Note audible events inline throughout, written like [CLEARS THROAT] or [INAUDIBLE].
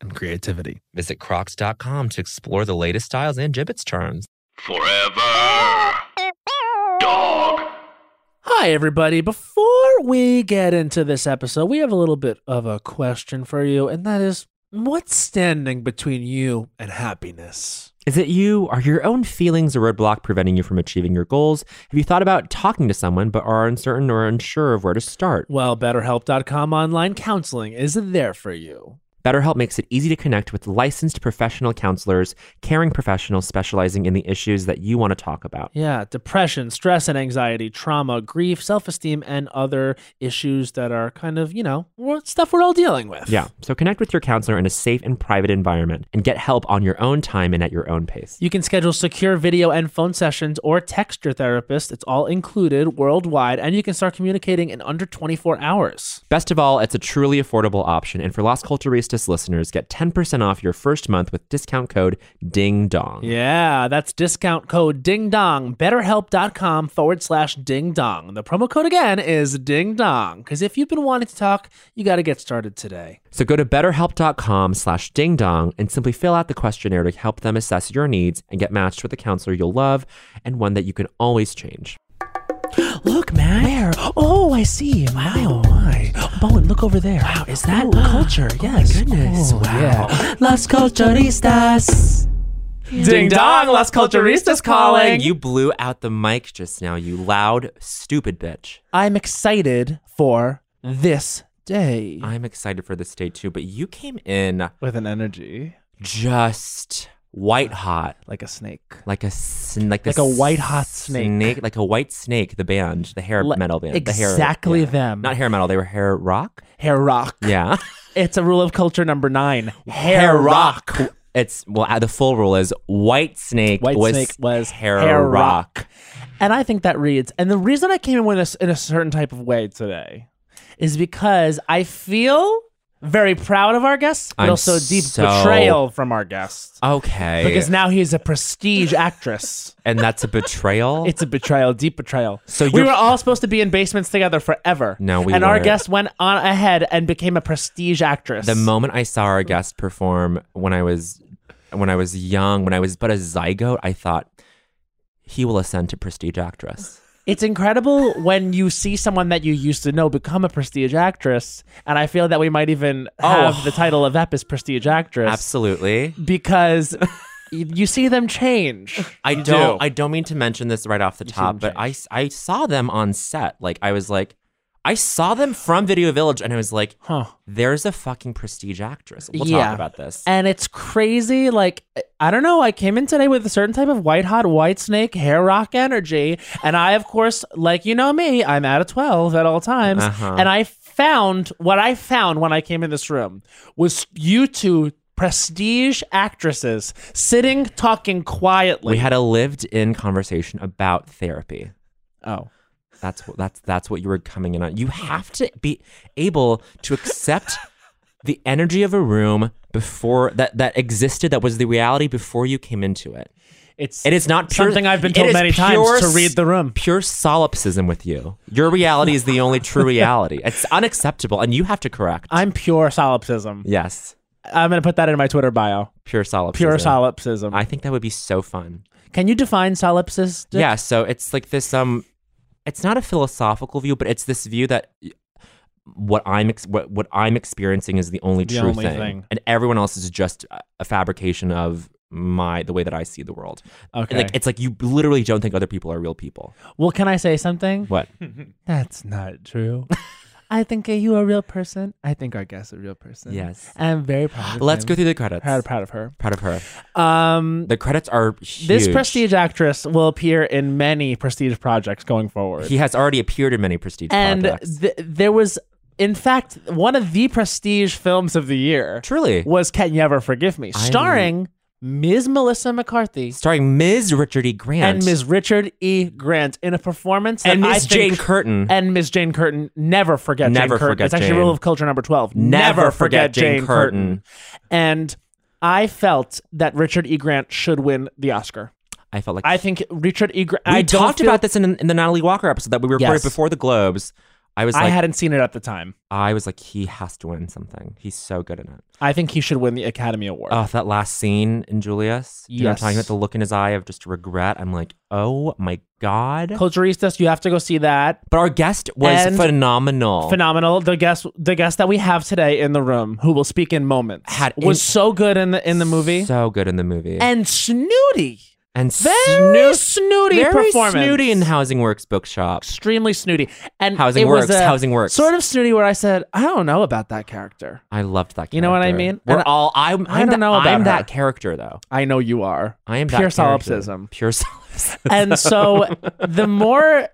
and creativity. Visit crocs.com to explore the latest styles and gibbets charms. Forever. Dog. Hi, everybody. Before we get into this episode, we have a little bit of a question for you, and that is what's standing between you and happiness? Is it you? Are your own feelings a roadblock preventing you from achieving your goals? Have you thought about talking to someone but are uncertain or unsure of where to start? Well, BetterHelp.com online counseling is there for you. BetterHelp makes it easy to connect with licensed professional counselors, caring professionals specializing in the issues that you want to talk about. Yeah, depression, stress and anxiety, trauma, grief, self esteem, and other issues that are kind of, you know, stuff we're all dealing with. Yeah, so connect with your counselor in a safe and private environment and get help on your own time and at your own pace. You can schedule secure video and phone sessions or text your therapist. It's all included worldwide, and you can start communicating in under 24 hours. Best of all, it's a truly affordable option, and for Lost Culturistas, listeners get 10% off your first month with discount code ding dong yeah that's discount code ding dong betterhelp.com forward slash ding dong the promo code again is ding dong because if you've been wanting to talk you got to get started today so go to betterhelp.com slash ding dong and simply fill out the questionnaire to help them assess your needs and get matched with a counselor you'll love and one that you can always change Look, man. Where? Oh, I see. My, oh, my. Bowen, look over there. Wow, is that Ooh, culture? Oh yes. My goodness. Oh, wow. Yeah. Las Culturistas. Ding dong, Las Culturistas calling. You blew out the mic just now, you loud, stupid bitch. I'm excited for this day. I'm excited for this day too, but you came in with an energy. Just white hot like a snake like a sn- like, like a white hot snake. snake like a white snake the band the hair Le- metal band exactly the hair, exactly yeah. them not hair metal they were hair rock hair rock yeah [LAUGHS] it's a rule of culture number nine hair, hair rock. rock. it's well the full rule is white snake white was snake was hair, hair rock. rock. and i think that reads and the reason i came in with this in a certain type of way today is because i feel very proud of our guests, but I'm also deep so- betrayal from our guests. okay Because now he's a prestige actress. [LAUGHS] and that's a betrayal [LAUGHS] It's a betrayal, deep betrayal. So we you're- were all supposed to be in basements together forever. No, we and our weren't. guest went on ahead and became a prestige actress. the moment i saw our guest perform when i was when i was young when i was but a zygote i thought he will ascend to prestige actress it's incredible when you see someone that you used to know become a prestige actress, and I feel that we might even Oh. have the title of Epis prestige actress absolutely because y- you see them change. I do. don't. I don't mean to mention this right off the top, them but I, s- I saw them on set. Like I was like, I saw them from Video Village and I was like, Huh. there's a fucking prestige actress. We'll Yeah. talk about this. And it's crazy. Like, I don't know. I came in today with a certain type of white hot white snake hair rock energy. And I, of course, like you know me, I'm at a 12 at all times. Uh-huh. And I found what I found when I came in this room was you two prestige actresses sitting talking quietly. we had a lived in conversation about therapy. oh. That's what that's that's what you were coming in on. You have to be able to accept the energy of a room before that that existed that was the reality before you came into it. It's It is not pure, something I've been it told is many times pure to read the room. pure solipsism with you. Your reality is the only [LAUGHS] true reality. It's unacceptable, and you have to correct. I'm pure solipsism. yes, I'm going to put that in my Twitter bio. pure solipsism. Pure solipsism. I think that would be so fun. Can you define solipsism? yeah. So it's like this. Um, it's not a philosophical view, but it's this view that y- what I'm ex- what, what I'm experiencing is the only The true only thing. and everyone else is just a- a fabrication of my the way that I see the world. Okay. And like it's like you literally don't think other people are real people. well, can I say something? What? That's not [LAUGHS] true. I think are you a real person. I think our guest is a real person. Yes. And I'm very proud of Let's go him. through the credits. proud, proud of her. Proud of her. Um The credits are huge. this prestige actress will appear in many prestige projects going forward. He has already appeared in many prestige and projects. th- there was in fact one of the prestige films of the year Truly, was Can You Ever Forgive Me? Starring Ms. Melissa McCarthy starring Ms. Richard E. Grant and Ms. Richard E. Grant in a performance that and I Miss Jane think- Curtin. and Ms. Jane Curtin. Never forget Never Jane Curtin. forget It's actually Jane. rule of culture number 12. Never forget Jane Curtin. And I felt that Richard E. Grant should win the Oscar. I felt like I think Richard E. Grant. we I don't talked feel- about this in, in the Natalie Walker episode that we recorded Yes. before the Globes. I was I like, hadn't seen it at the time. I was like, he has to win something. He's so good in it. I think he should win the Academy Award. Oh, that last scene in Julius. You know what I'm Yes. talking about the look in his eye of just regret. I'm like, oh my god. Culturistas, you have to go see that. But our guest was And- phenomenal. Phenomenal. The guest, the guest that we have today in the room, who will speak in moments, Had was in- so good in the in the movie So good in the movie. and snooty, and very snoo- snooty very performance. snooty in Housing Works Bookshop. extremely snooty. And Housing it works. was a housing works. sort of snooty where I said, I don't know about that character. I loved that. Character. You know what I mean? We're And I- all. I'm. I I'm don't that- know about I'm her. that character though. I know you are. I am that Pure character. solipsism. Pure [LAUGHS] solipsism. And [LAUGHS] so the more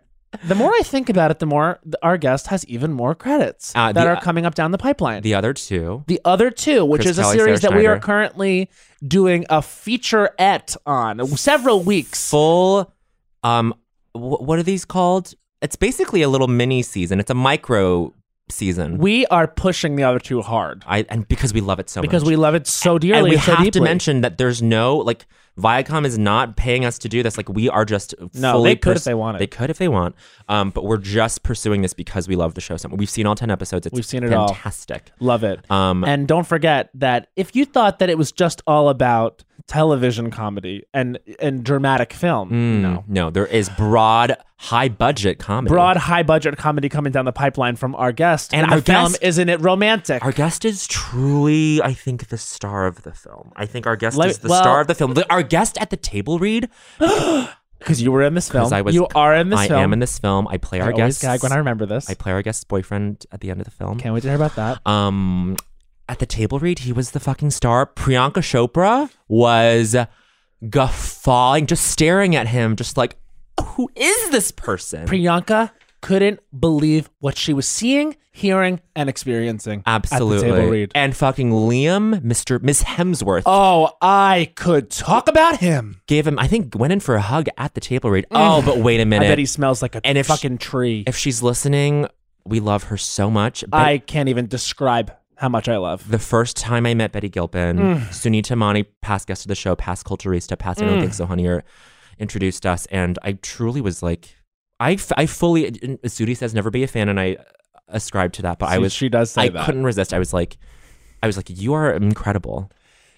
the more I think about it, the more th- our guest has even more credits Uh, that the- are coming up down the pipeline. The, the other two. other two, which Chris is a Kelly, series Sarah that we are Schneider. currently doing a featurette on several weeks. Full. Um. wh- what are these called? It's basically a little mini season. It's a micro season. We are pushing the other two hard I and because we love it so because much. we love it so dearly. and we and so have to deeply. mention that there's no like Viacom is not paying us to do this. Like we are just No, fully they could if pers- they wanted. They could if they want. Um, but we're just pursuing this because we love the show so much. We've seen all ten episodes. It's We've seen it all. fantastic. Love it. Um, And don't forget that if you thought that it was just all about television comedy and and dramatic film, mm, no. no, there is broad, high budget comedy. Broad, high budget comedy coming down the pipeline from our guest. And the our film, guest- isn't it romantic? Our guest is truly, I think, the star of the film. I think our guest Let- is the well- star of the film. The- our guest at the table read Because you were in this film. because I was. you are in this I film. am in this film. I play I our always guest. gag when I remember this. I play our guest's boyfriend at the end of the film. Can't wait to hear about that. um at the table read he was the fucking star priyanka chopra was guffawing just staring at him just like who is this person Priyanka couldn't believe what she was seeing, hearing, and experiencing. absolutely At the table read. and fucking liam mr miss hemsworth Oh, I could talk about him. gave him i think went in for a hug at the table read oh but wait a Mm. I minute bet he smells like a And if she- fucking tree. if she's listening we love her so much but I can't even describe how much I love. the first time I met Betty Gilpin, Mm. Sunita Mani, past guest of the show, past culturista, past I don't think so, honey, or introduced us, and I truly was like, I, f- I fully, Sudi says never be a fan, and I ascribe to that, but I She- was, she does say I that. couldn't resist. I was like, I was like, you are incredible.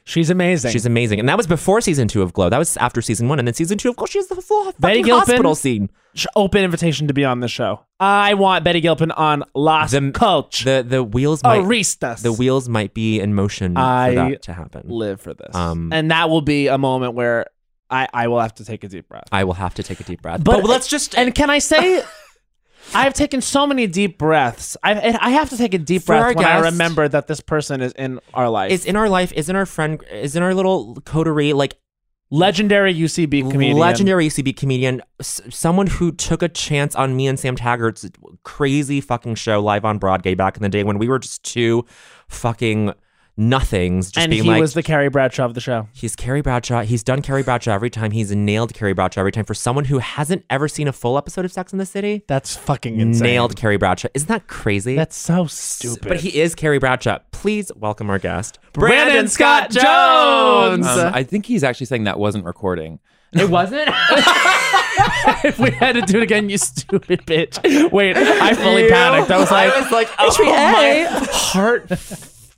She's amazing. She's amazing, and that was before season two of Glow. That was after season one, and then season two of Glow. She has the full fucking Betty Gilpin? hospital scene. Sh- open invitation to be on the show. I want Betty Gilpin on Las The- Coach The the wheels might Aristas. the wheels might be in motion Oh, I for that to happen. live for this, Um, and that will be a moment where I I will have to take a deep breath. I will have to take a deep breath. But- [LAUGHS] but let's just And can I say? I've taken so many deep breaths. I and I have to take a deep For breath our when I guest- remember that this person is in our life. Is in our life, is in our friend, is in our little coterie, like legendary UCB comedian. legendary UCB comedian, s- someone who took a chance on me and Sam Taggart's crazy fucking show live on Broadway back in the day when we were just two fucking nothings, just and being he like, was the Carrie Bradshaw of the show. He's Carrie Bradshaw. He's done Carrie Bradshaw every time. He's nailed Carrie Bradshaw every time. For someone who hasn't ever seen a full episode of Sex in the City, That's fucking insane. nailed Carrie Bradshaw. Isn't that crazy? That's so S- stupid. But he is Carrie Bradshaw. Please welcome our guest, Brandon Scott Jones. Um, I think he's actually saying that wasn't recording. It [LAUGHS] wasn't. if we had to do it again, you stupid bitch. Wait, I fully panicked. I was like, I was like, oh HBA. my heart.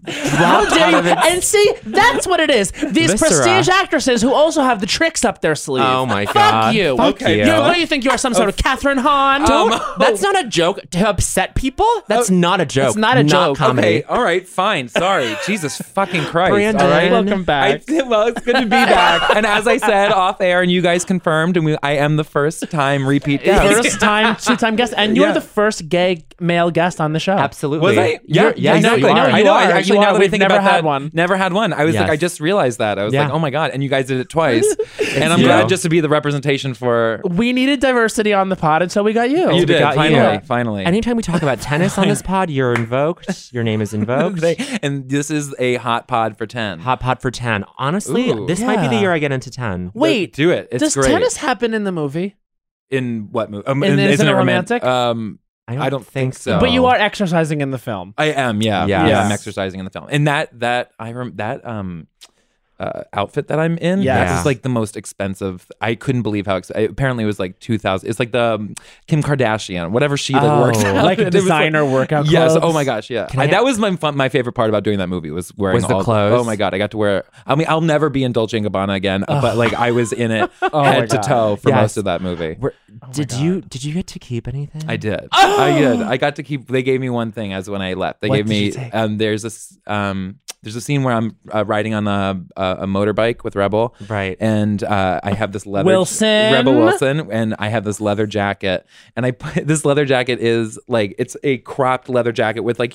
How dropped dare out you? of its- Oh, And see, that's what it is. These Viscera. prestige actresses who also have the tricks up their sleeve. Oh my Fuck God. you. Fuck okay. you. You're- what do you think you are? Some sort of Um, Catherine Hahn? Don't- Don't- that's not a joke to upset people. That's not a joke. It's not a joke. Comedy. Okay, all right, fine. [LAUGHS] Sorry, Jesus fucking Christ. Brandon. all right? Welcome I, back. well, it's good to be back. And as I said off air, and you guys confirmed, and we, I am the first time repeat guest. [LAUGHS] First time, two time guest, and you're Yeah. the first gay male guest on the show. Absolutely. Was I? Yeah, You're- yeah, yes, exactly. you are. I You know. are. I You actually now are. that I We've think never about had that, one. Never had one. I was Yes. like, I just realized that. I was Yeah. like, oh my god, and you guys did [LAUGHS] it twice. and I'm you. glad just to be the representation for. We needed diversity on the pod, and so we got you. You did got you. finally, Yeah. finally. [LAUGHS] Anytime we talk about tennis on this pod, you're invoked. Your name is [LAUGHS] invoked. They- and this is a hot pod for ten. Hot pot for 10. Honestly, Ooh. this might be the Yeah. year I get into 10. Wait, do it. It's does great. tennis happen in the movie? in what movie? Um, In in- Isn't isn't It it romantic? Romantic? Um, I don't think so. But you Oh. are exercising in the [LAUGHS] film. I am. Yeah. Yes. Yeah. I'm exercising in the film, and that that I rem- that um. Uh, outfit that I'm in, Yes. that is like the most expensive. I couldn't believe how expensive. Apparently, it was like two thousand. It's like the um, Kim Kardashian, whatever she like works Oh. out. Like It was designer workout Yes. clothes. Oh my gosh. Yeah. I- I- that was my fun, my favorite part about doing that movie was wearing Was the all- clothes? Oh my god, I got to wear. I mean, I'll never be in Dolce and Gabbana again, uh, but like I was in it my head to God. toe for Yes. most of that movie. Were- did you did you get to keep anything? [GASPS] I did. I did. I got to keep. They gave me one thing as when I left. They Oh! What gave did me. you take? Um, there's this. Um, there's a scene where I'm uh, riding on a, a a motorbike with Rebel. Right. And uh, I have this leather Wilson? Rebel Wilson, and I have this leather jacket. And I [LAUGHS] put this leather jacket is like it's a cropped leather jacket with like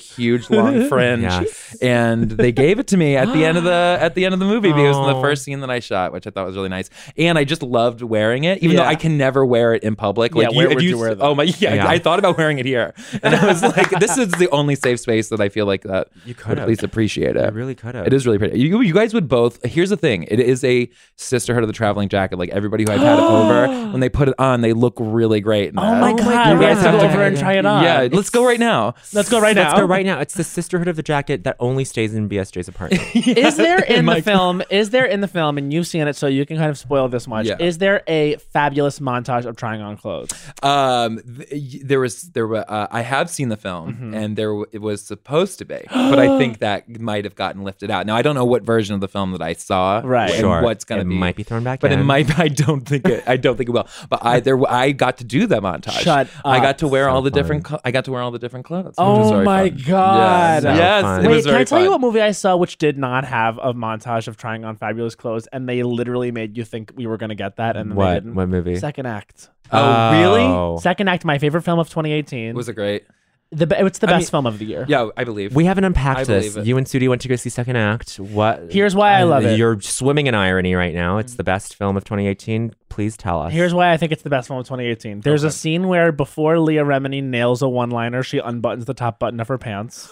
[LAUGHS] huge long fringe. Yes. And they gave it to me at the end of [GASPS] the at the end of the movie because it was Oh. the first scene that I shot, which I thought was really nice. And I just loved wearing it, even though Yeah. I can never wear it in public. Like Yeah, where if would you wear that? Oh my yeah, Yeah. I thought about wearing it here. And I was like, this is the only safe space that I feel like that You could would have. at least appreciate it. You really could have. It is really pretty. You, you guys would both. Here's the thing. It is a sisterhood of the traveling jacket. Like everybody who I've had over, when they put it on, they look really great. in Oh that. my my god, we God. have to You go guys have over [LAUGHS] to- and try it on. Yeah, let's go right now. Let's go right Let's now. [LAUGHS] go right now. It's the sisterhood of the jacket that only stays in BSJ's apartment. Is [LAUGHS] there in the film? Is there in the film? And you've seen it, so you can kind of spoil this much. Yeah. Is there a fabulous montage of trying on clothes? Um, th- y- there was there were. Uh, I have seen the film, and there w- it was supposed to be, but I [GASPS] think that might have gotten lifted out. Now I don't know what version of the film that I saw. Right. and Sure. what's gonna It be might be thrown back but in. it might. [LAUGHS] I don't think it. I don't think it will. But I there. w- I got to do that montage. Shut I up. got to wear all the fun. different. Co- I got to wear all the different clothes. which Oh was very my fun. God. Yes, So yes, fun. it Wait, was can very I tell fun. you what movie I saw which did not have a montage of trying on fabulous clothes, and they literally made you think we were going to get that, and then they what? didn't. What movie? Second act. Oh really? Oh. Second act, my favorite film of 2018. Was it great? the be- it's the I best mean- film of the year. Yeah, I believe. We haven't unpacked I this. believe it. You and Sudi went to go see Second Act. What? Here's why I love it. You're swimming in irony right now. It's the best film of 2018. Please tell us. Here's why I think it's the best film of 2018. There's a scene where before Leah Remini nails a one-liner, she unbuttons the top button of her [LAUGHS] pants,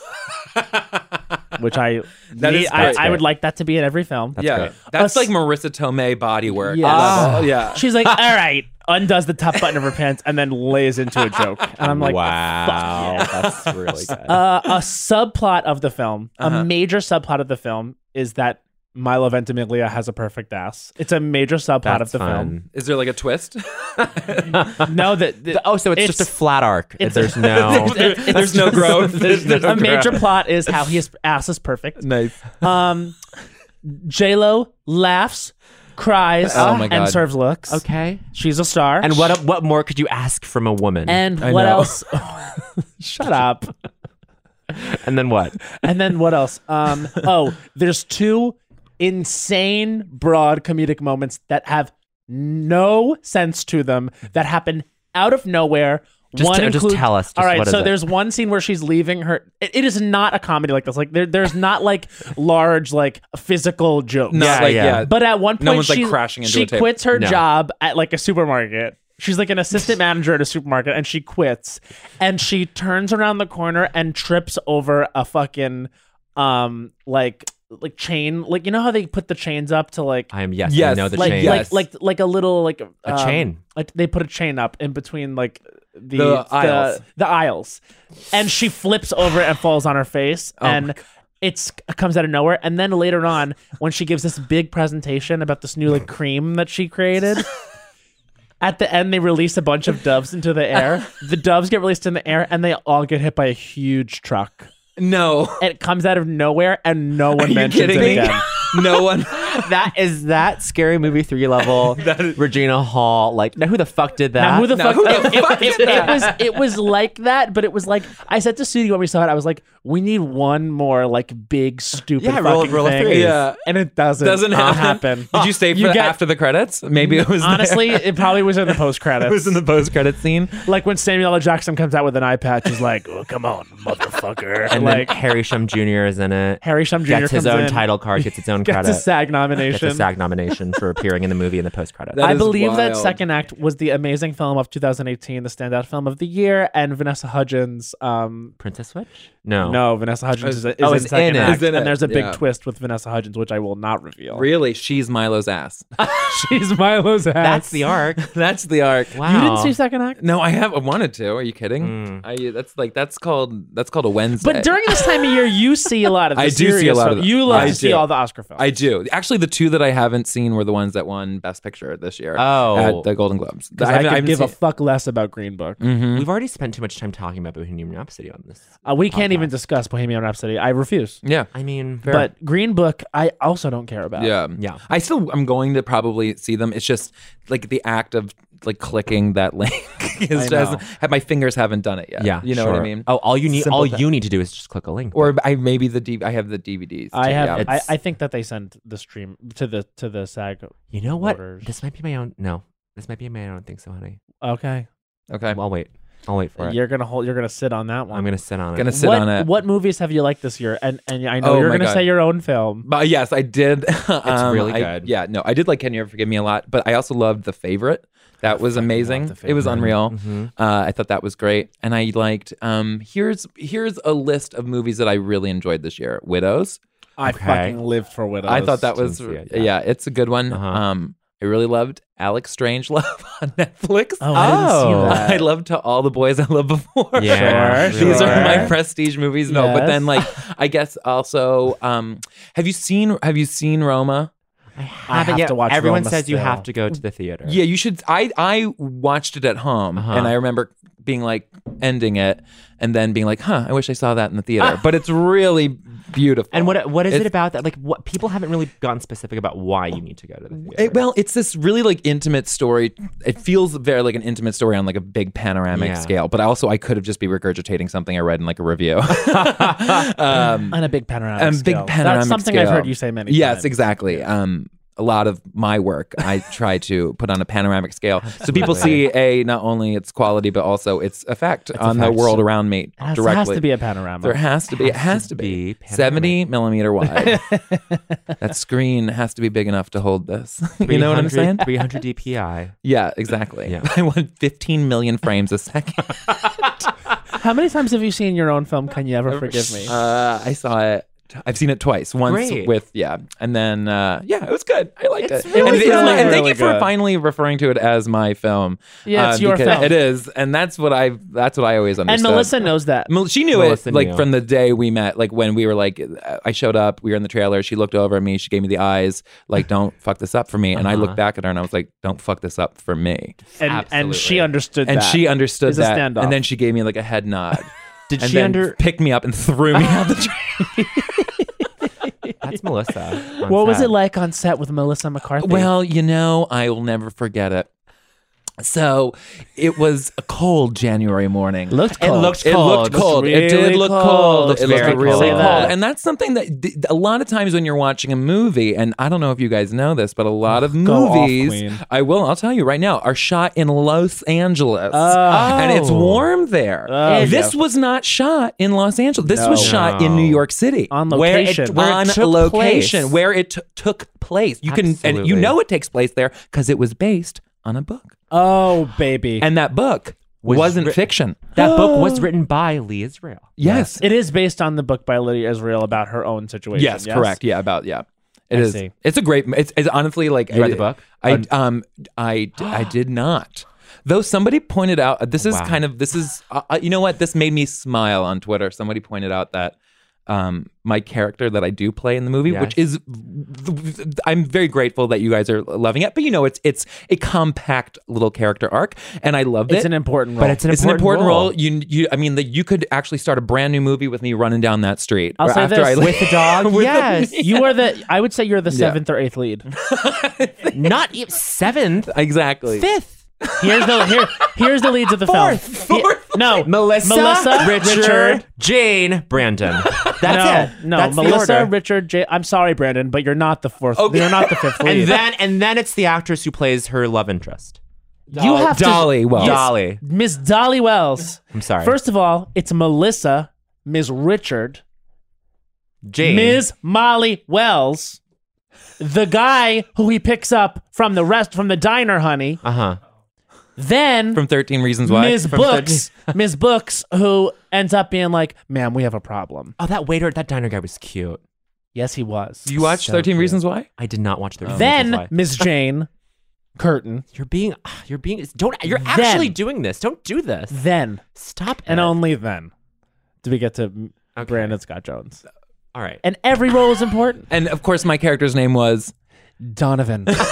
which I That is the- I, great. I would like that to be in every film. yeah, great. Us- that's like Marissa Tomei body work. Yes. Ah. level. yeah. She's [LAUGHS] like, "All right," undoes the top button of her pants and then lays into a joke, and I'm like, wow, [LAUGHS] that's really good. uh, a subplot of the film, Uh-huh. a major subplot of the film is that Milo Ventimiglia has a perfect ass. It's a major subplot That's of the film. fun. Is there like [LAUGHS] a twist? No, that that- [LAUGHS] Oh, so it's, It's- just a flat arc. it's- There's no. There's no growth. There's no a major plot is how his ass is perfect. nice. Um, J Lo laughs, cries, Oh my and God. serves looks. okay. she's a star. And what what more could you ask from a woman? And I what know. else? Shut up. And then what? And then what else? Um, oh, there's two insane broad comedic moments that have no sense to them that happen out of nowhere. Just, one t- just includes- tell us. Just All right, what is so it? there's one scene where she's leaving her. It, it is not a comedy like this. Like there, there's not like large like physical jokes. Not Yeah, like yeah. yeah. But at one point, No one's, like, she, crashing into she a table. quits her No. job at like a supermarket. She's like an assistant manager at a supermarket, and she quits. And she turns around the corner and trips over a fucking um like like chain. Like you know how they put the chains up to like I am yes. I Yes, know the like chain. yes. like like like a little like um, A chain. Like they put a chain up in between like the The aisles. the aisles, and she flips over and falls on her face, Oh my and it's it comes out of nowhere. And then later on, when she gives this big presentation about this new like cream that she [LAUGHS] created. At the end, they release a bunch of doves into the air. The doves get released in the air, and they all get hit by a huge truck. No. And it comes out of nowhere, and no Are one you mentions it [LAUGHS] kidding me? again. [LAUGHS] [LAUGHS] no one. that is that scary movie three [LAUGHS] level. Regina Hall. Like now, who the fuck did that? Now, who the No, fuck? who it, the it- fuck it- did it that? was it was like that, but it was like I said to Sudie when we saw it, I was like, we need one more like big stupid Yeah, roll- fucking roll of thing. threes. Yeah. and it doesn't Doesn't uh, happen. Did [LAUGHS] you stay for the- get- after the credits? Maybe it was there. Honestly, it probably was in the post [LAUGHS] It was credits. in the post credit scene. like when Samuel L. Jackson comes out with an eye patch, he's like, oh, "Come on, [LAUGHS] motherfucker!" and And like then Harry Shum Jr. is in it. Harry Shum Jr. Gets his comes own in, title card. [LAUGHS] Gets its own gets credit. a SAG Gets a nomination. SAG nomination for appearing in the movie in the post credits. That I is believe that wild. second act was the amazing film of 2018, the standout film of the year, and Vanessa Hudgens um, Princess Switch? No. No, Vanessa Hudgens is, Is- is oh, Oh. in is second in it. act, Is in it, and there's a big yeah. twist with Vanessa Hudgens, which I will not reveal. Really, she's Milo's ass. [LAUGHS] She's Milo's ass. [LAUGHS] That's the arc. That's the arc. Wow. You didn't see second act, No, I have. I wanted to. Are you Mm. kidding? I, that's like that's called that's called a Wednesday. but during this time of year, you see a lot of. The [LAUGHS] I do see a serious lot of stuff. that. You love I to see do. all the Oscar films. I do. Actually, the two that I haven't seen were the ones that won Best Picture this year Oh. at the Golden Globes. 'Cause I, could give a fuck less about Green Book. mm-hmm. We've already spent too much time talking about Bohemian Rhapsody on this. Uh, we can't even Podcast. discuss Bohemian Rhapsody. I refuse. Yeah, I mean, But Green Book, I also don't care about. yeah, yeah. I still I'm going to probably see them. It's just like the act of like clicking that link [LAUGHS] I is know. just my fingers haven't done it yet. yeah, you know what I sure. mean. Oh, all you need, Simple all thing. you need to do is just click a link. Or I maybe the D, I have the DVDs. I too, have. yeah. I, It's- I think that they send the stream to the to the SAG. you know what? Voters. This might be my own. No, this might be my. own- I don't think so, honey. Okay, Okay, I'll wait. I'll wait for it. you're gonna hold. You're gonna sit on that one. I'm gonna sit on it. gonna sit what, on it. What movies have you liked this year? And and I know Oh you're my gonna God. say your own film. But yes, I did. [LAUGHS] It's really I, good. yeah, no, I did like Can You Ever Forgive Me a lot, but I also loved The Favorite. That was amazing. It was [LAUGHS] unreal. Mm-hmm. Mhm. Uh, I thought that was great, and I liked. Um, here's here's a list of movies that I really enjoyed this year. Widows. I Okay. fucking lived for Widows. I thought that didn't was see it, yeah. yeah. it's a good one. Uh-huh. Um, I really loved Alex Strange Love [LAUGHS] on Netflix. Oh, I didn't see that. I loved to all the boys I loved before. Yeah, Sure, These are my sure. prestige movies. No, but Yes. then like I guess also um have you seen have you seen Roma? I have haven't yet. to watch Everyone Roma says you still. have to go to the theater. Yeah, you should. I I watched it at home, Uh-huh. and I remember being like ending it, and then being like, "Huh, I wish I saw that in the theater." but it's really beautiful. And what what is it It's- about that? Like, what people haven't really gotten specific about why you need to go to the theater. It, well, it's this really like intimate story. It feels very like an intimate story on like a big panoramic Yeah. scale. But also, I could have just be regurgitating something I read in like a review. [LAUGHS] um, on a big panoramic Um, big scale. panoramic That's something I've scale. heard you say many yes, times. exactly. Um, a lot of my work I try to put on a panoramic scale, so people see a not only its quality but also its effect on the effect. world around me It has, directly. has to be a panorama. There has to be. It has to be. 70 [LAUGHS] millimeter wide. that screen has to be big enough to hold this. [LAUGHS] you know what I'm 300 saying? 300 DPI. Yeah, exactly. Yeah. [LAUGHS] I want 15 million frames a second. How many times have you seen your own film? Can you ever forgive me? Uh, I saw it. I've seen it twice. Once Great. with yeah, and then uh, yeah, it was good. I liked It's it. really and, good. my- and thank Really you for good. finally referring to it as my film. Yeah, it's uh, your because film. It is, and that's what I that's what I always and understood. Melissa knows that. Mel- she knew Melissa it like knew. from the day we met. Like when we were like, uh, I showed up, we were in the trailer. She looked over at me. She gave me the eyes, [LAUGHS] like, "Don't fuck this up for me." And I Uh-huh. looked back at her and I was like, "Don't fuck this up for me." and, and she Absolutely. understood And that. she understood It's a that. standoff. And then she gave me like a [LAUGHS] head nod. Did and she then under? picked me up and threw me out the train. [LAUGHS] That's Melissa. on what was set. it like on set with Melissa McCarthy? Well, you know, I will never forget it. So it was a cold January morning. Looked It cold. looked It cold. looked it did really look cold. cold. Looks It looked very really cold. cold. Say that. And that's something that d- a lot of times when you're watching a movie, and I don't know if you guys know this, but a lot of Go off, movies, queen. I will, I'll tell you right now, are shot in Los Angeles. Oh. And it's warm there. Oh, this was not shot in Los Angeles. This was No. shot in New York City. On Where it- location. Where it, On took location. place. Where it t- took place. You can, and you Absolutely. know it takes place there because it was based on a book. Oh, baby. And that book Was was not writ- fiction. [GASPS] That book was written by Lee Israel. Yes. it is based on the book by Lydia Israel about her own situation. Yes, correct. Yeah, about yeah. It I is. see. It's a great. It's, it's honestly like You read I- the book? I um I I did not. Though somebody pointed out this is Wow. kind of this is uh, uh, you know what this made me smile on Twitter. Somebody pointed out that um my character that I do play in the movie, which is I'm very grateful that you guys are loving it. But you know it's it's a compact little character arc, and I loved It's it. an important role. But it's an it's important, role. You, you, I mean, that you could actually start a brand new movie with me running down that street. I'll Or say after this, I, with the [LAUGHS] dog, with the- yes. you are the. I would say you're the seventh or eighth lead. Not even seventh, exactly. fifth. Here's the here, here's the leads of the Fourth. film. Fourth, no, Melissa, Melissa, Richard, Richard. Jane, Brandon. [LAUGHS] That's no, no, That's the Melissa, order. Richard, J. I'm sorry, Brandon, but you're not the fourth. Okay. You're not the fifth it. lead. [LAUGHS] And then and then it's the actress who plays her love interest. you have to- Dolly Wells. Dolly. Miss Dolly Wells. I'm sorry. First of all, it's Melissa, Ms. Richard, Jane. Ms. Molly Wells, the guy who he picks up from the rest from the diner, honey. Uh-huh. Then from 13 Reasons Why. Ms. From Books, Ms. Books, who ends up being like, "Ma'am, we have a problem." Oh, that waiter, that diner guy was cute. Yes, he was. 13 you watch So 13 cute. Reasons Why? I did not watch the then Ms. Jane Curtin. You're being [SIGHS] you're being don't you're Then. actually doing this. Don't do this. Then Stop and it. only then do we get to Okay. Brandon Scott Jones. All right. And every role is important. And of course, my character's name was Donovan. Donovan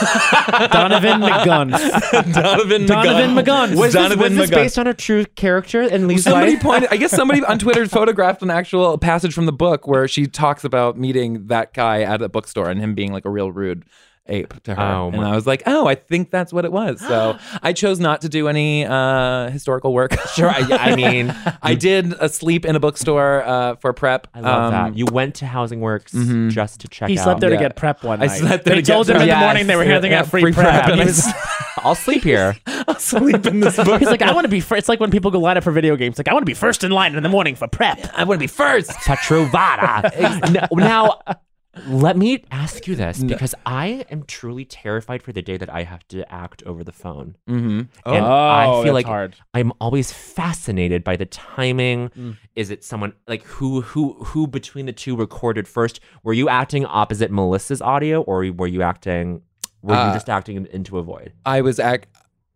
McGunn. Donovan McGunn. Donovan McGunn. Was this, was Donovan this McGunn. based on a true character and Lee's Somebody life? pointed. I guess somebody on Twitter photographed an actual passage from the book where she talks about meeting that guy at a bookstore and him being like a real rude ape to her. Oh, and my- I was like, oh, I think that's what it was. So I chose not to do any uh, historical work. Sure, [LAUGHS] I, I mean, [LAUGHS] I did a sleep in a bookstore uh, for prep. I love Um, that. Mm-hmm. You went to Housing Works just to check He out. slept there Yeah. to get prep one I night. slept there they to told get him in the prep. morning they were here they Yeah, got free, free prep, prep. and He I was- [LAUGHS] I'll sleep [LAUGHS] here. I'll sleep in this book. He's like, I want to [LAUGHS] be first. It's like when people go line up for video games. Like, I want to be first in line in the morning for prep. I want to be first. [LAUGHS] Petrovada. now, let me ask you this because I am truly terrified for the day that I have to act over the phone. Mm-hmm. and I Oh, that's feel like hard. I'm always fascinated by the timing. Mm. Is it someone like who who who between the two recorded first? Were you acting opposite Melissa's audio, or were you acting? Were Uh, you just acting into a void I was act.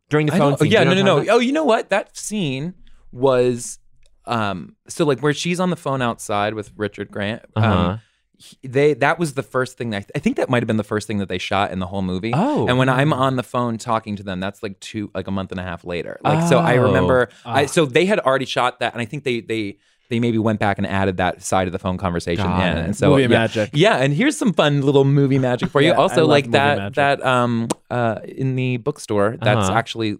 during the I phone? don't- Scene, do yeah, you know no, what I'm no, talking no. Oh, you know what? That scene was, um, so like where she's on the phone outside with Richard Grant. Um, Uh-huh. he- they that was the first thing that I, th- I think that might have been the first thing that they shot in the whole movie. Oh. and when I'm on the phone talking to them, that's like two like a month and a half later. Like so, Oh. I remember. Ah. I, so they had already shot that, and I think they they they maybe went back and added that side of the phone conversation Got in. it. And so Movie yeah. magic. Yeah, and here's some fun little movie magic [LAUGHS] for you. Yeah, I also, love like movie that magic. that um uh in the bookstore. That's Uh-huh. actually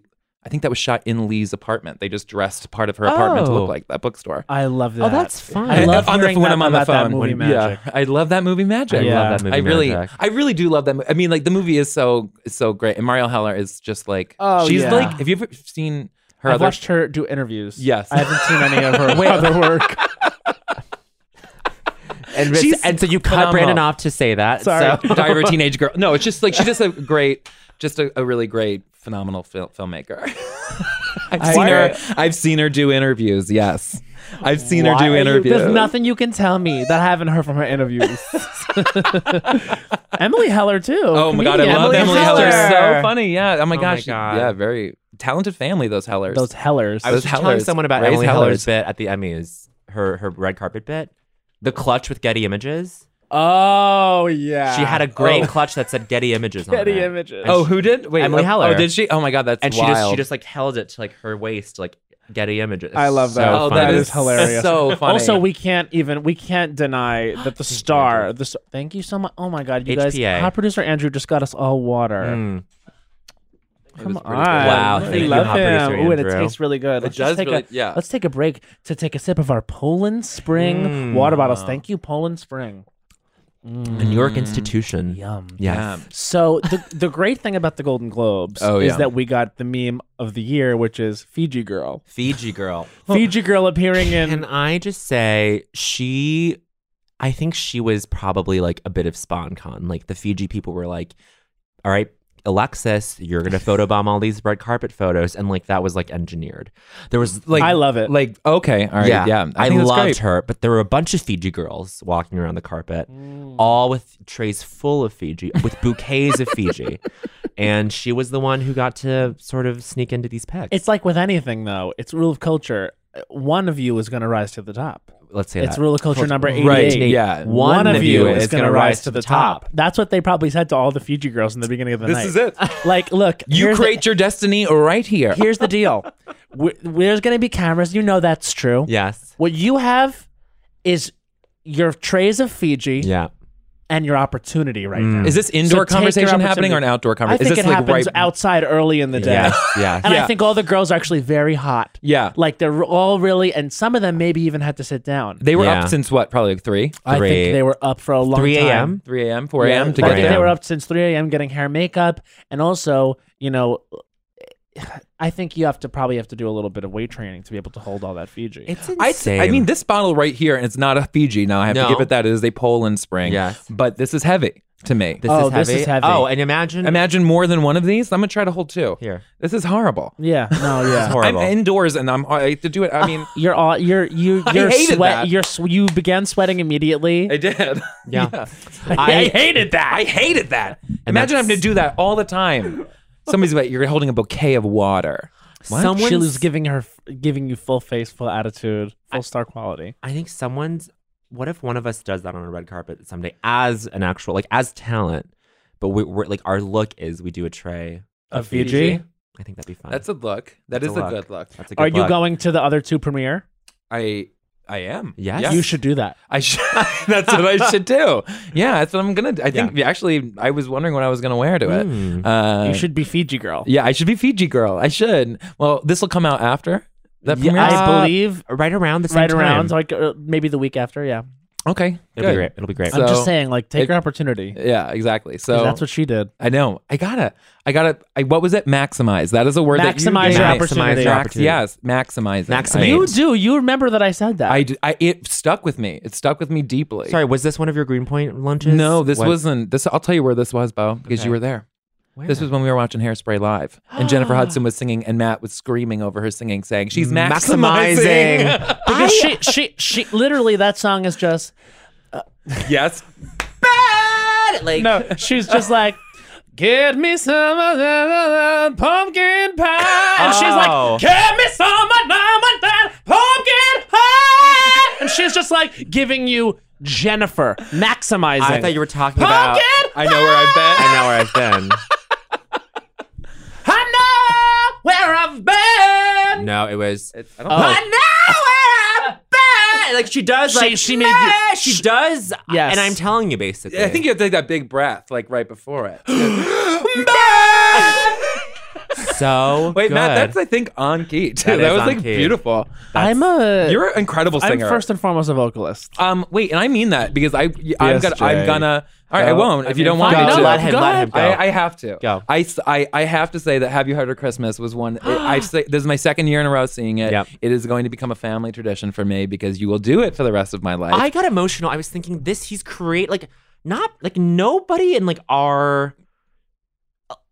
I think that was shot in Lee's apartment. They just dressed part of her apartment to Oh. look like that bookstore. I love that. Oh, that's fun. I love on the, hearing when that I'm on the about that phone. movie When- magic. Yeah, I love that movie magic. I Yeah. love that movie. I really, magic. I really do love that. Mo- I mean, like the movie is so is so great, and Mariel Heller is just like Oh, she's yeah. like. Have you ever seen her I've other? watched her do interviews. Yes. I haven't seen any of [LAUGHS] her other work. and, She's and so you cut phenomenal. Brandon off to say that. [LAUGHS] Sorry. So. Diary of a Teenage Girl. No, it's just like she's just a great, just a, a really great, phenomenal fil- filmmaker. [LAUGHS] I've I- seen her. I've seen her do interviews. Yes, I've seen her Why do are you- interviews. There's nothing you can tell me that I haven't heard from her [LAUGHS] interviews. Emily Heller too. Oh my god, I Comedian. love Emily Heller. Heller. So funny. Yeah. Oh my my gosh. God. Yeah, very talented family. Those Hellers. Those Hellers. I was Those just telling Hellers. someone about Raise Emily Heller's Hellers. bit at the Emmys, her her red carpet bit, the clutch with Getty Images. oh yeah. She had a great Oh. clutch that said Getty Images on Getty it. Images. And oh, she- who did? Wait, Emily oh, Heller. Oh, did she? Oh my god, that's and she wild. just she just like held it to like her waist, like Getty Images. I love that. So Oh, funny. that That is is hilarious. So funny. Also, we can't even we can't [GASPS] deny that the star. The st- thank you so much. Oh my god, you guys. HPA. Our producer Andrew just got us all water. Mm. Come on. Mm, was pretty good. Wow, We thank you, love hot him. producer Ooh, and it Andrew. tastes really good. It Let's just does take really, a, yeah. Let's take a break to take a sip of our Poland Spring Mm. water bottles. Thank you, Poland Spring. Mm, A New York institution. Yum. Yes. Um, So the the great thing about the Golden Globes Oh, is yeah. that we got the meme of the year, which is Fiji girl. Fiji girl. Fiji girl appearing in Can I just say she I think she was probably like a bit of SponCon. Like the Fiji people were like, All right, Alexis, you're [LAUGHS] gonna photobomb all these red carpet photos and like that was like engineered. There was like I love it. like okay, all right, yeah. I, think that's loved great. her, but there were a bunch of Fiji girls walking around the carpet, Mm. all with trays full of Fiji, with bouquets of Fiji. [LAUGHS] And she was the one who got to sort of sneak into these pics. It's like with anything though. It's rule of culture. One of you is going to rise to the top. let's say It's that. rule of culture number eighty-eight. Right, yeah. One, of you is gonna going to rise to the top. That's what they probably said to all the Fiji girls in the beginning of the night. This is it. Like, look, You here's create your destiny right here. The, [LAUGHS] here's the deal. we there's going to be cameras. You know that's true. Yes. What you have is your trays of Fiji Yeah. and your opportunity right now. Mm. Is this indoor take your conversation happening opportunity. or an outdoor I conversation? think is this it like happens right outside early in the day. Yes. Yes. And I [LAUGHS] Yeah. think all the girls are actually very hot. Yeah. Like they're all really, and some of them maybe even had to sit down. They were Yeah. up since what? Probably like 3, I Three- think they were up for a long 3 time. a.m. 3 a.m., 4 a.m. to I get think down. they were up since 3 a.m. getting hair and makeup. And also, you know, [SIGHS] I think you have to probably have to do a little bit of weight training to be able to hold all that Fiji. It's I, insane. I mean, this bottle right here, and it's not a Fiji. Now I have No. to give it that. It is a Poland Spring. Yes. But this is heavy to me. this, Oh, is this heavy. is heavy. Oh, and imagine, Imagine more than one of these. I'm gonna try to hold two. [LAUGHS] Here. This is horrible. [LAUGHS] yeah, no, yeah. horrible. I'm indoors and I'm I have to do it. I [LAUGHS] mean, You're all you're you I you're hated sweat that. you're sw- you began sweating immediately. I did. Yeah. [LAUGHS] I hated that. I hated that. Imagine having to do that all the time. Somebody's like, you're holding a bouquet of water. someone's- she was giving her giving you full face, full attitude, full star quality. I think someone's. What if one of us does that on a red carpet someday as an actual, like as talent, but we, we're like our look is we do a tray Of Fiji? I think that'd be fun. That's a look. That That's is a a, look. good look. That's a good Are you look. going to the other two premiere? I I am. Yes. You should do that. I should. [LAUGHS] that's what I should do. Yeah, that's what I'm gonna. do. I think actually, I was wondering what I was gonna wear to it. Mm. Uh, Hmm. you should be Fiji girl. Yeah, I should be Fiji girl. I should. Well, this will come out after that premiere. I believe Uh, Right around the same right time. around like uh, maybe the week after. Yeah, okay. It'll good. be great. It'll be great. So- I'm just saying, like take it- your opportunity. Yeah, exactly. So 'Cause that's what she did. I know. I gotta. I gotta. I, what was it? Maximize. That is a word Maximize your that you gave me. opportunity. Max- Opportunity. Yes, maximize. Maximate. You do. You remember that I said that. I, d- I- It stuck with me. It stuck with me deeply. Sorry, was this one of your Greenpoint lunches? No, this What- wasn't. This. I'll tell you where this was, Bo, because Okay. you were there. Where? This was when we were watching Hairspray live, [GASPS] and Jennifer Hudson was singing, and Matt was screaming over her singing, saying, "She's maximizing." maximizing. because she she she literally that song is just [LAUGHS] yes. like [LAUGHS] no. She's just like. Get me some of that pumpkin pie. And she's Oh. like, Get me some of that pumpkin pie. And she's just like giving you Jennifer, maximizing. I thought you were talking about. Pumpkin I know where I've been. I know [LAUGHS] where I've been. I know where I've been. No, it was. I don't Oh. I know where I've been. Like she does. She- Like she made you- "Nah," She does. Yes. And I'm telling you, basically. I think you have to take that big breath, like right before [GASPS] it. [LAUGHS] so. Wait, good. Matt, that's I think on key too. That That, is was on like key. beautiful. I'm a. You're an incredible I'm singer. first and foremost a vocalist. Um, wait, and I mean that because I, I'm gonna, I'm Jay. gonna. All right, I Go. won't I if you mean, don't want fine. me No, to. let him- Go let ahead. him go. I, I have to. Go. I, s- I- I have to say that "Have You Heard of Christmas" was one. I, I say this is my second year in a row seeing it. Yep. It is going to become a family tradition for me because you will do it for the rest of my life. I got emotional. I was thinking this. He's create like not like nobody in like our.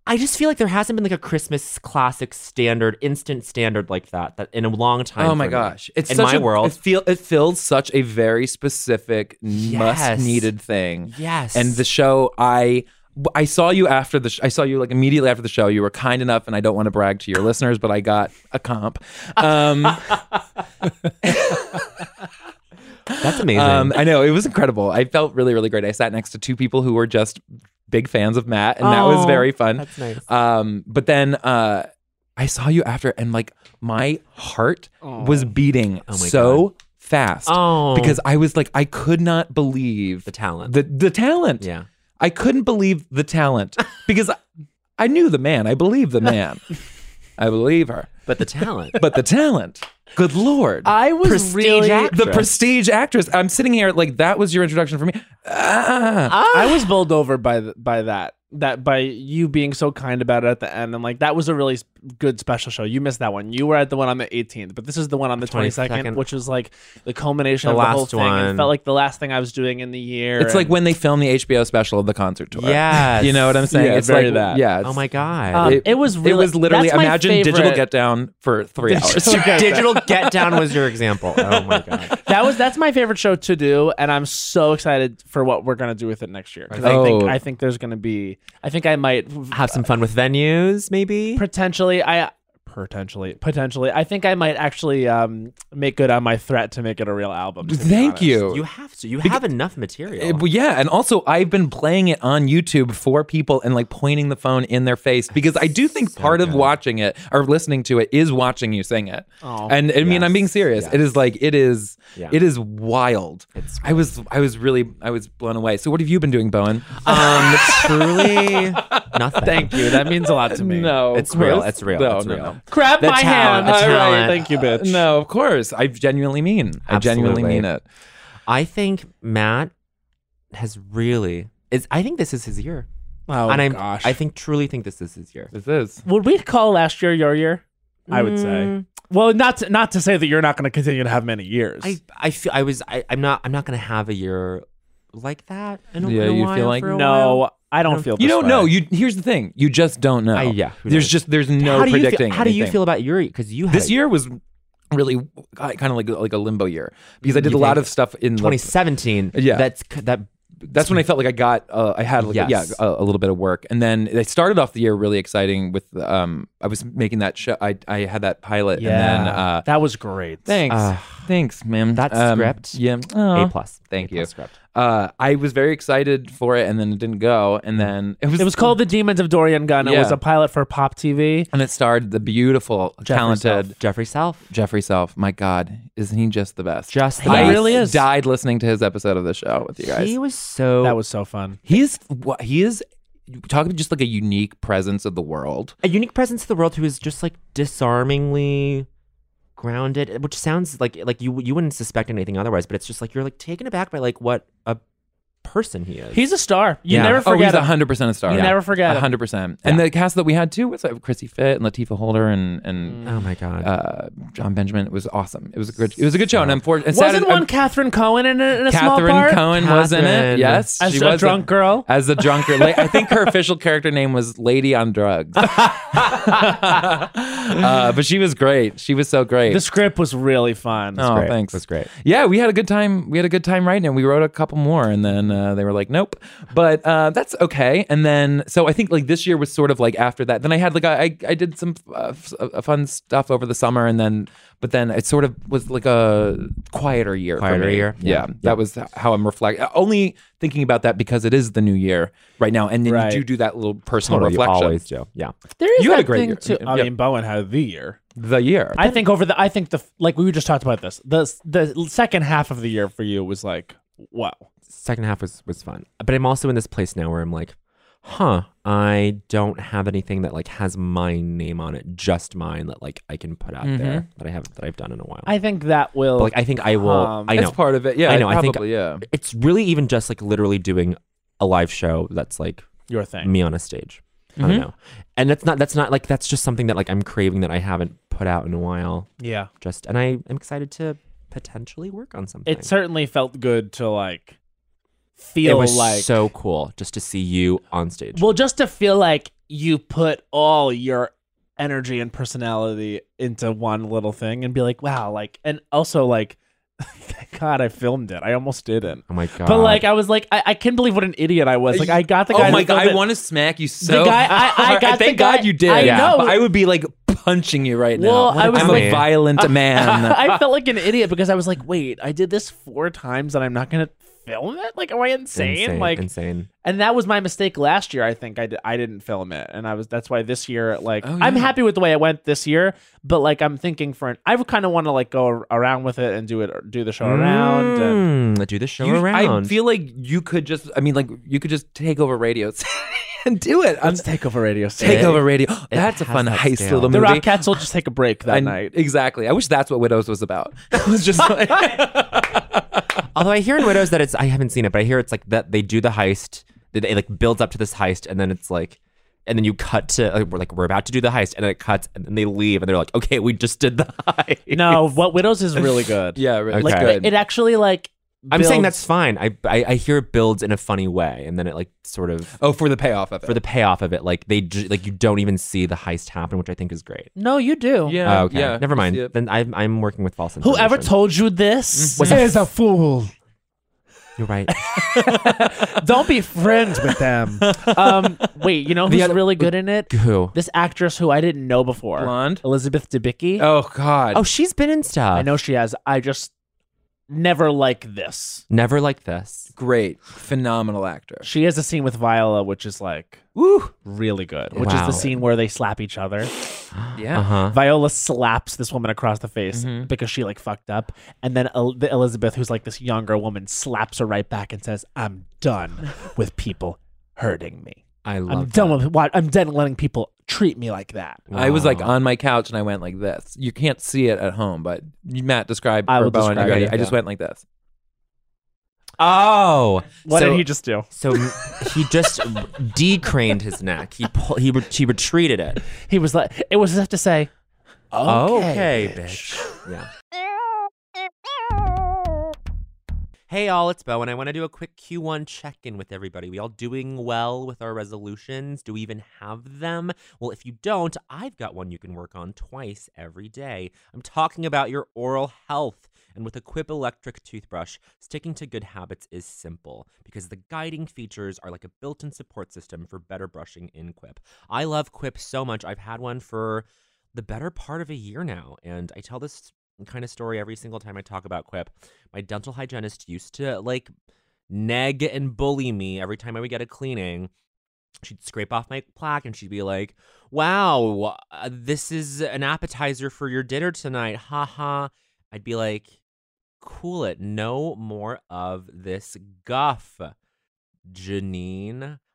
I just feel like there hasn't been like a Christmas classic standard, instant standard like that, that in a long time. oh my for me. gosh! It's in such my a, world. It feel it fills such a very specific, must-needed thing. Yes. and the show i i saw you after the sh- i saw you like immediately after the show you were kind enough and i don't want to brag to your listeners but i got a [LAUGHS] comp um, [GASPS] that's amazing. um i know it was incredible i felt really really great i sat next to two people who were just big fans of matt and that was Oh, very fun that's nice. um but then uh i saw you after and like my heart was beating Oh my so fast Oh. because i was like i could not believe the talent. the the talent yeah. I couldn't believe the talent because I knew the man. I believe the [LAUGHS] man. I believe her. [LAUGHS] But the talent. But the talent, good lord. I was Prestige really. act- the Actress. prestige actress. I'm sitting here like that was your introduction for me. Ah. I was bowled over by th- by that that by you being so kind about it at the end. I'm like, that was a really sp- good special show. You missed that one. You were at the one on the 18th, but this is the one on the 22nd, 22nd. which is like the culmination The of the whole last thing. It one. felt like the last thing I was doing in the year. It's like and- when they film the HBO special of the concert tour. Yes. You know what I'm saying? Yeah, it's very like that. Yeah. Oh it's- my god. Um, it, it- was It really was literally that's my imagine digital favorite- get down for three hours. Digital Get Down. Digital get down was your example. Oh my god. that was that's my favorite show to do, and I'm so excited for what we're gonna do with it next year. 'Cause I think Oh. I think there's gonna be I think I might Have some fun with venues, maybe. potentially I potentially potentially I think I might actually um make good on my threat to make it a real album. to be Thank honest. you. You have to. You have enough material. Uh, well, yeah, and also I've been playing it on YouTube for people and like pointing the phone in their face because I do think part of watching it or listening to it is watching you sing it. Oh. and I mean, I'm being serious. It is like it is. Yeah. It is wild. It's I was I was really I was blown away. So what have you been doing, Bowen? um, [LAUGHS] truly nothing. Thank you. That means a lot to [LAUGHS] me. no, It's real. Chris. It's real. No, It's real. no. Grab The my hand. talent, the All right. talent. Thank you, bitch. No, of course. I genuinely mean. I genuinely Absolutely. mean it. I think Matt has really is. I think this is his year, Oh and I'm. gosh. I think truly think this is his year. This is. would we call last year your year? I would say. Mm, Well, not to, not to say that you're not going to continue to have many years. I I feel I was. I, I'm not. I'm not gonna have a year like that. In a, Yeah, in a you while, feel like- for a while. no, I don't feel. You this don't way. know. You here's the thing. You just don't know. I- yeah, who There's knows? just there's no how do predicting. You feel, how do you anything. feel about your? Because you had this a- year was really kind of like like a limbo year because I did You a lot think- of stuff in the- 2017. Yeah. that's c- that. That's when I felt like I got uh, I had like a- Yes. yeah a, a little bit of work, and then I started off the year really exciting with um I was making that show I I had that pilot and then uh that was great. thanks Uh, thanks ma'am that Um, script, yeah A Aw. plus. Thank A you. plus script. uh I was very excited for it and then it didn't go Mm. and then it was It was called The Demons of Dorian Gun. It Yeah. was a pilot for Pop TV. and it starred the beautiful talented Jeffrey Self. Jeffrey Self my God isn't he just the best Just the He I best. really is. died listening to his episode of the show with you guys He was so. That was so fun. He is what he is. Talk about just like a unique presence of the world. a unique presence to the world who is just like disarmingly grounded, which sounds like like you you wouldn't suspect anything otherwise, but it's just like you're like taken aback by like what a person he is. He's a star. You Yeah. never Oh, he's forget. him. hundred percent a star. You never forget him. hundred percent. And the cast that we had too was like Chrissy Fit and Latifa Holder and and Mm. oh my god. uh, John Benjamin. It was awesome. It was a good. It was a good show. And I'm for. and sad- Wasn't one I'm- Catherine Cohen in a, in a small Catherine part? Cohen was in it. Catherine. Yes, As she a was drunk girl? As a drunk girl. La- I think her official character name was Lady on Drugs. [LAUGHS] uh, but she was great. She was so great. The script was really fun. oh, thanks. That's great. Yeah, we had a good time. We had a good time writing it. We wrote a couple more, and then uh, they were like, "Nope," but uh, that's okay. And then, so I think like this year was sort of like after that. Then I had like I I- I did some uh, f- uh, fun stuff over the summer, and then but then it sort of was like a quieter year. for Quieter me. year. Yeah, Yeah. that was how I'm reflecting. Only thinking about that because it is the new year right now, and then Right. you do do that little personal Totally, you reflection. always do. Yeah. There is You had that a great thing year. too. I Yeah. mean, Bowen had the year. The year. I think over the. I think the like we just talked about this. The the second half of the year for you was like wow. Second half was was fun, but I'm also in this place now where I'm like, huh, I don't have anything that like has my name on it, just mine that like I can put out there that I haven't that I've done in a while. I think that will. But, like I think I will. Um, I know. That's part of it. Yeah, I know, I think- probably, yeah. it's really even just like literally doing a live show that's like your thing. me on a stage. I don't know. And that's not that's not like that's just something that like I'm craving that I haven't put out in a while. Yeah. Just and I am excited to potentially work on something. It certainly felt good to like feel it was like so cool just to see you on stage. well, just to feel like you put all your energy and personality into one little thing and be like, wow, like, and also like, [LAUGHS] thank God I filmed it. I almost didn't. oh my god. But like, I was like, I, I couldn't believe what an idiot I was. Like, I got the guy. oh that my god! filmed I it. want to smack you so. guy- I- [LAUGHS] I hard. got the Thank guy- God you did. I know. But I would be like punching you right Well, now. I was I'm a like- [LAUGHS] [LAUGHS] violent man. I felt like an idiot because I was like, wait, I did this four times and I'm not going to film it? Like, am I insane? insane, like, insane. and that was my mistake last year. I think I, di- I didn't film it, and I was that's why this year like Oh, I'm yeah. happy with the way I went this year, but like I'm thinking for an I would kind of want to like go ar- around with it and do it do the show around. And, Mm, do the show You- around. I feel like you could just. I mean, like you could just take over radio. [LAUGHS] can't do it. I'm Let's take [LAUGHS] over radio. City. Takeover Radio. That's a has fun that heist scale. little [LAUGHS] The movie. Rockettes will just take a break that [LAUGHS] I- night. Exactly. I wish that's what Widows was about. [LAUGHS] That was just like Although I hear in Widows that it's I haven't seen it, but I hear it's like that they do the heist, that it like builds up to this heist, and then it's like, and then you cut to like we're, like, we're about to do the heist, and then it cuts, and then they leave, and they're like, okay, we just did the [LAUGHS] heist. No, what Widows is [LAUGHS] really good. yeah, right. like Okay. good. it actually like. I'm saying builds- that's fine. I, I I hear it builds in a funny way, and then it like sort of oh, for the payoff of it. for the payoff of it, like they j- like you don't even see the heist happen, which I think is great. no, you do. yeah, Oh, okay, yeah. never mind. You see it. Then I'm I'm working with false information. [LAUGHS] Whoever told you this [LAUGHS] Was a is a fool. you're right. Don't be friends with [LAUGHS] them. um, wait, you know who's other- really good in [LAUGHS] it? Who? This actress who I didn't know before, Blonde? Elizabeth Debicki. Oh God. Oh, she's been in stuff. I know she has. I just never like this. Never like this. great, phenomenal actor. She has a scene with Viola, which is like Woo. really good. Which is Wow. the scene where they slap each other. Yeah. Uh huh. Viola slaps this woman across the face because she like fucked up, and then El- the Elizabeth, who's like this younger woman, slaps her right back and says, "I'm [LAUGHS] done with people hurting me. I love. I'm done with why I'm done letting people treat me like that." I was like Wow. on my couch and I went like this. You can't see it at home, but Matt described I or will Bowen, you describe got it, it. I just yeah. went like this. Oh, What so, did he just do? So he just decraned his neck. He pull, he re- she retreated it. He was like, it was enough to say, Okay, bitch. [LAUGHS] Yeah. Hey all, it's Bo, and I want to do a quick Q1 check-in with everybody. We all doing well with our resolutions? Do we even have them? Well, if you don't, I've got one you can work on twice every day. I'm talking about your oral health. And with a Quip electric toothbrush, sticking to good habits is simple because the guiding features are like a built-in support system for better brushing in Quip. I love Quip so much. I've had one for the better part of a year now. And I tell this kind of story every single time I talk about Quip. My dental hygienist used to like nag and bully me every time I would get a cleaning. She'd scrape off my plaque and she'd be like, Wow, uh, this is an appetizer for your dinner tonight. Ha ha. I'd be like, Cool it. No more of this guff. Janine.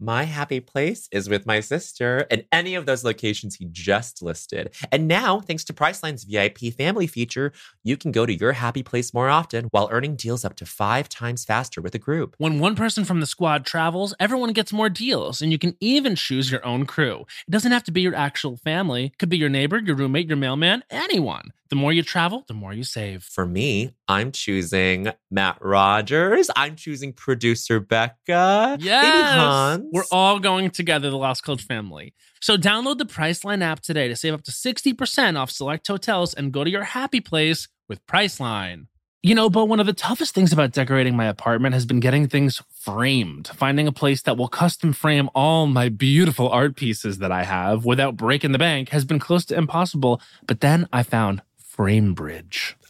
My happy place is with my sister at any of those locations he just listed. And now, thanks to Priceline's VIP family feature, you can go to your happy place more often while earning deals up to five times faster with a group. When one person from the squad travels, everyone gets more deals, and you can even choose your own crew. It doesn't have to be your actual family, it could be your neighbor, your roommate, your mailman, anyone. The more you travel, the more you save. For me, I'm choosing Matt Rogers. I'm choosing producer Becca. Maybe Yes, Hans. we're all going together, the Lost Coach family. So download the Priceline app today to save up to 60% off select hotels and go to your happy place with Priceline. You know, but one of the toughest things about decorating my apartment has been getting things framed, finding a place that will custom frame all my beautiful art pieces that I have without breaking the bank has been close to impossible, but then I found Framebridge.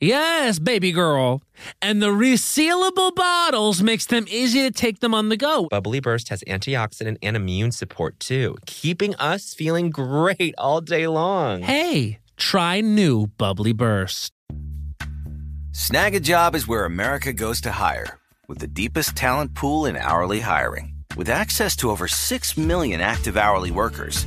Yes, baby girl. And the resealable bottles makes them easy to take them on the go. Oh, Bubbly Burst has antioxidant and immune support too, keeping us feeling [LAUGHS] great all day long. Hey, try new Bubbly Burst. Snag a job is where America goes to hire, with the deepest talent pool in hourly hiring. With access to over 6 million active hourly workers,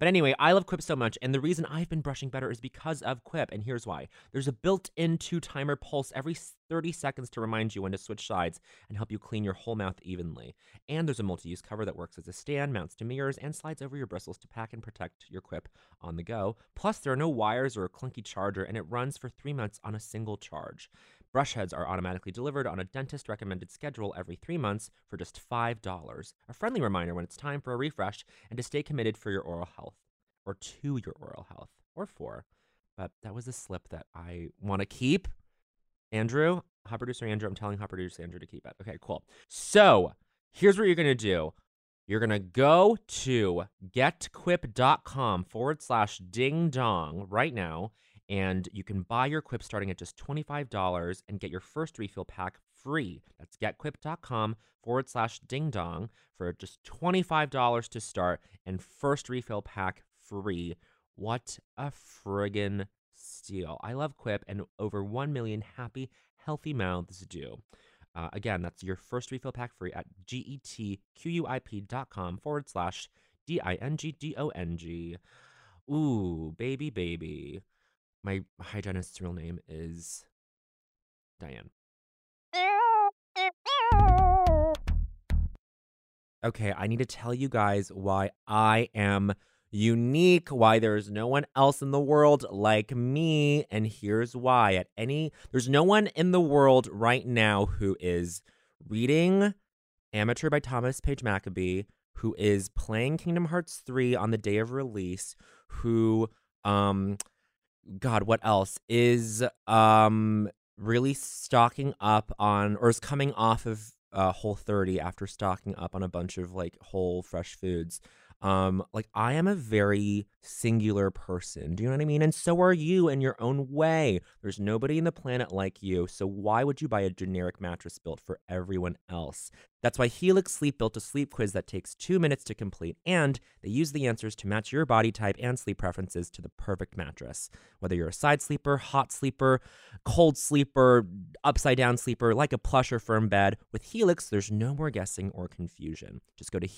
But anyway, I love Quip so much, and the reason I've been brushing better is because of Quip, and here's why. There's a built in two timer pulse every 30 seconds to remind you when to switch sides and help you clean your whole mouth evenly. And there's a multi use cover that works as a stand, mounts to mirrors, and slides over your bristles to pack and protect your Quip on the go. Plus, there are no wires or a clunky charger, and it runs for three months on a single charge. Brush heads are automatically delivered on a dentist recommended schedule every three months for just $5. A friendly reminder when it's time for a refresh and to stay committed for your oral health, or to your oral health, or for. But that was a slip that I want to keep. Andrew, hot producer Andrew, I'm telling hot producer Andrew to keep it. Okay, cool. So here's what you're going to do. You're going to go to getquip.com forward slash ding dong right now and you can buy your quip starting at just $25 and get your first refill pack free that's getquip.com forward slash ding dong for just $25 to start and first refill pack free what a friggin steal i love quip and over 1 million happy healthy mouths do uh, again that's your first refill pack free at E getquip.com forward slash d-i-n-g-d-o-n-g ooh baby baby my hygienist's real name is Diane. Okay, I need to tell you guys why I am unique, why there is no one else in the world like me, and here's why. At any there's no one in the world right now who is reading Amateur by Thomas Page Maccabee, who is playing Kingdom Hearts 3 on the day of release, who um God, what else is um really stocking up on or is coming off of uh, Whole 30 after stocking up on a bunch of like whole fresh foods. Um, like I am a very singular person. Do you know what I mean? And so are you in your own way. There's nobody in the planet like you. So why would you buy a generic mattress built for everyone else? That's why Helix Sleep built a sleep quiz that takes two minutes to complete, and they use the answers to match your body type and sleep preferences to the perfect mattress. Whether you're a side sleeper, hot sleeper, cold sleeper, upside down sleeper, like a plush or firm bed, with Helix, there's no more guessing or confusion. Just go to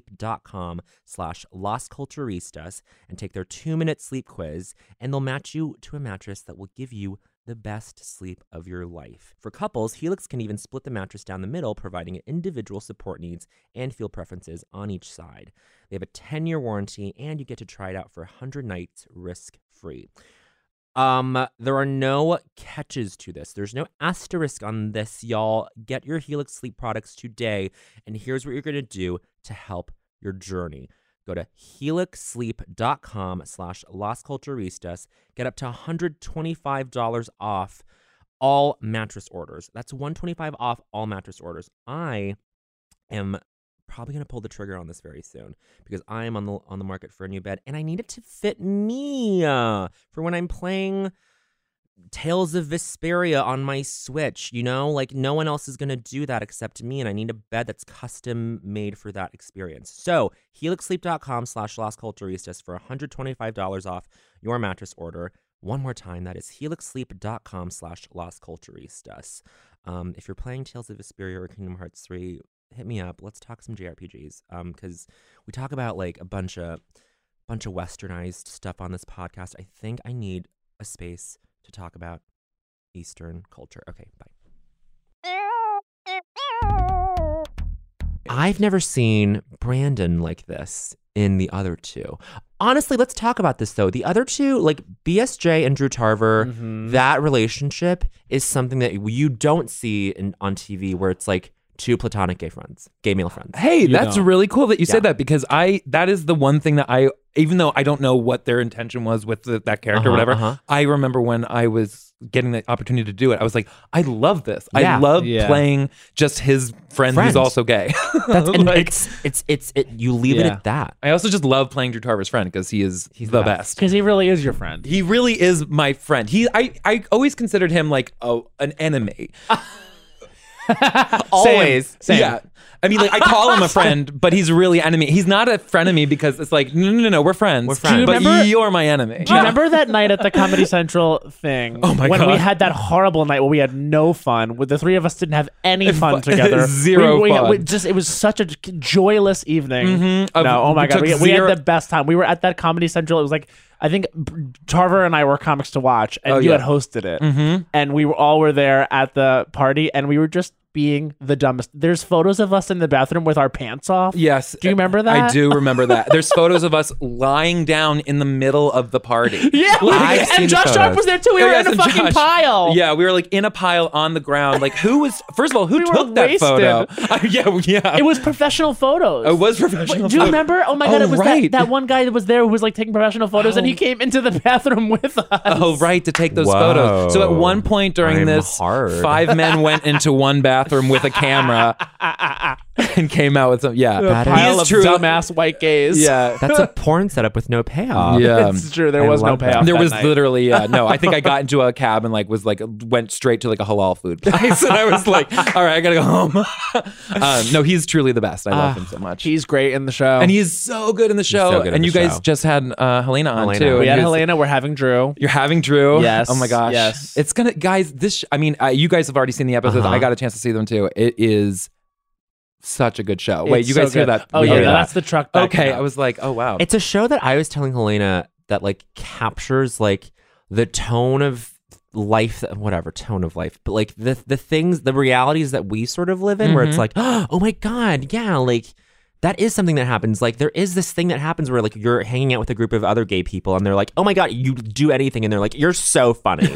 helixsleep.com slash Las Culturistas and take their two-minute sleep quiz, and they'll match you to a mattress that will give you the best sleep of your life. For couples, Helix can even split the mattress down the middle, providing individual support needs and feel preferences on each side. They have a 10 year warranty and you get to try it out for 100 nights risk free. Um, there are no catches to this. There's no asterisk on this, y'all. Get your Helix sleep products today, and here's what you're gonna do to help your journey go to helixsleep.com slash las culturistas get up to $125 off all mattress orders that's 125 off all mattress orders i am probably going to pull the trigger on this very soon because i am on the on the market for a new bed and i need it to fit me uh, for when i'm playing Tales of Vesperia on my Switch, you know? Like, no one else is going to do that except me, and I need a bed that's custom made for that experience. So, helixsleep.com slash Las Culturistas for $125 off your mattress order. One more time, that is helixsleep.com slash Las Culturistas. Um, if you're playing Tales of Vesperia or Kingdom Hearts 3, hit me up. Let's talk some JRPGs. Um, because we talk about like a bunch of bunch of westernized stuff on this podcast. I think I need a space to talk about Eastern culture. Okay, bye. I've never seen Brandon like this in the other two. Honestly, let's talk about this though. The other two, like BSJ and Drew Tarver, Mm-hmm. Mm-hmm. that relationship is something that you don't see in, on TV where it's like two platonic gay friends, gay male [LAUGHS] friends. Hey, that's don't. really cool that you Yeah. said that because I that is the one thing that I even though I don't know what their intention was with the, that character or Uh-huh, whatever, uh-huh. I remember when I was getting the opportunity to do it, I was like, I love this. Yeah. I love Yeah. playing just his friend, Friend. who's also gay. [LAUGHS] That's and Like- it's it's it's it, you leave it Yeah. at that. I also just love playing Drew Tarver's friend because he is He's the best. Because he really is your friend. He really is my friend. He I, I always considered him like a, an [LAUGHS] enemy. Always. Same. Yeah. I mean, like I call him a friend, but he's really enemy. He's not a frenemy because it's like no, no, no, no we're friends. We're friends. Do you But remember- you're my enemy. Do [LAUGHS] you remember that night at the Comedy Central thing? Oh my when we God. had that horrible night where we had no fun, where the three of us didn't have [LAUGHS] any fun fu- together. Zero we, we, fun. Mm-hmm. we just it was such a joyless evening. Of- No, oh my we god, took we, we had zero- the best time. We were at that Comedy Central. It was like I think Tarver and I were comics to watch, and Oh, you yeah. Mm-hmm. had hosted it, and we were all were there at the party, and we were just being the dumbest. There's photos of us in the bathroom with our pants off. Yes. Do you remember I that? do remember that. There's photos of us lying down in the middle of the party. [LAUGHS] Yeah, I've seen and the Josh Sharp photos. was there too. We Oh, were yes, in a and fucking Josh- pile. Yeah, we were like in a pile on the ground. Like, who was, first of all, who We were took that wasted. photo? [LAUGHS] yeah, yeah. It was professional photos. It Oh, was professional. Do you photo. remember? Oh my god, Oh, it was right. that, that one guy that was there who was like taking professional photos and he came into the [LAUGHS] bathroom with us. Oh, right, to take those Whoa. photos. So at one point during I'm this, hard. five [LAUGHS] men went into one bathroom with a camera and came out with some. Yeah, A That is- pile He of dumbass white gays. Yeah, That's a porn setup with no payoff. yeah. [LAUGHS] It's true. There I was no love that. payoff. there that was night. literally yeah no i think i [LAUGHS] got into a cab and like was like went straight to like a halal food place [LAUGHS] and i was like all right i gotta go home [LAUGHS] um, no he's truly the best i Ah, love him so much He's great in the show. and he is so good in the show so good in and the you guys show. just had uh, helena on Helena. too we and had he was- Helena. We're having Drew. you're having Drew. Yes, Oh my gosh. yes. It's gonna, guys. This. Sh- I mean, uh, you guys have already seen the episodes. Uh-huh. I got a chance to see them too. It is such a good show. Wait, It's you guys so hear good. that? Oh We yeah, hear no, that. that's the truck. backing okay. up. I was like, oh wow. It's a show that I was telling Helena that like captures like the tone of life whatever tone of life but like the the things the realities that we sort of live in where it's like oh my god yeah like that is something that happens like there is this thing that happens where like you're hanging out with a group of other gay people and they're like oh my god you do anything and they're like you're so funny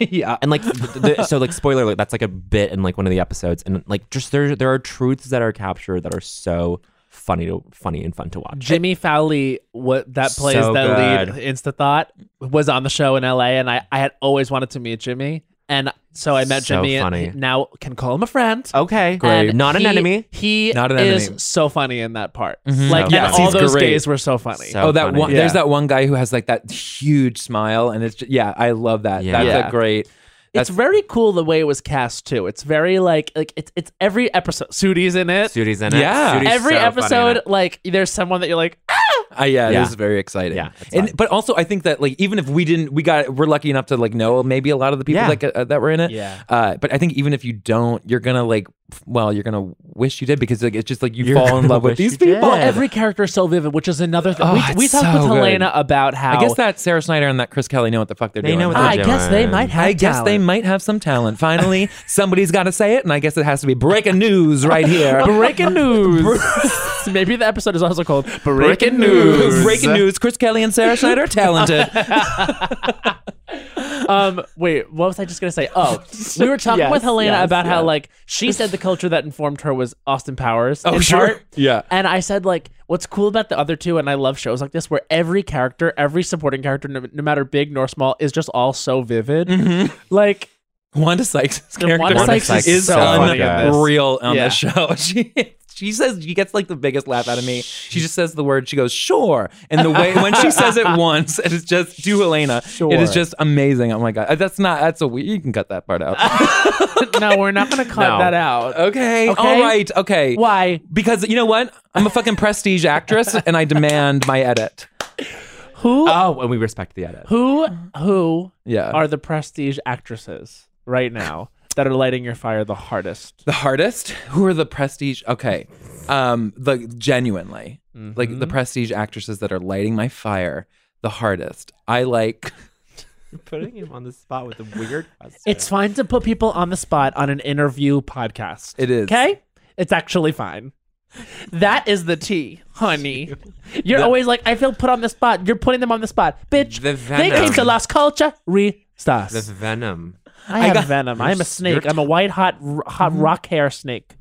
yeah. and like the, so like spoiler alert, that's like a bit in like one of the episodes and like just there there are truths that are captured that are so funny to funny and fun to watch Jimmy Fowley, what that plays So that good. lead Insta Thought, was on the show in LA, and I, I had always wanted to meet Jimmy, and so I met So Jimmy, funny. and now can call him a friend. okay And not an he- enemy He Not an is enemy. Mm-hmm. so funny in that part. Like, So and funny. all He's those great. days were so funny. So- Oh, that funny. one. Yeah. There's that one guy who has like that huge smile, and it's just, yeah, I love that. Yeah. That's Yeah. a great. it's very cool the way it was cast too. It's very like like it's it's every episode. Sudi's [LAUGHS] in it. Sudi's in it. Yeah. Sudi's every so funny in episode, it. like there's someone that you're like, Uh, yeah, Yeah. it is very exciting. Yeah, it's fun. and but also I think that like even if we didn't, we got we're lucky enough to like know maybe a lot of the people Yeah. that that uh, that were in it. Yeah. Uh, but I think even if you don't, you're gonna like, f- well, you're gonna wish you did because like it's just like you You're fall in gonna love wish with you these did. people. well, every character is so vivid, which is another thing. Oh, we we it's talked with so good. Helena about how Ah, I guess that Sarah Snyder and that Chris Kelly know what the fuck they're They doing. know what they're I guess they might have. I guess they talent. might have some [LAUGHS] talent. Finally, somebody's got to say it, and I guess it has to be breaking news right [LAUGHS] here. breaking news. [LAUGHS] Maybe the episode is also called breaking, Breaking news. Chris Kelly and Sarah Snyder are talented. um wait what was i just gonna say oh we were talking Yes, with helena yes, about how yes. like she said the culture that informed her was austin powers [LAUGHS] Oh, in sure. part. Yeah. and i said like what's cool about the other two and i love shows like this where every character every supporting character no, no matter big nor small is just all so vivid Mm-hmm. like Wanda Sykes' Wanda character Sykes is is so funny in this. unreal on Yeah. the show. [LAUGHS] She, she says she gets like the biggest laugh out of me. She just says the word. She goes sure, and the way when she says [LAUGHS] it once, it is just do Helena. It is Sure. just amazing. Oh my god, that's not that's a we- you can cut that part [LAUGHS] out. no, we're not going to cut No. that out. okay, all Okay. right, okay. Why? Because you know what? I'm a fucking prestige actress, and I demand my edit. Who? Oh, and we respect the edit. Uh. who? Who Yeah, are the prestige actresses right now that are lighting your fire the hardest? the hardest. Who are the prestige? Okay, um, the genuinely like Mm-hmm. the prestige actresses that are lighting my fire the hardest. I like. Putting him on the spot with a weird question. It's fine to put people on the spot on an interview podcast. It is. Okay? It's actually fine. That is the tea, honey. You're always like, I feel put on the spot. You're putting them on the spot. Bitch, The they came to venom. Las Culturistas. The venom. I have got- venom. I'm a snake. I'm a white, hot, r- hot rock hair snake.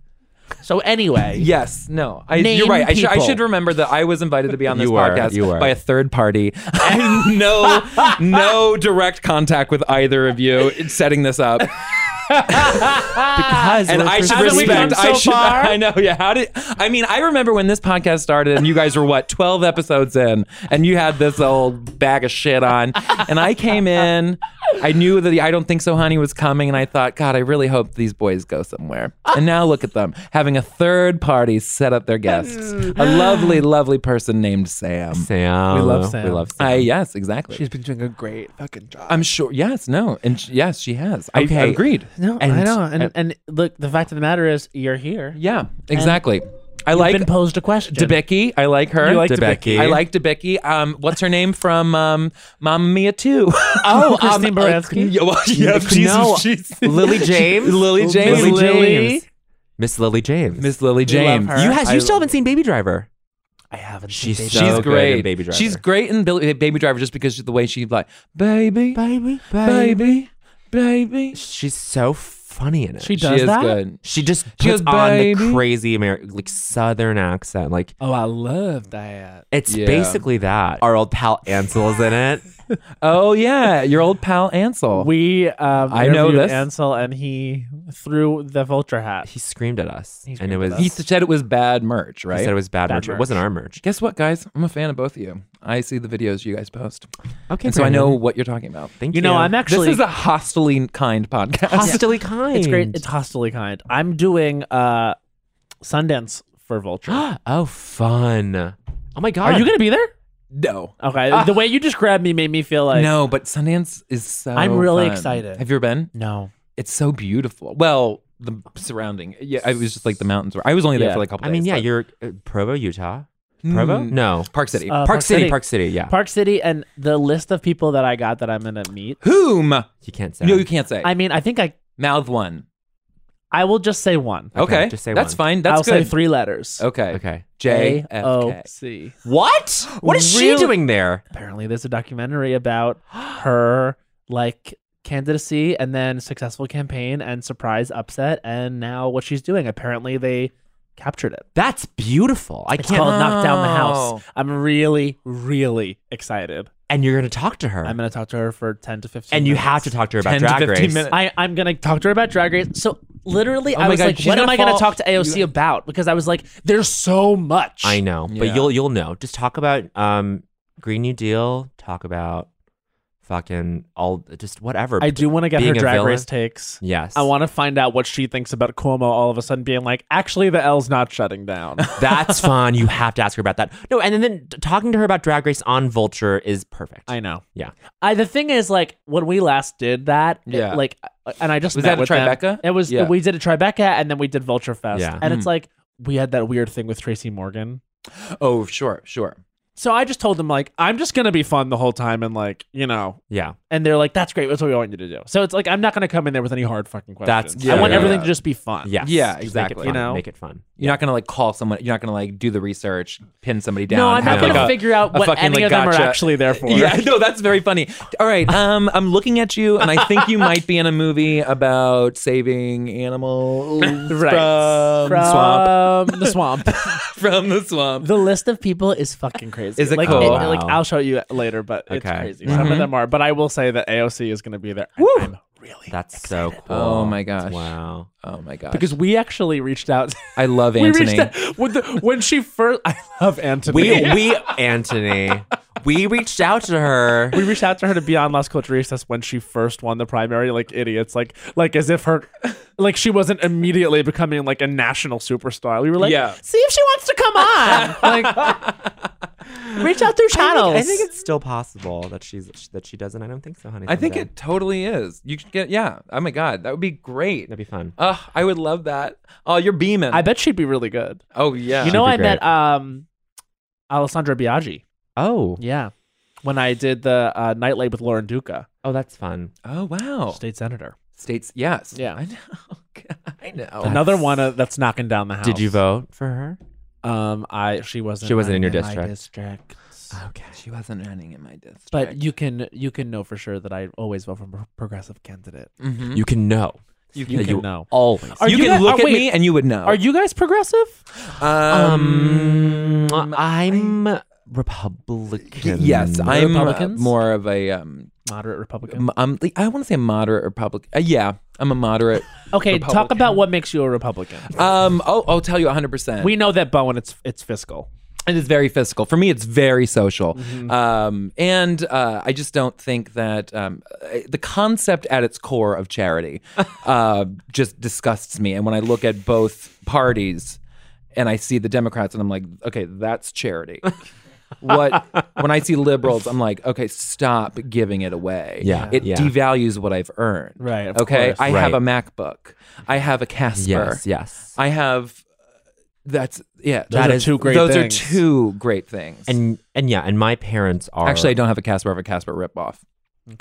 So, anyway. Yes, no, I, Name you're right. I, should I people. should remember that I was invited to be on this [LAUGHS] You were, podcast you were. by a third party. [LAUGHS] And no, no direct contact with either of you [LAUGHS] in setting this up. Because And we're I should Haven't Ah, we respect. come so I should. far? I know. Yeah. How did? I mean, I remember when this podcast started, and you guys were what twelve episodes in, and you had this old bag of shit on, and I came in. I knew that the I don't think so, honey was coming, and I thought, God, I really hope these boys go somewhere. And now look at them having a third party set up their guests. Mm. A lovely, lovely person named Sam. Sam. We love Sam. We love Sam. I yes, exactly. She's been doing a great fucking job. I'm sure. Yes. No. And sh- yes, she has. I, Okay. agreed. No, And- I know. And, and- and look, the fact of the matter is, you're here. Yeah. Exactly. I like been posed a question. Debicki. I like her. You like Debicki. Debicki. I like Debicki. Um, what's her name from um, Mamma Mia 2? [LAUGHS] Oh, Christine Baranski? yeah, well, yeah, she's, No. she's- Lily James. Lily James. Lily Lily. James. Miss Lily James. Miss Lily James. her. You has, I- you still haven't seen Baby Driver. I haven't. She's seen so She's good in great. Baby Driver. She's great in Billy, Baby Driver just because of the way she like baby, Baby, baby, baby. She's so funny in it. She She, does she is that. good. just She puts goes, on "Baby." the crazy American, like Southern accent. Like Oh, I love that. it's Yeah. basically that. Our old pal Ansel's in it. Oh yeah, your old pal Ansel. We, um, I know interviewed this. Ansel, and he threw the vulture hat. He screamed at us, and screamed it at was us. he said it was bad merch, right? He said it was bad, Bad merch. merch. It wasn't our merch. Guess what, guys? I'm a fan of both of you. I see the videos you guys post, Okay, and so I know what you're talking about. Thank you. You know, I'm actually. this is a hostily kind podcast. hostily kind. it's great. It's hostily kind. I'm doing uh, Sundance [GASPS] for vulture. oh, fun. Oh my god. Are you gonna be there? [LAUGHS] No. Okay. Ah. the way you just grabbed me made me feel like no, but Sundance is so. I'm really fun. excited. Have you ever been? no. It's so beautiful. Well, the surrounding. Yeah, I was just like the mountains were. I was only there Yeah. for like a couple. I mean, days, yeah, but- you're uh, Provo, Utah. Provo? Mm, No. Park City. Uh, Park, Park City, City. Park City. Yeah. Park City and the list of people that I got that I'm gonna meet. Whom? you can't say. No, you can't say. I mean, I think I Mouth one. I will just say one. Okay, Okay, just say that's one. fine. Oh, That's I'll good. say three letters. Okay. Okay. J A F O K. C. What? What is Real- she doing there? Apparently, there's a documentary about her like candidacy and then successful campaign and surprise upset and now what she's doing. Apparently, they captured it. That's beautiful. I It's can't. called Knock Down the House. Oh. I'm really, really excited. and you're gonna talk to her. I'm gonna talk to her for ten to fifteen. and you minutes. have to talk to Oh her about 10 to Drag 15 Race. minutes. I, I'm gonna talk to her about Drag Race. So literally, I my was God, like, she's "What am gonna I gonna fall- talk to AOC about?" Because I was like, "There's so much." I know, Yeah. but you'll you'll know. Just talk about um Green New Deal. Talk about fucking all just whatever. I do want to get Being a her Drag villain? Race takes. Yes. I want to find out what she thinks about Cuomo all of a sudden being like, actually, the L's not shutting [LAUGHS] down. That's fun. You have to ask her about that. No, and then, then talking to her about Drag Race on Vulture is perfect. I know. Yeah. I the thing is, like, when we last did that, it- Yeah. like, and I just Was met that a with them. Tribeca? It was. Yeah. We did a Tribeca, and then we did Vulture Fest, Yeah. and it's like we had that weird thing with Tracy Morgan. Oh, sure, sure. So I just told them like, I'm just gonna be fun the whole time, and like, you know, Yeah. and they're like, "That's great. That's what we want you to do." So it's like I'm not going to come in there with any hard fucking questions. That's- I yeah, want yeah, everything yeah. to just be fun. Yes. Yeah, Just exactly. Make it fun. You know? make it fun. You're not gonna like call someone. You're not gonna like do the research, pin somebody down. No, I'm not have, Yeah. going to like, a- figure out a what fucking, any like, of them gotcha. are actually there [LAUGHS] for. Yeah, no, that's very funny. All right, um, I'm looking at you, and I think you might be in a movie about saving animals [LAUGHS] Right. from, swamp, From [LAUGHS] the swamp. [LAUGHS] from the swamp. the list of people is fucking crazy. Is it like, cool? Mm-hmm. Wow. like I'll show you later, but it's Okay. crazy. Some of them are, but I will say that AOC is going to be there. and I'm really. [LAUGHS] That's so cool. Oh my gosh. Wow. Oh my god. Because we actually reached out. I love [LAUGHS] we Anthony. reached out with the, when she first. [LAUGHS] I love Anthony. We we Anthony. We reached out to her. [LAUGHS] we reached out to her to be on Las Culturistas when she first won the primary, like idiots, like like as [LAUGHS] if her, like she wasn't immediately becoming like a national superstar. We were like, Yeah. see if she wants to come [LAUGHS] on, like reach out through channels. I think it's still possible that she's that she doesn't. I don't think so, honey. I think someday. it totally is. You should get yeah. Oh my god, that would be great. that'd be fun. Ugh, I would love that. Oh, you're beaming. I bet she'd be really good. oh yeah. you know, be I met great. um, Alessandra Biaggi. Oh, Yeah, when I did the uh, nightlight with Lauren Duca, oh, that's fun. Oh wow. state senator. States. Yes. Yeah. I know. I know. Another one uh, that's knocking down the house. Did you vote for her? Um, I she wasn't. She wasn't in your my district. district. Okay. She wasn't running in my district. But you can you can know for sure that I always vote for pro- progressive candidate. Mhm. You can know. You Mm-hmm. Yeah, you know. Always. Are you, you can guys- look oh, at wait. me and you would know. Are you guys progressive? Um, I'm Republican. Yes, I'm uh, Republicans? more of a um. Moderate Republican. m- I'm, I want to say a moderate Republican. Uh, yeah, I'm a [LAUGHS] moderate. Okay, talk Republican. about what makes you a Republican. Um. Oh, I'll tell you 100. percent We know that Bowen, it's it's fiscal. it is very fiscal for me it's very social Mm-hmm. um, and uh, i just don't think that um, uh, the concept at its core of [LAUGHS] charity uh, just disgusts me and when i look at both parties and i see the democrats and i'm like okay that's charity what when i see liberals i'm like okay stop giving it away Yeah, it yeah. devalues what i've earned Right, of okay course. i have a Right. macbook i have a casper Yes. Yes. i have uh, that's yeah Those that are is- two great those things. are two great things and and yeah, and my parents are Actually, I don't have a Casper. I have a Casper ripoff.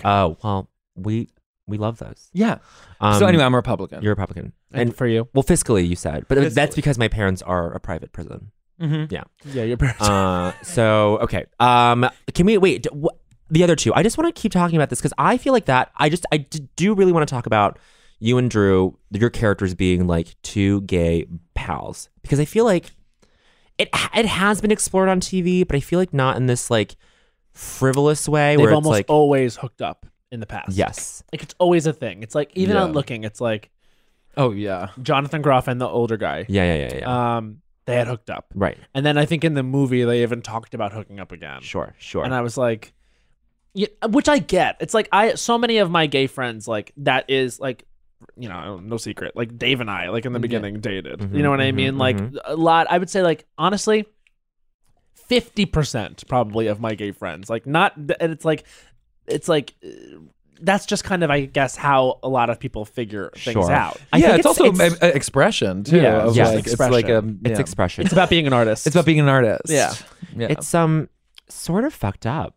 Oh well, we we love those. Yeah. Um, so anyway, I'm a Republican. you're Republican, And, for you, well, fiscally you said, but that's Fiscally. because my parents are a private prison. yeah, [LAUGHS] your parents. Uh, so okay. Um, can we wait? d- wh- the other two. I just want to keep talking about this because I feel like that. I just I d- do really want to talk about you and Drew, your characters being like two gay pals because I feel like it it has been explored on TV, but I feel like not in this like frivolous way They've where it's almost like always hooked up in the past. yes, like it's always a thing. It's like even Yeah. on looking, it's like Oh yeah. Jonathan Groff and the older guy. yeah, yeah, yeah, yeah. Um, they had hooked up, right, and then I think in the movie they even talked about hooking up again. sure, sure. And I was like, yeah, which I get. It's like I so many of my gay friends like that is like, you know, no secret. Like Dave and I like in the Mm-hmm. beginning dated. you know what I mhm, mean? Like mhm. a lot. I would say like honestly, fifty percent probably of my gay friends like not. And it's like, it's like. uh, That's just kind of, I guess, how a lot of people figure things Sure. out. I yeah, think it's- it's, also it's- a- a expression too. Yeah, of yeah, like, it's it's like a expression. it's yeah. expression. It's about being an artist. It's about being an artist. Yeah. Yeah. it's um sort of fucked up.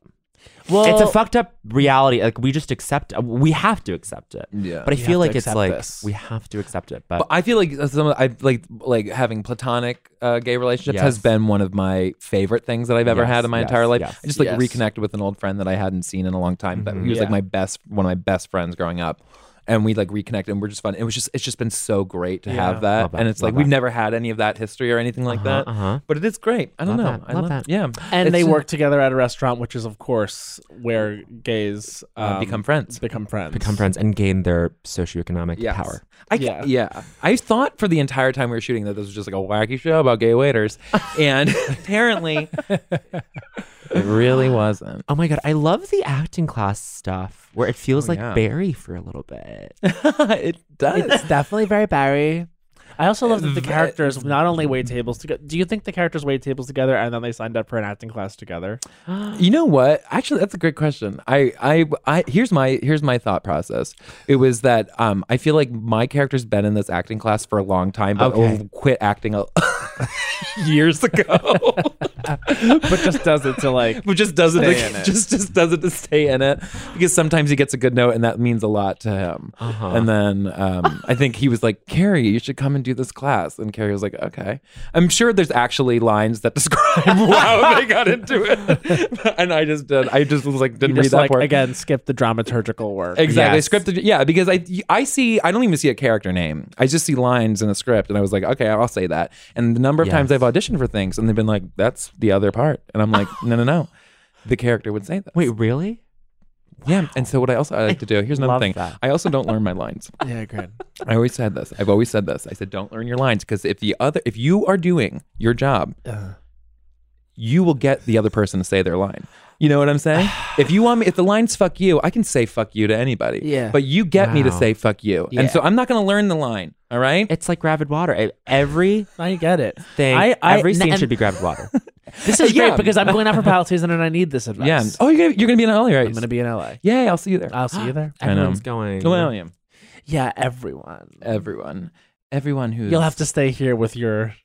well, it's a fucked up reality. Like we just accept. uh, We have to accept it. Yeah. But I We have feel to like it's accept like this. we have to accept it. But, but I feel like some of, I like like having platonic uh, gay relationships Yes. has been one of my favorite things that I've ever Yes, had in my yes, entire life. yes. I just like Yes. reconnected with an old friend that I hadn't seen in a long time. That he was like Yeah. my best one of my best friends growing up. And we like reconnected and we're just fun. It was just it's just been so great to have that. Love that, And it's like love we've that. never had any of that history or anything like Uh-huh, that. uh-huh. But it is great. I don't Love know. that, I love love that. Yeah. and It's they just- work together at a restaurant, which is, of course, where gays Uh, um, become friends. Become friends. become [LAUGHS] friends and gain their socioeconomic Yes. power. I yeah. Yeah. yeah. I thought for the entire time we were shooting that this was just like a wacky show about gay [LAUGHS] waiters. And apparently it really wasn't. Oh my god, I love the acting class stuff where it feels Oh, like yeah. Barry for a little [LAUGHS] bit. it does. [LAUGHS] definitely very Barry. I also love that the Ve- characters not only wait tables together. Do you think the characters wait tables together and then they signed up for an acting class together? You know what? Actually, that's a great question. I, I, I here's my here's my thought process. It was that um, I feel like my character's been in this acting class for a long time, but Okay. quit acting a, years [LAUGHS] ago. [LAUGHS] But just does it to like but just doesn't [LAUGHS] Stay in it. just just doesn't to stay in it because sometimes he gets a good note and that means a lot to him. Uh-huh. And then um, I think he was like, "Carrie, you should come and do this class." And Carrie was like, "Okay." I'm sure there's actually lines that [LAUGHS] [LAUGHS] describe how they got into it, [LAUGHS] and I just did. I just was like, you didn't just read that like part. again skip the dramaturgical work. Exactly. Yes. Scripted. Yeah, because I I see I don't even see a character name. I just see lines in a script and I was like, okay, I'll say that. And the number of times I've Yes. auditioned for things and they've been like, that's the other part. And I'm like, no, no, no. The character would say that. Wait, really? Yeah. And so what I also I like to do, here's another Love thing. that. I also don't learn my lines. Yeah, great. I always said this. I've always said this. I said don't learn your lines because if the other if you are doing your job, Uh-huh. you will get the other person to say their line. You know what I'm [SIGHS] saying? if you want me if the line's fuck you, I can say fuck you to anybody. Yeah. But you get me to Wow. say fuck you. Yeah. And so I'm not going to learn the line, all right? It's like gravid water. I- Everything, I get [LAUGHS] it. I, I- I- every scene and- should be gravid [LAUGHS] water. This is Yeah. great because I'm going out for palate season and I need this advice. yeah. Oh, you're going to you're going to be in LA, right? I'm going to be in LA. Yay, I'll see you there. I'll see you [GASPS] there. I know. Everyone's going. well, I am. Yeah, everyone. Everyone. Everyone who's You'll have to stay here with your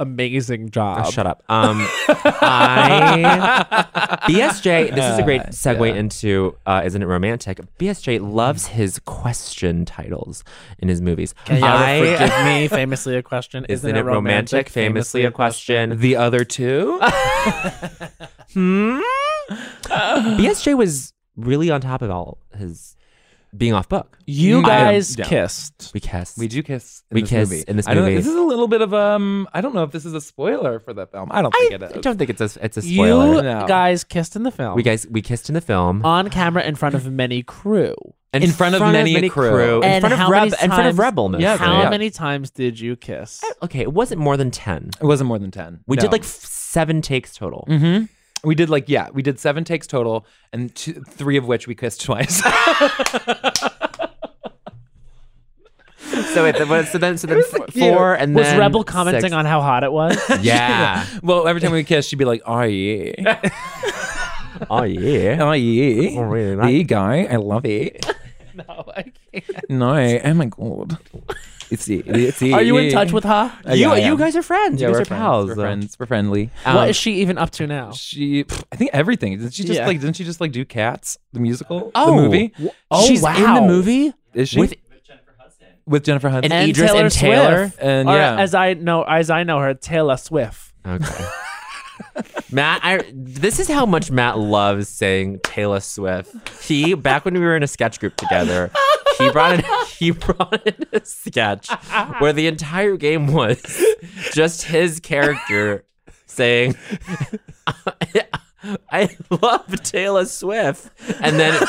amazing job. Oh, shut [LAUGHS] up. Um, [LAUGHS] I BSJ. This is a great segue into uh, isn't it romantic? BSJ loves his question titles in his movies. Can you I- ever [LAUGHS] forgive me? Famously a question. Isn't, it romantic? Famously a question. the other two. Hmm? BSJ was really on top of all his being off book. You Mm, I am guys down. kissed. We kissed. We do kiss. In We this kiss movie. in this I don't, movie. This is a little bit of um. I don't know if this is a spoiler for the film. I don't I, think it is. I don't think it's a it's a spoiler. You No. guys kissed in the film. we guys we kissed in the film on camera in front of many crew. And in front of many a crew. in And front of how Reb, many in front of times- Rebel. Mostly. Yeah, How yeah. many times did you kiss? Okay, it wasn't more than ten. It wasn't more than ten. We No. did like f- seven takes total. hmm We did like yeah. We did seven takes total, and two, three of which we kissed [LAUGHS] twice. So it, what- so then so then f- cute. four and Was then Rebel commenting six. on how hot it [LAUGHS] was? [LAUGHS] Yeah. well, every time we kissed, she'd be like, "Oh [LAUGHS] yeah, oh yeah. oh yeah, Oh, really? That- Hey, guy, I love it." no, I can't. No, oh my god, it's it, it's it. Are you in touch with her? Uh, you yeah, I you am. guys are friends. Um, Yeah, you we're guys are friends. pals. We're friends. We're friendly. Um, what is she even up to now? She, pff, I think everything. Didn't she just Oh. Yeah. like? Didn't she just like do Cats, the musical, Oh, the movie? w- Oh, She's wow. in the movie Is she with with Jennifer Hudson? And Idris and Taylor. Swift. And Or yeah. as I know, as I know her, Taylor Swift. okay. Matt, I this is how much Matt loves saying Taylor Swift. He back when we were in a sketch group together, he brought in he brought in a sketch where the entire game was just his character saying I love Taylor Swift. And then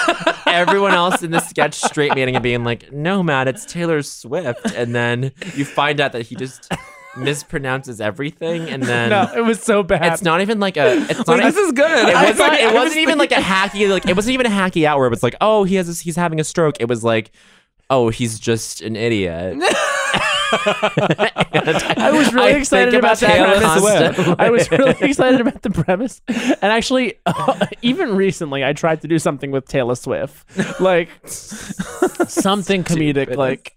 everyone else in the sketch straight manning and being like, no, Matt, it's Taylor Swift. And then you find out that he just mispronounces everything. And then No, it was so bad. it's not even like a. It's not this is good. It I wasn't, thought- it I was wasn't even like a hacky. Like it wasn't even a hacky hour. It was like, oh, he has this, he's having a stroke. It was like, oh, he's just an idiot. I I was really excited think about, Taylor that premise. Swift. I [LAUGHS] was really [LAUGHS] excited about the premise. And actually, uh, even recently, I tried to do something with Taylor Swift, like something comedic, like.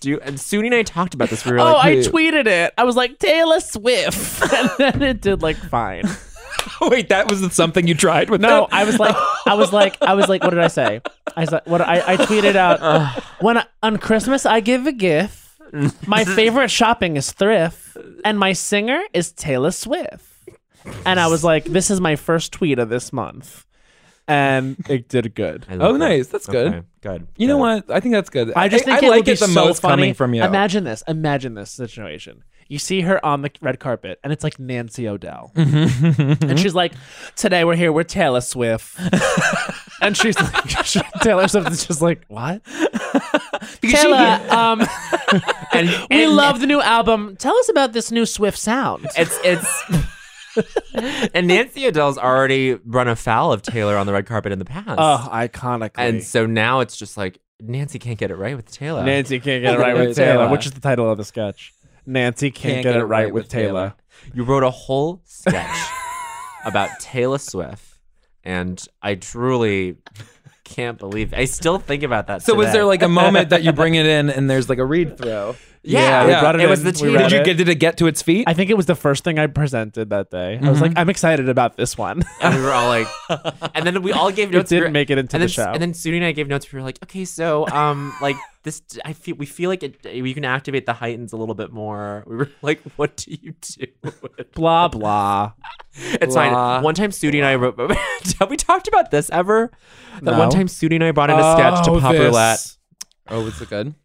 Do you, and Suni and I talked about this. We were oh, like, I "Wait, tweeted it. I was like Taylor Swift, [LAUGHS] and then it did like fine. [LAUGHS] Wait, that was something you tried with No, that? [LAUGHS] I was like, I was like, I was like, what did I say? I was like, what I, I tweeted out when I, on Christmas I give a gift. [LAUGHS] My favorite shopping is thrift, and my singer is Taylor Swift. And I was like, this is my first tweet of this month, and it did good. I love Oh, that. nice. That's Okay, good. good. You know what? I think that's good. I just think I it like would be it the so most funny. coming from you. Imagine this. Imagine this situation. You see her on the red carpet, and it's like Nancy O'Dell, and she's like, "Today we're here. We're Taylor Swift." and she's like, [LAUGHS] Taylor Swift is just like, "What?" Taylor, um, And, we and- love the new album. Tell us about this new Swift sound. It's it's. and Nancy Adele's already run afoul of Taylor on the red carpet in the past, Oh, iconically. and so now it's just like Nancy can't get it right with Taylor. Nancy can't get it right with [LAUGHS] Taylor, which is the title of the sketch. Nancy can't, get, it right with Taylor. You wrote a whole sketch about Taylor Swift, and I truly can't believe. I still think about that. So was today. there [LAUGHS] like a moment that you bring it in and there's like a read through? Yeah, Yeah, we brought it, it was the in, we tea. read Did you it. get did it get to its feet? I think it was the first thing I presented that day. I was like, I'm excited about this one. [LAUGHS] and we were all like, and then we all gave notes. didn't We were- make it into and the then, show. And then Suni and I gave notes. We were like, okay, so um, like this, I feel we feel like it. We can activate the heightens a little bit more. We were [LAUGHS] like, what do you do? [LAUGHS] blah blah. It's Blah. fine. One time, Sudi and I wrote. [LAUGHS] have we talked about this ever? That No. one time, Sudi and I brought in a sketch to Oh, Pop this. Roulette. oh, was it good?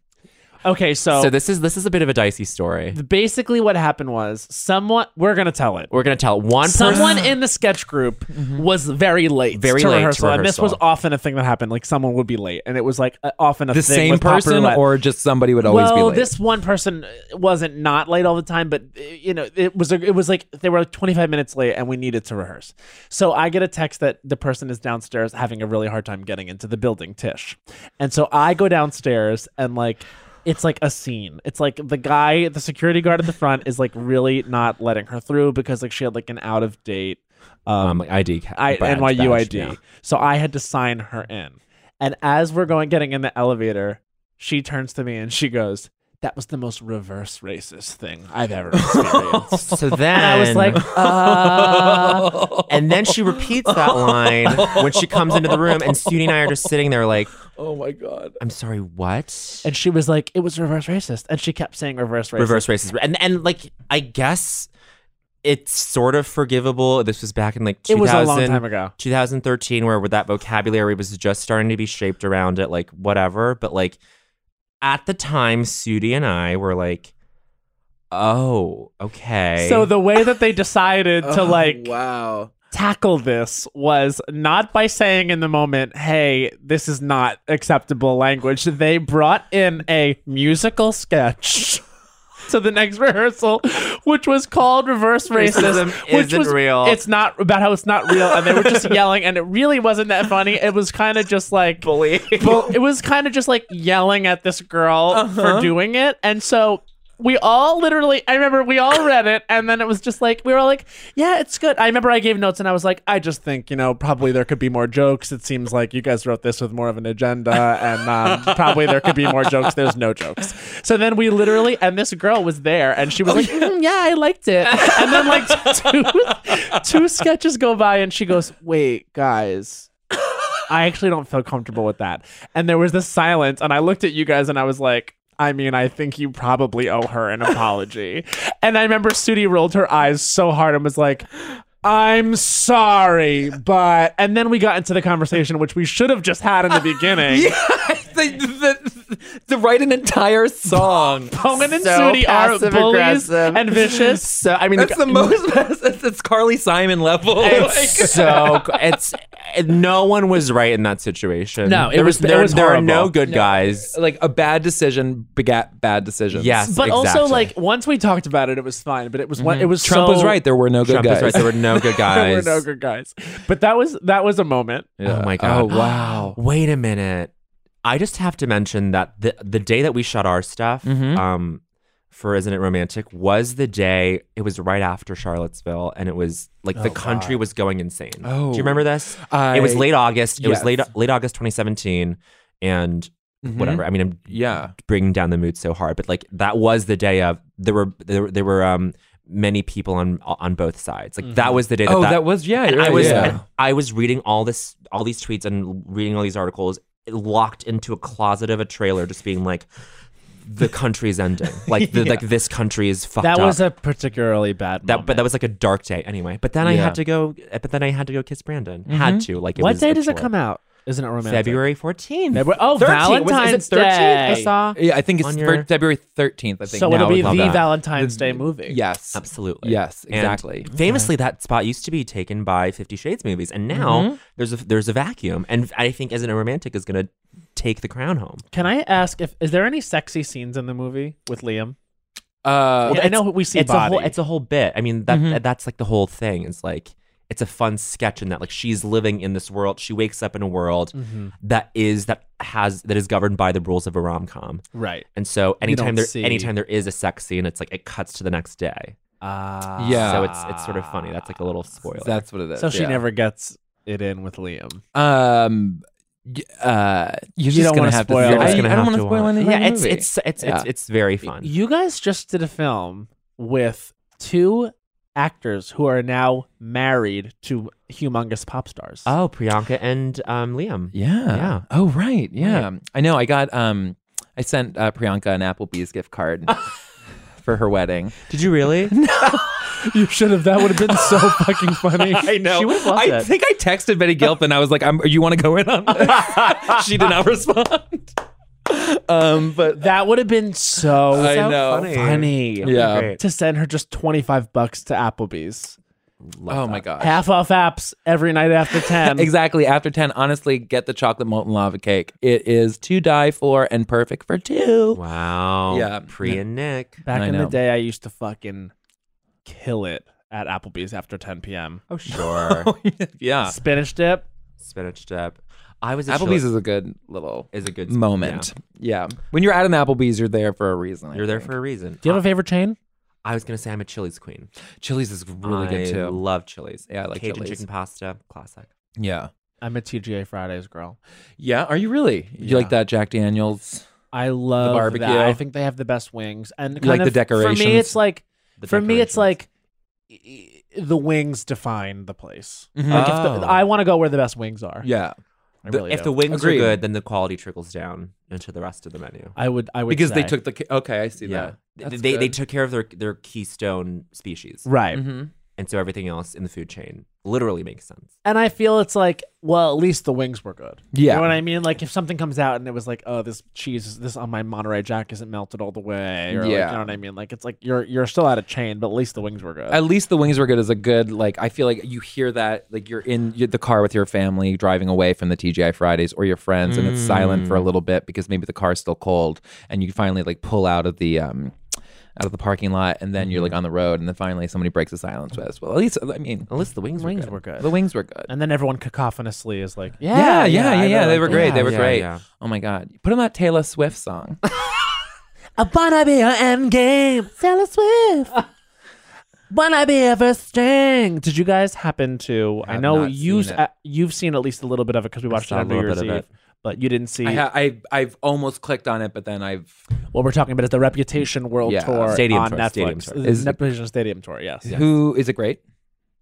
Okay, so, so this is this is a bit of a dicey story. basically what happened was someone we're gonna tell it. We're gonna tell one person. [GASPS] Someone in the sketch group was very late, Very to late to rehearsal, and this was rehearsal. often a thing that happened. Like someone would be late, and it was like uh, often a the thing same with Pop person Roulette. or just somebody would always well, be late. this one person wasn't not late all the time, but uh, you know, it was it was like they were like 25 minutes late and we needed to rehearse. So I get a text that the person is downstairs having a really hard time getting into the building, Tish. And so I go downstairs and like it's like a scene. It's like the guy, the security guard at the front is like really not letting her through because like she had like an out of date um, ID. ca- I, badge, NYU badge, ID. yeah. So I had to sign her in. And as we're going getting in the elevator, she turns to me and she goes, "That was the most reverse racist thing [LAUGHS] I've ever experienced." So then [LAUGHS] and I was like, uh, and then she repeats that line when she comes into the room, and Sudie and I are just sitting there like, oh my god. I'm sorry, what? and she was like, "It was reverse racist," and she kept saying reverse racist. Reverse racism, and and like I guess it's sort of forgivable. This was back in like It 2000, was a long time ago. 2013, where that vocabulary was just starting to be shaped around it, like whatever. But like at the time, Sudie and I were like, oh, okay. So the way that they decided to like Oh, [LAUGHS] wow. tackle this was not by saying in the moment, hey, this is not acceptable language. They brought in a musical sketch [LAUGHS] to the next rehearsal, which was called Reverse Racism. Racism which isn't was, real. It's not about how it's not real. And they were just yelling, and it really wasn't that funny. It was kind of just like. bully. Well, it was kind of just like yelling at this girl for doing it. And so we all literally, I remember we all read it, and then it was just like, we were all like, yeah, it's good. I remember I gave notes and I was like, I just think, you know, probably there could be more jokes. It seems like you guys wrote this with more of an agenda, and um, probably there could be more jokes. There's no jokes. So then we literally, and this girl was there, and she was like, "Mm, yeah, I liked it. And then like two, two sketches go by, and she goes, wait, guys. I actually don't feel comfortable with that. And there was this silence, and I looked at you guys and I was like, I mean, I think you probably owe her [LAUGHS] an apology. and I remember Sudie rolled her eyes so hard and was like, I'm sorry, but. And then we got into the conversation, which we should have just had [LAUGHS] in the beginning. the, the, to write an [LAUGHS] entire song. Conan and Sudie are bullies and vicious. so I mean, That's the most. It's, it's Carly Simon level. Oh It's so it's no one was right in that situation. No, it there was- it there, was there are horrible. no good guys. like a bad decision begat bad decisions. Yes, But also, exactly. like once we talked about it, it was fine. But it was one. It was Trump so, was right. There were no good Trump guys. is right. There were no [LAUGHS] good [LAUGHS] There were guys. no good guys. But that was that was a moment. Oh my god! [LAUGHS] Oh wow. [GASPS] Wait a minute. I just have to mention that the the day that we shot our stuff, um, for isn't it romantic, was the day. It was right after Charlottesville, and it was like the country was going insane. Oh. do you remember this? [GASPS] I- it was late August. It Yes. was late late August 2017, and whatever. I mean, I'm Mm-hmm. Yeah. bringing down the mood so hard, but like that was the day of there were there, were- there were um many people on on both sides. Like that was the day. That Oh, that, that was yeah. and you're I right, was yeah. and I was reading all this all these tweets and reading all these articles locked into a closet of a trailer, just being like, the country's ending. Like the, like this country is fucked That up. was a particularly bad. that, but that was like a dark day anyway. But then I Yeah. had to go. But then I had to go kiss Brandon. Had to like. It What was day a does it chore. come out? Isn't it romantic? February fourteenth. February- Oh, Valentine's Day. I saw. Yeah, I think it's on your- fir- February thirteenth. I think uh, So now it'll be it's on the that. Valentine's Day movie. Yes. Absolutely. Yes, And exactly. famously, that spot used to be taken by Fifty Shades movies, and now there's a there's a vacuum, and I think as a romantic is going to take the crown home. Can I ask if is there any sexy scenes in the movie with Liam? Uh, I know we see it's body. a whole it's a whole bit. I mean that that's like the whole thing. It's like it's a fun sketch in that like she's living in this world. She wakes up in a world Mm-hmm. that is that has that is governed by the rules of a rom com. right. And so anytime don't there see- anytime there is a sex scene, it's like it cuts to the next day. Uh, Yeah. So it's it's sort of funny. That's like a little spoiler. Ah. that's what it is. so she yeah. never gets it in with Liam. Um. y- Uh, you're You just don't gonna wanna have to. spoil it. I, You're just I gonna don't have want to to spoil watch. anything. yeah, in the it's, movie. it's it's it's Yeah. it's very fun. You guys just did a film with two actors who are now married to humongous pop stars. Oh, Priyanka and um, Liam. Yeah. Yeah. Oh, right. Yeah. I know. I got um, I sent uh, Priyanka an Applebee's gift card [LAUGHS] for her wedding. Did you [LAUGHS] really? you should have. That would have [LAUGHS] been so fucking funny. I know. She would've loved I it. think I [LAUGHS] [LAUGHS] texted Betty Gilpin. I was like, I'm, "You want to go in on this?" she did not respond. um, but That would have been so, I so know. funny. Yeah. Great. To send her just 25 bucks to Applebee's. oh my gosh. Half off apps every [LAUGHS] night after 10. exactly. After 10, honestly, get the chocolate molten lava cake. It is to die for and perfect for two. Wow. Yeah. Pre and Nick. Back I in the know. day, I used to fucking kill it at Applebee's after 10 p.m. Oh sure. yeah. Spinach dip. Spinach dip. I was a Applebee's chili- is a good little is a good moment. Yeah. When you're at an Applebee's, you're there for a reason. yeah. I You're there think. for a reason. Do you have a favorite chain? I was gonna say I'm a Chili's queen. Chili's is really I good too. Love Chili's. Yeah, I like Cajun Chili's. chicken pasta, classic. yeah. I'm a TGA Fridays girl. Yeah. Are you really? You like that Jack Daniels? I love barbecue. That. I think they have the best wings. And kind like the of- For me, decorations? it's like The for me, decorations. it's like y- y- the wings define the place. Mhm. Like if Oh. the, I want to go where the best wings are. Yeah. I The- really if do. the wings Agreed. are good, then the quality trickles down into the rest of the menu. I would, I would Because they say. took the. ca- Okay, I see yeah. that. Th- They they took care of their their keystone species. right. Mm-hmm. And so everything else in the food chain literally makes sense. And I feel it's like, well, at least the wings were good. Yeah. You know what I mean? Like if something comes out and it was like, oh, this cheese, is, this on my Monterey Jack isn't melted all the way. Or Like, Yeah. you know what I mean? Like it's like you're you're still out of chain, but at least the wings were good. At least the wings were good is a good like I feel like you hear that like you're in you're the car with your family driving away from the TGI Fridays or your friends and it's silent Mm. for a little bit because maybe the car's still cold and you finally like pull out of the um out of the parking lot and then you're like on the road and then finally somebody breaks the silence with us. Well, at least I mean Mm-hmm. At least the wings, wings were were good. good. the wings were good. and then everyone cacophonously is like, yeah, Yeah, yeah, yeah, I yeah. really They like were that. great. They were yeah, great. yeah. Oh my god. Put on that Taylor Swift song. I wanna be an end game. Taylor Swift. wanna be a first string. Did you guys happen to? I have know not you seen it. uh, you've seen at least a little bit of it because we watched it saw a on New little Year's bit of Eve, it. but you didn't see I, ha- I I've almost clicked on it but then I've what we're talking about. Is the Reputation World Yeah. Tour Stadium on tour, Netflix? stadium tour. The Is- Reputation Stadium Tour. Yes, Who is it great?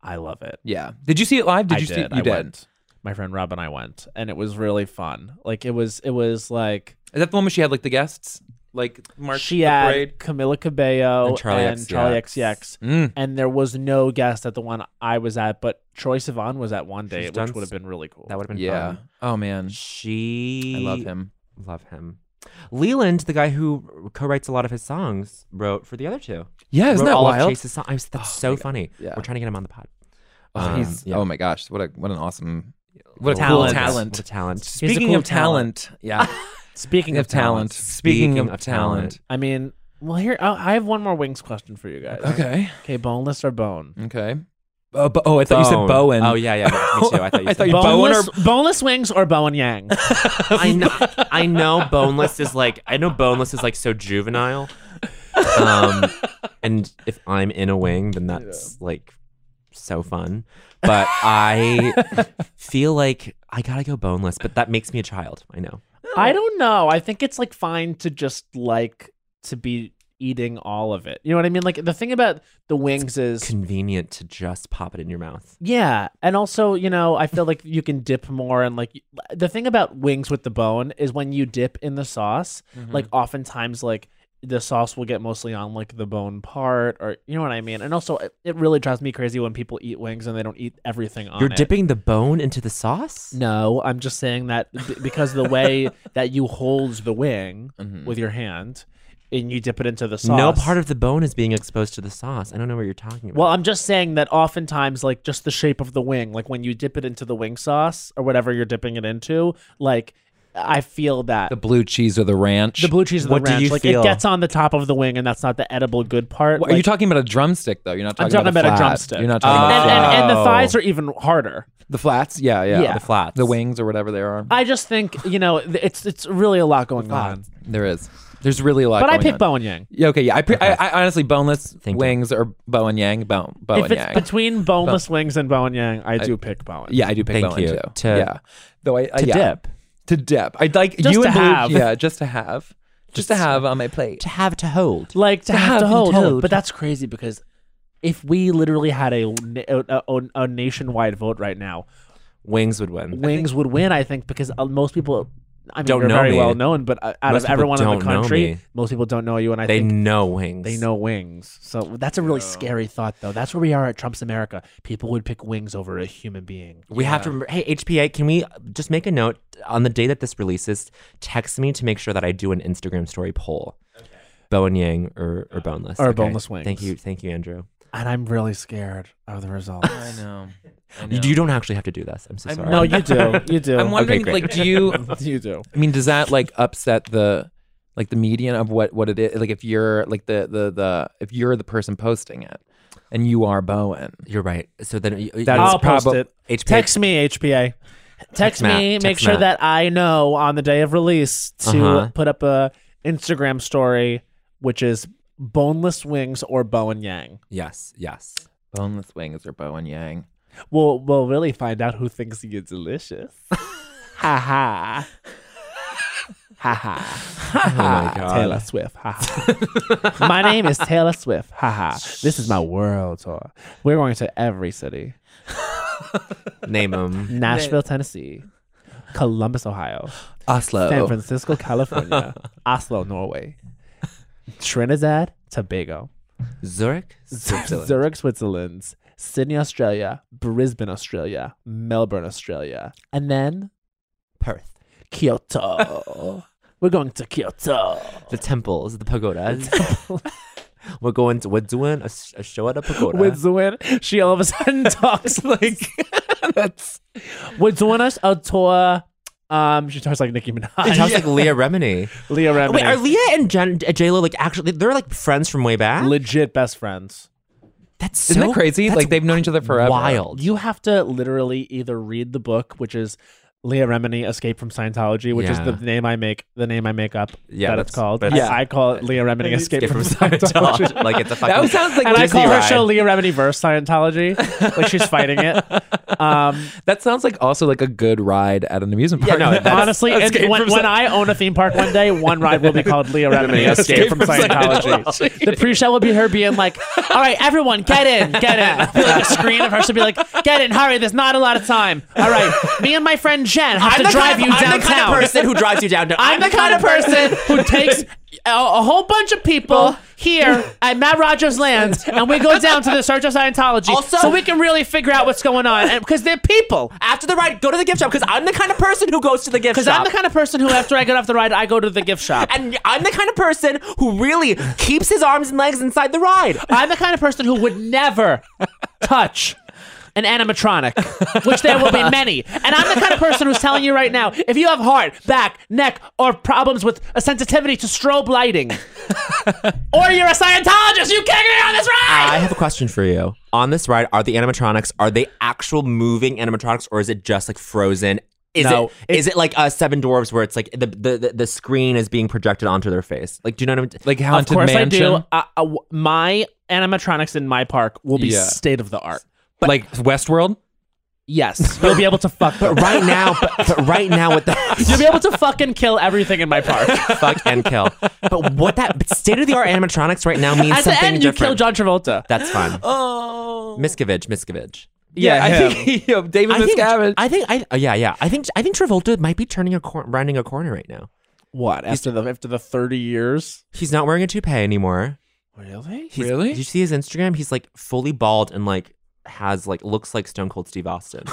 I love it. Yeah. Did you see it live? Did I you see did. you I did. went. My friend Rob and I went, and it was really fun. Like it was, it was like Is that the one where she had like the guests? Like March she the had parade? Camila Cabello And Charli and XCX. Charlie [LAUGHS] XCX. Mm. and there was no guest at the one I was at, but Troy Sivan was at one day, She's which done would have s- been really cool. That would have been Yeah. fun. Oh man. She I love him. Love him. Leland, the guy who co-writes a lot of his songs, wrote for the other two. Yeah, isn't Wrote that all of wild? Oh Chase's song. I was, that's so funny. Yeah. We're trying to get him on the pod. Oh, Um, he's yeah. oh my gosh, what a what an awesome what a Talent. cool What talent. a talent. He's a Speaking cool of talent, yeah. Speaking [LAUGHS] Speaking of of talent. Speaking of talent. I mean, well, here I I have one more wings question for you guys. Okay. okay, boneless or bone? Okay. Oh, bo- oh I thought you said Bone. Bowen. Oh yeah, yeah. Me too. I thought you I said thought you- Bowen. Bowen Boneless, boneless wings or [LAUGHS] bowen yang? I know. I know. Boneless is like. I know. Boneless is like so juvenile. Um, and if I'm in a wing, then that's like so fun. But I feel like I gotta go boneless. But that makes me a child. I know. I don't know. I think it's like fine to just like to be eating all of it. You know what I mean? Like the thing about the wings is Convenient to just pop it in your mouth. Yeah, and also, you know, I feel like you can dip more and like the thing about wings with the bone is when you dip in the sauce, like Mm-hmm. oftentimes like the sauce will get mostly on like the bone part or you know what I mean? And also it, it really drives me crazy when people eat wings and they don't eat everything on You're it. dipping the bone into the sauce. No, I'm just saying that b- because the way that you hold [LAUGHS] the wing with your hand and you dip it into the sauce. Mm-hmm. No part of the bone is being exposed to the sauce. I don't know what you're talking about. Well, I'm just saying that oftentimes, like just the shape of the wing, like when you dip it into the wing sauce or whatever you're dipping it into, like I feel that the the, blue cheese or the ranch. blue cheese of the what do ranch, you like feel? it gets on the top of the wing, and that's not the edible good part. What- are you Like- talking about a drumstick though? You're not I'm talking, about, a, flat. drumstick. You're not talking about Uh, and, the flat. and, and the Oh. thighs are even harder. the flats. Yeah, yeah, Yeah. The, the flats. the wings or whatever they are. I just think you know th- it's it's really a lot going on. there is. There's really a lot. But I going pick on. Bowen Yang. Yeah, okay, yeah. I, pre- I, I honestly boneless you. wings or bow and yang, bow, bow If and it's yang. between boneless wings and Bowen Yang, I do pick Bowen. yeah, I do pick Thank bow and you. too. To- yeah, though I, I to yeah. dip. to dip. I'd like Just you to and blue, have. yeah, just to [LAUGHS] have, just, to have on my plate. to have to hold. like to, To have, have to and hold. hold. But that's crazy because if we literally had a a, a- a nationwide vote right now, Wings would win. Wings would win. I think because uh, most people. I mean, Don't you're know very me. well known, but uh, out Most of people everyone in the don't know country, me. most people don't know you, and I They think know wings. they know Wings. So that's a really scary thought, though. That's where we are at Trump's America. People would pick Wings over a human being. We have to remember. Hey, HPA, can we just make a note? on the day that this releases, text me to make sure that I do an Instagram story poll. Bow and Yang or, or boneless Or Okay. boneless wings. Thank you, thank you, Andrew. And I'm really scared of the results. I know. I You, know. you don't actually have to do this. I'm so I'm- sorry. No, you do. [LAUGHS] You [LAUGHS] do. I'm wondering, great. [LAUGHS] like, do you? you do. I mean, does that like upset the like the median of what what it is? Like, if you're like the the the if you're the person posting it and you are Bowen, You're right. So then you- That you- is I'll post probab- it. HPH Text me, HPA. Text Matt. me. make Text sure Matt. that I know on the day of release to Uh-huh. put up a Instagram story, which is boneless wings or bow and yang. Yes, yes. boneless wings or Bowen Yang. We'll we'll really find out who thinks [LAUGHS] you're delicious. ha ha. Ha ha. Oh my god. Taylor Swift. Ha ha. my name is Taylor Swift. Ha ha. This is my world tour. We're going to every city. Name [LAUGHS] him. Nashville, Tennessee. Columbus, Ohio. Oslo. San [LAUGHS] Francisco, California. Oslo, Norway. Trinidad, Tobago. Zurich. Switzerland. Zurich, Switzerland. Sydney, Australia. Brisbane, Australia. Melbourne, Australia. And then Perth. [LAUGHS] Kyoto. We're going to Kyoto. The temples, the pagodas. [LAUGHS] we're going to we're doing a, s- a show at a pagoda. We're doing. She all of [LAUGHS] a sudden talks like [LAUGHS] that's. We're doing us a tour. Um, she talks like Nicki it Minaj. sounds like Leah Remini. Leah Remini. Wait, are Leah and Jen, J Lo like actually? They're like friends from way back. legit best friends. That's so Isn't that crazy? that's Like they've known each other forever. Wild. You have to literally either read the book, which is Leah Remini Escape from Scientology, which Yeah. is the name I make the name I make up Yeah, that it's that's- called. but- Yeah. I call it Leah Remini Escape, Escape from, [LAUGHS] Scientology. like it's a fucking. That sounds like and I Disney call her ride. show Leah Remini verse Scientology. like she's fighting [LAUGHS] it. Um That sounds like also like a good ride at an amusement Yeah, park. [LAUGHS] no, that's- honestly, and Escape when, from when I own a theme park one day, one ride will be called Leah Remini Escape from Scientology. The pre-show will be her being like, "All right, everyone, get in, get in." Be like a screen of her should be like, "Get in, hurry! There's not a lot of time. All right, me and my friend Jen have I'm to the drive kind of, you I'm downtown." the kind of person who drives you downtown. I'm the kind of person [LAUGHS] who takes a, a whole bunch of people here at Matt Rogers Lands, and we go down to the Search of Scientology, Also- so we can really figure out what's going on, because they're people. After the ride, go to the gift shop because I'm the kind of person who goes to the gift shop. Because I'm the kind of person who, after I get off the ride, I go to the gift shop. and I'm the kind of person who really keeps his arms and legs inside the ride. I'm the kind of person who would never touch an animatronic, which there will [LAUGHS] be many. And I'm the kind of person who's telling you right now if you have heart, back, neck, or problems with a sensitivity to strobe [LAUGHS] lighting, or you're a Scientologist, you can't get on this ride! I have a question for you. On this ride, are the animatronics are they actual moving animatronics or is it just like frozen? Is No, it is it like uh, Seven Dwarves where it's like the, the the the screen is being projected onto their face? Like, do you know what I'm like of haunted course, mansion. I do. Uh, uh, w- my animatronics in my park will be Yeah. state of the art. like Westworld. Yes, you'll be able to [LAUGHS] fuck. But [LAUGHS] right now, but, but right now with the [LAUGHS] You'll be able to fucking kill everything in my park. fuck and kill. But what that state of the art animatronics right now means At the something end, you different. kill John Travolta. That's fine. Oh, Miscavige, Miscavige. yeah, Yeah, I think [LAUGHS] yeah, David I think, Miscavige. I think I oh, yeah yeah I think I think Travolta might be turning a cor- rounding a corner right now. What after the after the thirty years? He's not wearing a toupee anymore. Really? He's, Really? Did you see his Instagram? He's like fully bald and like has like looks like Stone Cold Steve Austin.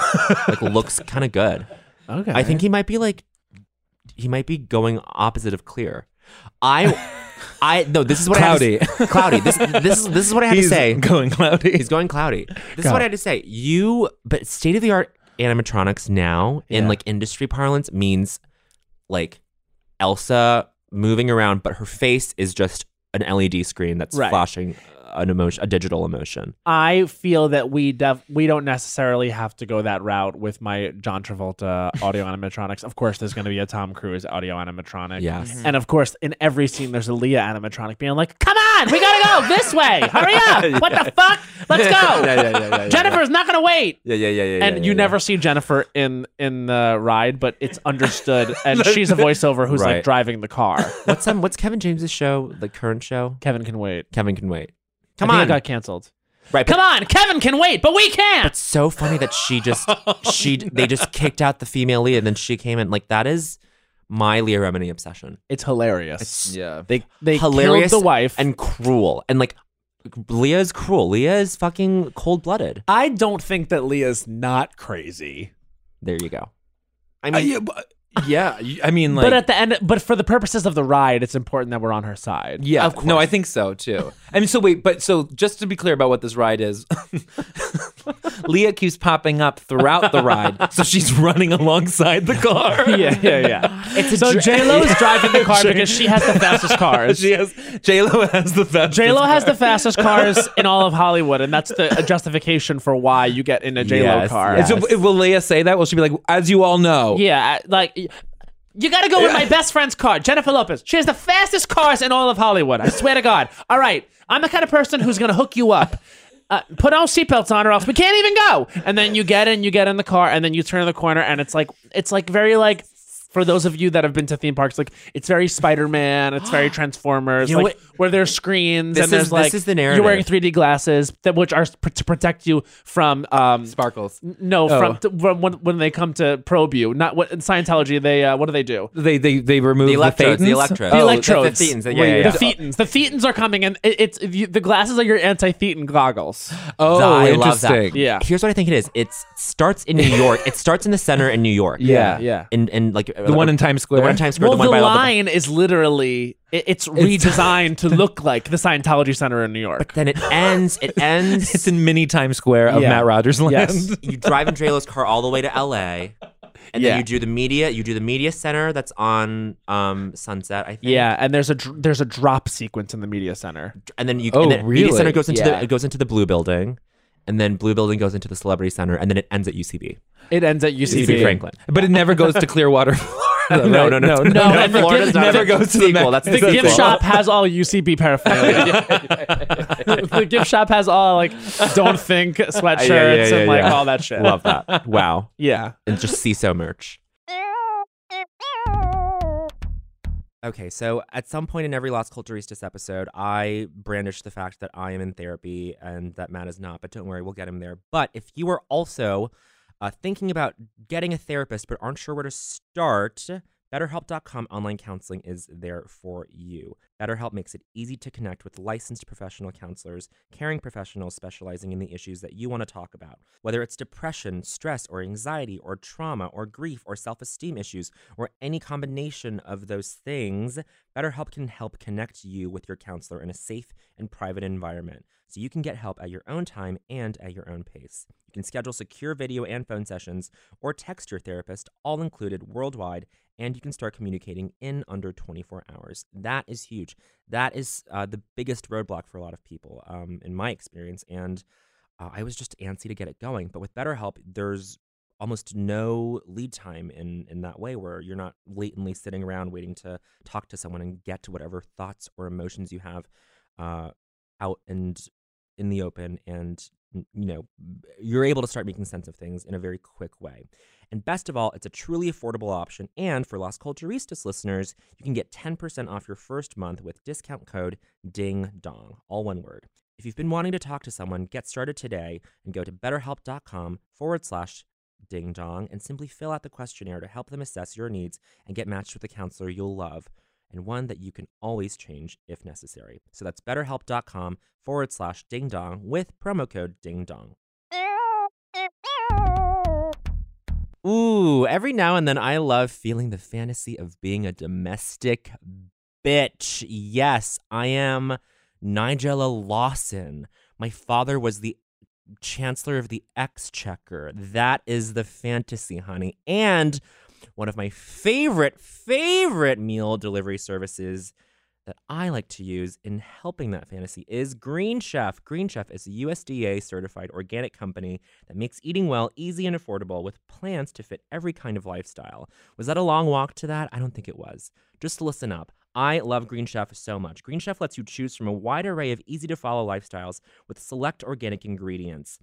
like looks kind of good. Okay. I think he might be like he might be going opposite of clear. I I no, this is what I had to s- cloudy. This this is this is what I had He's to say. [LAUGHS] going cloudy. He's going cloudy. This is what I had to say. You but state of the art animatronics now in Yeah. like industry parlance means like Elsa moving around, but her face is just an LED screen that's Right. flashing an emotion, a digital emotion. I feel that we def- we don't necessarily have to go that route with my John Travolta audio animatronics. Of course, there's going to be a Tom Cruise audio animatronic. Yes. And of course, in every scene, there's a Leah animatronic being like, "Come on, we gotta go this way. Hurry up! What the fuck? Let's go." Jennifer's not gonna wait. Yeah, yeah, yeah, yeah. and you never see Jennifer in in the ride, but it's understood, and she's a voiceover who's Right. like driving the car. What's um, What's Kevin James's show? The current show? Kevin can wait. Kevin can wait. I Come think it on, got canceled. right? Come But on, Kevin can wait, but we can't. it's so funny that she [LAUGHS] just Oh, she they just kicked out the female lead, and then she came in. Like that is my Leah Remini obsession. It's hilarious. yeah, They they hilarious killed the wife. and cruel and like Leah is cruel. Leah is fucking cold blooded. I don't think that Leah's not crazy. There you go. I Uh, mean, yeah, but yeah, you- I mean, like, but at the end, but for the purposes of the ride, it's important that we're on her side. yeah, of course. no, I think so too. I mean, so wait, but so just to be clear about what this ride is, [LAUGHS] Leah keeps popping up throughout [LAUGHS] the ride, so she's running alongside the car. yeah, [LAUGHS] yeah, yeah. It's so J Lo [LAUGHS] [LAUGHS] is driving the car because she has the [LAUGHS] fastest cars. She has J Lo has the fastest. J Lo has the fastest cars in all of Hollywood, and that's the [LAUGHS] justification for why you get in a J Lo Yes, car. yes. So, will Leah say that? Will she be like, as you all know? Oh. Yeah, I- like y- you got to go with my best friend's car, Jennifer Lopez. She has the fastest cars in all of Hollywood. I swear to God. All right, I'm the kind of person who's gonna hook you up. Uh, put on seatbelts on, or else we can't even go. And then you get in, you get in the car, and then you turn the corner, and it's like it's like very like. For those of you that have been to theme parks, like it's very Spider Man, [GASPS] it's very Transformers, You know like, what- where there's screens This and there's is- this like is the you're wearing narrative. 3D glasses that which are pr- to protect you from um, Sparkles. no, Oh. from, t- from when, when they come to probe you. Not what in Scientology they uh, what do they do? They they they remove The the, electrodes. The thetans? electrodes. The Oh, electrodes. The, the thetans, yeah, Where yeah, you- yeah. The thetans. The thetans are coming, and it, it's you, the glasses are your anti-thetan goggles. [GASPS] Oh, I love interesting. that. Yeah, Here's what I think it is. It starts in New York. it starts in the center in New York. Yeah. yeah. And and like The one in Times Square. the one in Times Square. Well, the one by all line is literally it, [LAUGHS] it's redesigned to look like the Scientology Center in New York. The, then [LAUGHS] it ends. It ends. It's in mini Times Square of Yeah. Matt Rogers Land. Yes. you drive in Draylo's car all the way to L.A. And Yeah. then you do the media. You do the media center that's on um, Sunset. I think. Yeah, and there's a dr- there's a drop sequence in the media center. and then you Oh, and then media really? center goes into Yeah. the it goes into the blue building and then blue building goes into the celebrity center and then it ends at ucb It ends at ucb UCB. franklin [LAUGHS] But it never goes to Clearwater. Florida, No, right? no, no. no, No, It and the never, gift- it never the goes to the sequel, Mac- that's the [LAUGHS] The gift Sequel. shop has all [LAUGHS] UCB paraphernalia. [LAUGHS] the gift shop has all like don't think [LAUGHS] sweatshirts yeah, and like yeah. all that shit. love [LAUGHS] that wow Yeah. and just CISO merch okay so at some point in every las culturistas episode i brandish the fact that i am in therapy and that matt is not but don't worry we'll get him there but if you are also uh, thinking about getting a therapist but aren't sure where to start BetterHelp.com online counseling is there for you. BetterHelp makes it easy to connect with licensed professional counselors, caring professionals specializing in the issues that you want to talk about. Whether it's depression, stress, or anxiety, or trauma, or grief, or self esteem issues, or any combination of those things, BetterHelp can help connect you with your counselor in a safe and private environment so you can get help at your own time and at your own pace. You can schedule secure video and phone sessions or text your therapist, all included worldwide, and you can start communicating in under 24 hours. That is huge. That is uh, the biggest roadblock for a lot of people, um, in my experience. And uh, I was just antsy to get it going. But with BetterHelp, there's almost no lead time in in that way where you're not latently sitting around waiting to talk to someone and get to whatever thoughts or emotions you have uh, out and in the open and n- you know b- you're able to start making sense of things in a very quick way and best of all it's a truly affordable option and for las culturistas listeners you can get 10% off your first month with discount code ding dong all one word if you've been wanting to talk to someone get started today and go to betterhelp.com forward slash ding dong and simply fill out the questionnaire to help them assess your needs and get matched with a counselor you'll love and one that you can always change if necessary. So that's betterhelp.com forward slash ding dong with promo code ding dong. Ooh, every now and then I love feeling the fantasy of being a domestic bitch. Yes, I am Nigella Lawson. My father was the Chancellor of the Exchequer. That is the fantasy, honey. And one of my favorite, favorite meal delivery services that I like to use in helping that fantasy is Green Chef. Green Chef is a USDA certified organic company that makes eating well easy and affordable with plans to fit every kind of lifestyle. Was that a long walk to that? I don't think it was. Just listen up. I love Green Chef so much. Green Chef lets you choose from a wide array of easy to follow lifestyles with select organic ingredients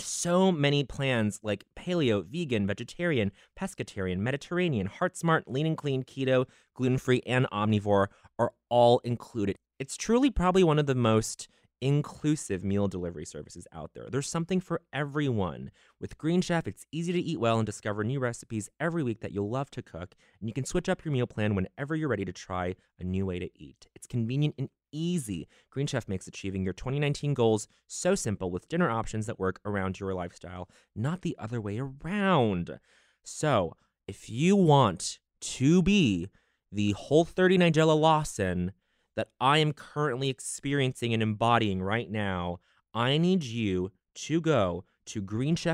so many plans like paleo, vegan, vegetarian, pescatarian, Mediterranean, heart smart, lean and clean, keto, gluten free, and omnivore are all included. It's truly probably one of the most inclusive meal delivery services out there. There's something for everyone. With Green Chef, it's easy to eat well and discover new recipes every week that you'll love to cook, and you can switch up your meal plan whenever you're ready to try a new way to eat. It's convenient and easy. Green Chef makes achieving your 2019 goals so simple with dinner options that work around your lifestyle, not the other way around. So, if you want to be the whole 30 Nigella Lawson that I am currently experiencing and embodying right now, I need you to go to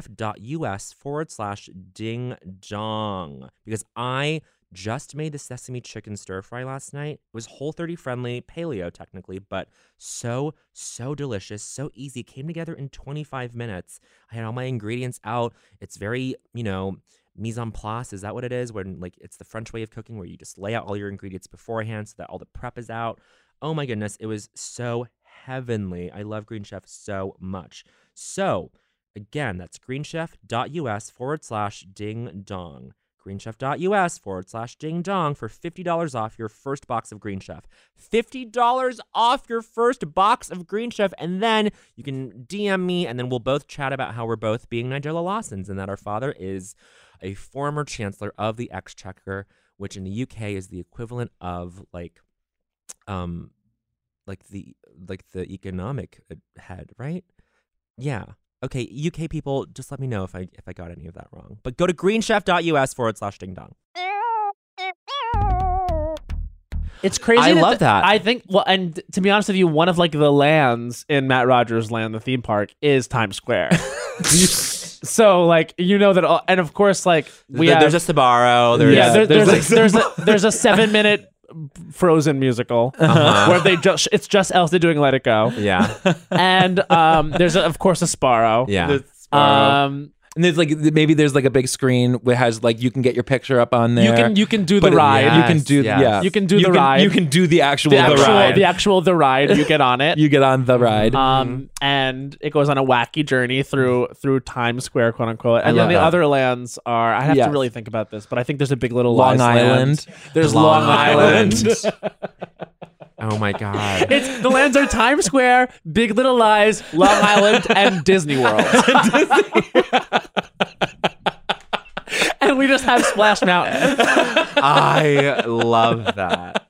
greenchef.us forward slash ding dong because I just made the sesame chicken stir fry last night. It was whole 30 friendly, paleo technically, but so, so delicious, so easy. It came together in 25 minutes. I had all my ingredients out. It's very, you know, mise en place. Is that what it is? When like it's the French way of cooking where you just lay out all your ingredients beforehand so that all the prep is out. Oh my goodness, it was so heavenly. I love Green Chef so much. So again, that's greenchef.us forward slash ding dong greenchef.us forward slash ding dong for $50 off your first box of Green Chef. $50 off your first box of Green Chef. And then you can DM me, and then we'll both chat about how we're both being Nigella Lawsons and that our father is a former chancellor of the Exchequer, which in the UK is the equivalent of like, um, like the like the economic uh, head, right? Yeah. Okay, UK people, just let me know if I if I got any of that wrong. But go to greenchef.us forward slash ding dong. It's crazy. I love th- that. I think. Well, and to be honest with you, one of like the lands in Matt Rogers' land, the theme park, is Times Square. You- so like you know that, all, and of course like we There- have, there's a Sbarro. There's, yeah, there- there's there's like a, there's a there's a seven minute Frozen musical where they just it's just Elsa doing Let It Go, [LAUGHS] yeah, and um there's a, of course a Sparrow. yeah. [LAUGHS] Um, [LAUGHS] and there's like maybe there's like a big screen that has like you can get your picture up on there. you can you can do the But it- ride. You can do Yes, yeah. You can do the ride. You can do the actual the actual the ride. the actual the ride. You get [LAUGHS] on it. you get on the ride. um, and it goes on a wacky journey through through Times Square, quote unquote. And love then the that. other lands are. I have Yes. to really think about this, but I think there's a Big Little Long Lies land. Island. There's Long Long, Island. oh my [LAUGHS] god. it's the lands are Times Square, Big Little Lies, Long Island, and Disney World. [LAUGHS] and we just have Splash Mountain, [LAUGHS] I love that.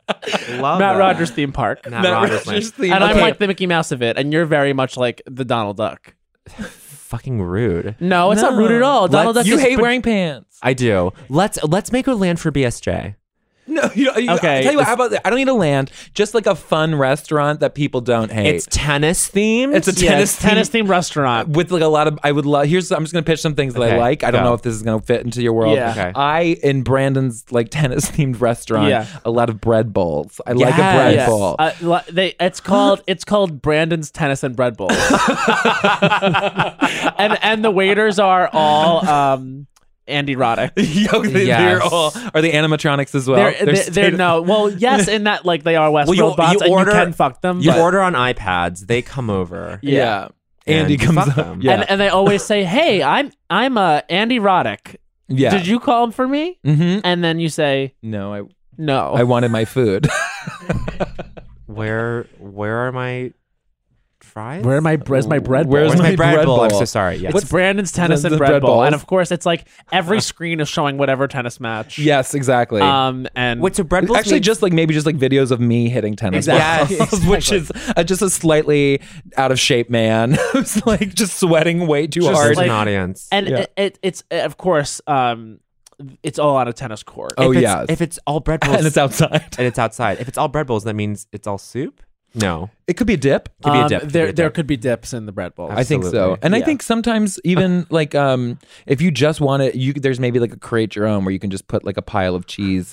Love Matt that. Rogers theme park. Matt, [LAUGHS] Rogers. Rogers theme and I'm park. like the Mickey Mouse of it, and you're very much like the Donald Duck. Fucking rude. No, "Oh, it's not rude at all. Donald Let's- Duck you is hate pa- wearing pants. I do. Let's let's make a land for BSJ. No, you, you, Okay, I tell you what, this- how about that? I don't need a land, just like a fun restaurant that people don't hate. It's tennis themed. It's a Yeah, tennis it's tennis themed restaurant. with like a lot of I would love here's I'm just gonna pitch some things that I Okay, like. I don't go. know if this is gonna fit into your world. Yeah. Okay. I in Brandon's like [LAUGHS] tennis themed restaurant, Yeah. a lot of bread bowls. I like a bread Yes. bowl. Uh, li- they, it's called it's called Brandon's Tennis and Bread Bowl. [LAUGHS] and and the waiters are all um, [LAUGHS] Andy Roddick. [LAUGHS] Yo, they, Yes. They're all are they animatronics as well? They're, they're, they're, state- [LAUGHS] no well yes in that like they are West Well, you- robots you and order- you can fuck them You but- order on iPads. They come over. yeah. And Andy you comes fuck up. them. Yeah. and and they always say hey I'm I'm uh, Andy Roddick yeah. did you call for me Mhm. and then you say No, I no I wanted my food. Where where are my fries? where am I where's my bread Where's bowl? Where's my, my bread, bread bowl? I'm bowl? so sorry. Yeah. it's Brandon's tennis the- and the bread, bread bowl, balls? and of course, it's like every screen is showing whatever tennis [LAUGHS] match. yes, exactly. Um, and What's a bread bowl? Actually, just like maybe just like videos of me hitting tennis Exactly. balls, [LAUGHS] which is uh, just a slightly out of shape man [LAUGHS] who's like just sweating way too Just hard. as like- an audience. and Yeah. it, it, it's uh, of course, um, it's all on a tennis court. oh, if it's, yes. If it's all [LAUGHS] bread bowls [LAUGHS] and it's outside. and it's outside. If it's all bread bowls, that means it's all soup. No. It could be dip. Could be a Um, dip, could be there, a there dip. could be dips in the bread bowl. I think so. Absolutely. And I Yeah. think sometimes even like um if you just want it, you there's maybe like a create your own where you can just put like a pile of cheese.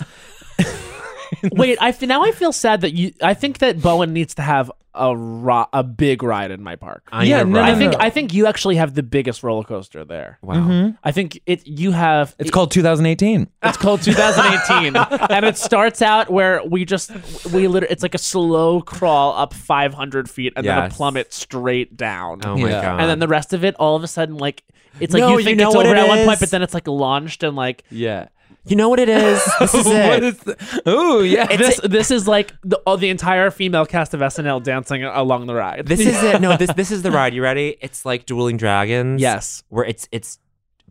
Wait, I f- now I feel sad that you. I think that Bowen needs to have a ro- a big ride in my park. I, I Yeah, know, no, right? no, think no. I think you actually have the biggest roller coaster there. Wow. I think it. You have. It's called 2018. It's called 2018, [LAUGHS] and it starts out where we just we literally it's like a slow crawl up 500 feet and then a Yes. plummet straight down. Oh my Yeah. god. And then the rest of it, all of a sudden, like it's like No, you you think know it's what over it at one is. point, but then it's like launched and like Yeah. you know what it [LAUGHS] is? This is it. What is the, ooh, yeah. this. This is like the oh, the entire female cast of SNL dancing along the ride. This is it. No, this this is [LAUGHS] the ride. You ready? It's like Dueling Dragons. Yes. Where it's it's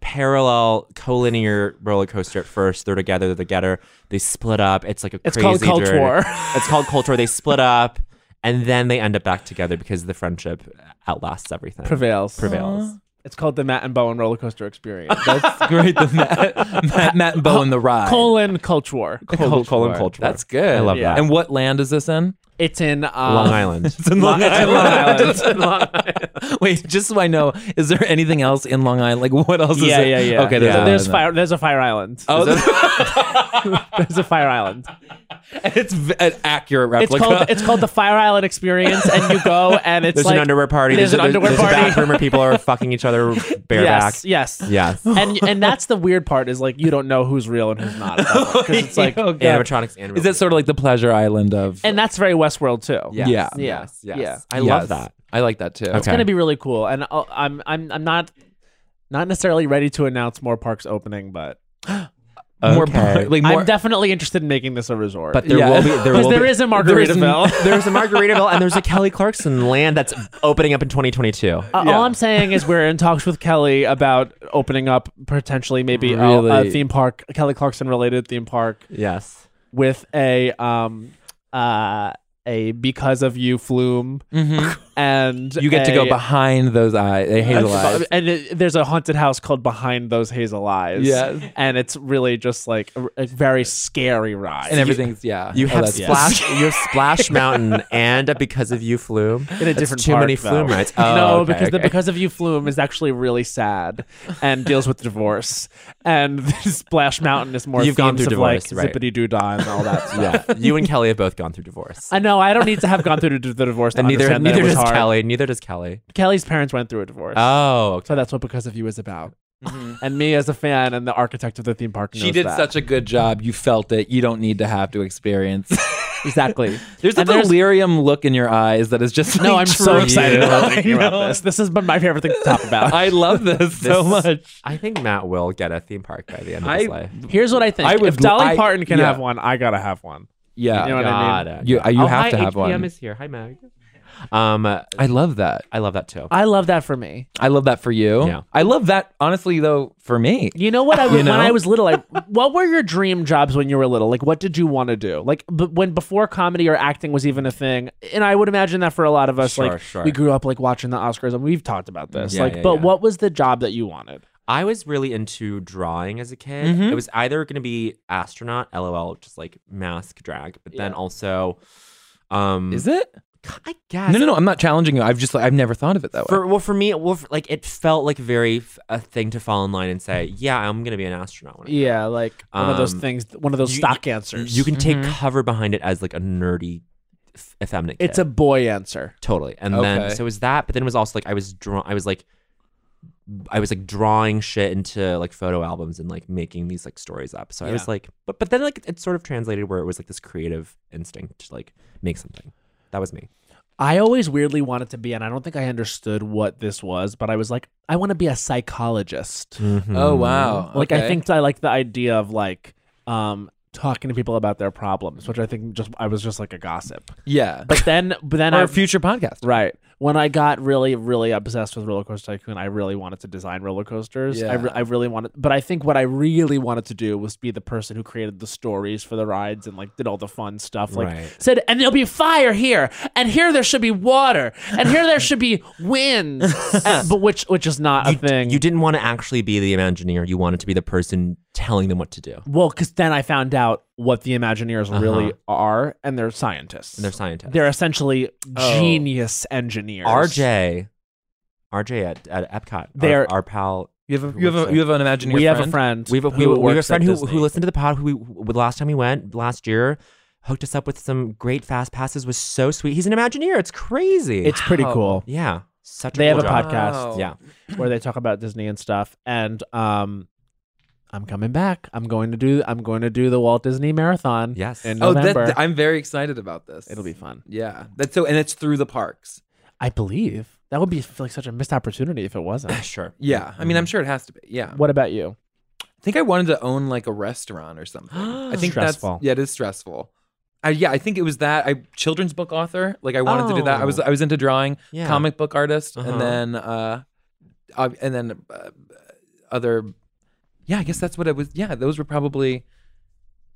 parallel collinear roller coaster at first. They're together, they're together. They split up. It's like a It's crazy called Cult journey. War. [LAUGHS] It's called culture. They split up and then they end up back together because the friendship outlasts everything. prevails. Prevails. It's called the Matt and Bowen roller coaster experience. That's [LAUGHS] great. The Matt, Matt, Matt and Bo and the ride. colon culture war. Col- colon Culture. culture. That's good. I love that. And what land is this in? It's in uh, Long [LAUGHS] Island. It's in Long Island. It's [LAUGHS] in Long Island. [LAUGHS] Wait, just so I know, is there anything else in Long Island? Like what else? yeah, is yeah, yeah. Okay, there's, there's, there's fire. There's a fire island. Oh, [LAUGHS] There's a [LAUGHS] fire island. it's v- an accurate It's replica. called it's called the Fire Island Experience, and you go and uh, it's There's like an underwear party. There's, an a, underwear there's party. a bathroom where people are fucking each other bareback. [LAUGHS] yes, yes, Yes. and and that's the weird part is like you don't know who's real and who's not [LAUGHS] because it's like Oh, God. Animatronics and Is that sort of like the pleasure island of? and that's very Westworld too. Yes. Yeah. Yes, Yes. yeah. I Yes. love that. I like that too. Okay. It's gonna be really cool, and I'll, I'm I'm I'm not not necessarily ready to announce more parks opening, but More, Okay. like more. I'm definitely interested in making this a resort. But there Yeah. [LAUGHS] will be there because will there be, is a there is- Margaritaville. there's a Margaritaville and there's a Kelly Clarkson land that's opening up in 2022. Uh, All I'm saying is we're in talks with Kelly about opening up potentially maybe a- a, Really? theme park, a Kelly Clarkson related theme park Yes. with a um uh a because of you flume Mhm. and You get to go a- behind those eyes, they hazel eyes. and it, there's a haunted house called Behind Those Hazel Eyes. Yes. and it's really just like a, a very scary ride. and everything's yeah. You Oh, have that's- Splash you have Splash Mountain and a [LAUGHS] Because of You flume. in a That's different too park, many though. flume rides. Oh, [LAUGHS] no, okay, because the okay. because of you flume is actually really sad and deals with divorce, and [LAUGHS] Splash Mountain is more You've gone themes through of, divorce, like right. zippity doo dah and all [LAUGHS] that. Stuff. yeah, you and Kelly have both gone through divorce. I know. I don't need to have gone through the, the divorce. To And neither understand that neither it was does hard. Kelly. Neither does Kelly. Kelly's parents went through a divorce, Oh, okay. so that's what because of you is about. And me as a fan and the architect of the theme park. She did such a good job. You felt it. You don't need to have to experience. [LAUGHS] exactly. there's a And there's- delirium look in your eyes that is just. No, like, I'm so true. excited Yeah. [LAUGHS] about, I thinking know. about this. This has been my favorite thing to [LAUGHS] talk about. I love this [LAUGHS] so This- much. I think Matt will get a theme park by the end of I- his life. Here's what I think. I would- if Dolly I- Parton can yeah. have one, I gotta have one. [LAUGHS] Yeah, You know what I mean? Got it. You- uh, you Oh, have hi, to have HPM one. is here. Hi, Meg. Um, uh, I love that. I love that too. I love that for me. I love that for you. Yeah. I love that honestly though for me. You know what? I when know? I was little, I, what were your dream jobs when you were little? Like, what did you want to do? Like, b- when before comedy or acting was even a thing, and I would imagine that for a lot of us, Sure, like sure. we grew up like watching the Oscars, and we've talked about this. Yeah, like, yeah, but yeah. what was the job that you wanted? I was really into drawing as a kid. It was either going to be astronaut, lol, just like mask drag, but then also, um, Is it? I guess No, no, no. I'm not challenging you. I've just like I've never thought of it that way. For well, for me, well, for, like it felt like very f- a thing to fall in line and say, yeah, I'm going to be an astronaut. When I grow up." Yeah, like one of those Um, things, one of those you- stock answers. you can take Mm-hmm. cover behind it as like a nerdy, f- effeminate. It's kid. a boy answer. totally and then Okay. so it was that but then it was also like i was draw i was like i was like drawing shit into like photo albums and like making these like stories up so i was like but but then like it, it sort of translated where it was like this creative instinct to like make something that was me I always weirdly wanted to be, and I don't think I understood what this was, but I was like, I want to be a psychologist. oh wow. Like I Okay. think I like the idea of like um talking to people about their problems, which I think just I was just like a gossip. yeah. But then but then I Our future podcast. right when I got really really obsessed with Roller Coaster Tycoon, I really wanted to design roller coasters. I, Yeah. re- I really wanted, but I think what I really wanted to do was be the person who created the stories for the rides and like did all the fun stuff. Like Right. said, and there'll be fire here, and here there should be water, and here there should be [LAUGHS] wind, And- but which which is not a you, thing. you didn't want to actually be the imagineer you wanted to be the person telling them what to do Well, because then I found out what the Imagineers really Uh-huh. are, and they're scientists. and they're scientists They're essentially Oh. genius engineers. rj rj at, at epcot They're- our, our pal You have a, Who you have works a, you have an imaginary. We have friend? a friend. We have a, we, we who have a works friend at who, Disney. who listened to the pod. Who we, who- last time we went last year, hooked us up with some great fast passes. Was so sweet. He's an Imagineer. It's crazy. It's pretty Wow. cool. [GASPS] yeah, such. They a have cool a job. [CLEARS THROAT] podcast Yeah, where they talk about Disney and stuff. And um, I'm coming back. I'm going to do. I'm going to do the Walt Disney Marathon. Yes. in Oh, November. that, I'm very excited about this. It'll be fun. Yeah. That's so, and it's through the parks. I believe that would be like such a missed opportunity if it [SIGHS] [LAUGHS] wasn't. sure. Yeah. I mean, Mm-hmm. [GASPS] I'm sure it has to be. Yeah. What about you? I think I wanted to own like a restaurant or something. [GASPS] I [GASPS] think Stressful. that's yeah, it is stressful. I, yeah, I think it was that. I children's book author. Like I wanted to do that. I was Oh. I was into drawing, Yeah. comic book artist, Uh-huh. and then uh, uh and then uh, other. Yeah, I guess that's what it was. Yeah, those were probably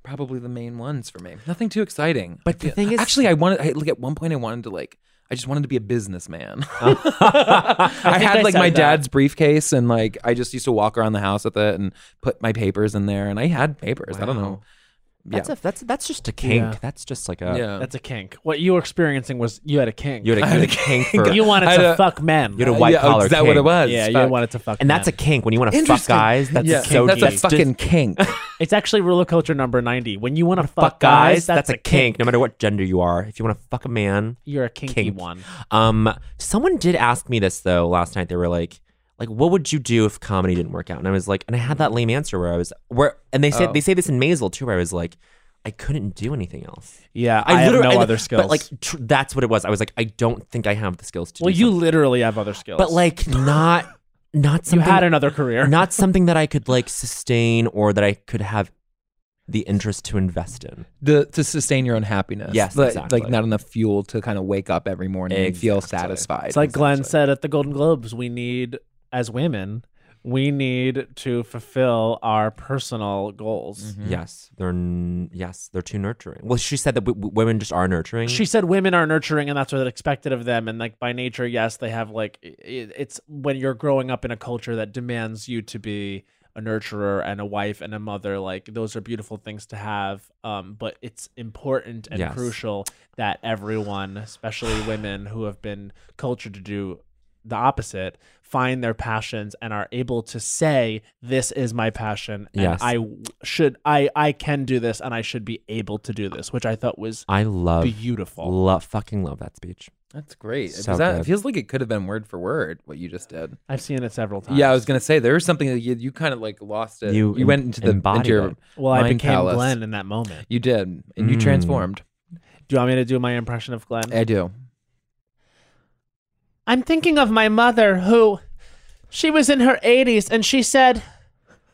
probably the main ones for me. Nothing too exciting. But the Yeah. thing is- actually, [LAUGHS] I [LAUGHS] wanted. I, like at one point, I wanted to like. I just wanted to be a businessman. Uh-huh. I think had I like said my that. dad's briefcase, and like I just used to walk around the house with it and put my papers in there, and I had papers. I don't know. That's a, that's that's just a kink. Yeah. That's just like a yeah. That's a kink. What you were experiencing was you had a kink. Um, you had a, I had you had a a kink kink. for, [LAUGHS] You wanted I had to a- fuck men. You had a white yeah, oh, collar Is that what it kink. was? yeah, you Fuck. wanted to fuck. and that's a men. kink when you want to fuck Interesting. guys. That's yeah. so that's gay. a fucking kink. It's actually ruler culture number ninety. When you want to fuck fuck guys, that's, a kink. No matter what gender you are, if you want to fuck a man, You're a kinky Kink. one. Um, someone did ask me this though last night. They were like, like, what would you do if comedy didn't work out? And I was like, and I had that lame answer where I was where, and they said Oh. they say this in Maisel too, where I was like, I couldn't do anything else. Yeah, I, have literally- no and- other skills. But like, tr- that's what it was. I was like, I don't think I have the skills to. well, do you something. literally have other skills. but [LAUGHS] like, not, not you something. had another [LAUGHS] career. not something that I could like sustain or that I could have the interest to invest in. [LAUGHS] the to sustain your own happiness. Yes, like, exactly. like not enough fuel to kind of wake up every morning and feel Exactly. satisfied. It's like Glenn Exactly. said at the Golden Globes, we need as women, we need to fulfill our personal goals. Yes, they're n- yes, they're too nurturing. Well, she said that w- w- women just are nurturing. She said women are nurturing and that's what's expected of them and like by nature, yes, they have like i- i- it's when you're growing up in a culture that demands you to be a nurturer and a wife and a mother like those are beautiful things to have um, but it's important and Yes. crucial that everyone especially women who have been cultured to do the opposite find their passions and are able to say this is my passion and Yes. i w- should i i can do this and i should be able to do this which i thought was I love, beautiful love, fucking love that [LAUGHS] speech. That's great. So Was that, it good. feels like it could have been word for word what you just did. i've seen it several times Yeah, I was gonna say there was something that you, you kind of like lost it. You em- went into the embodied into your it. well i mind became palace. glenn in that moment You did, and you Mm. transformed. do you want me to do my impression of glenn I do. Eh. I'm thinking of my mother who she was in her 80s and she said,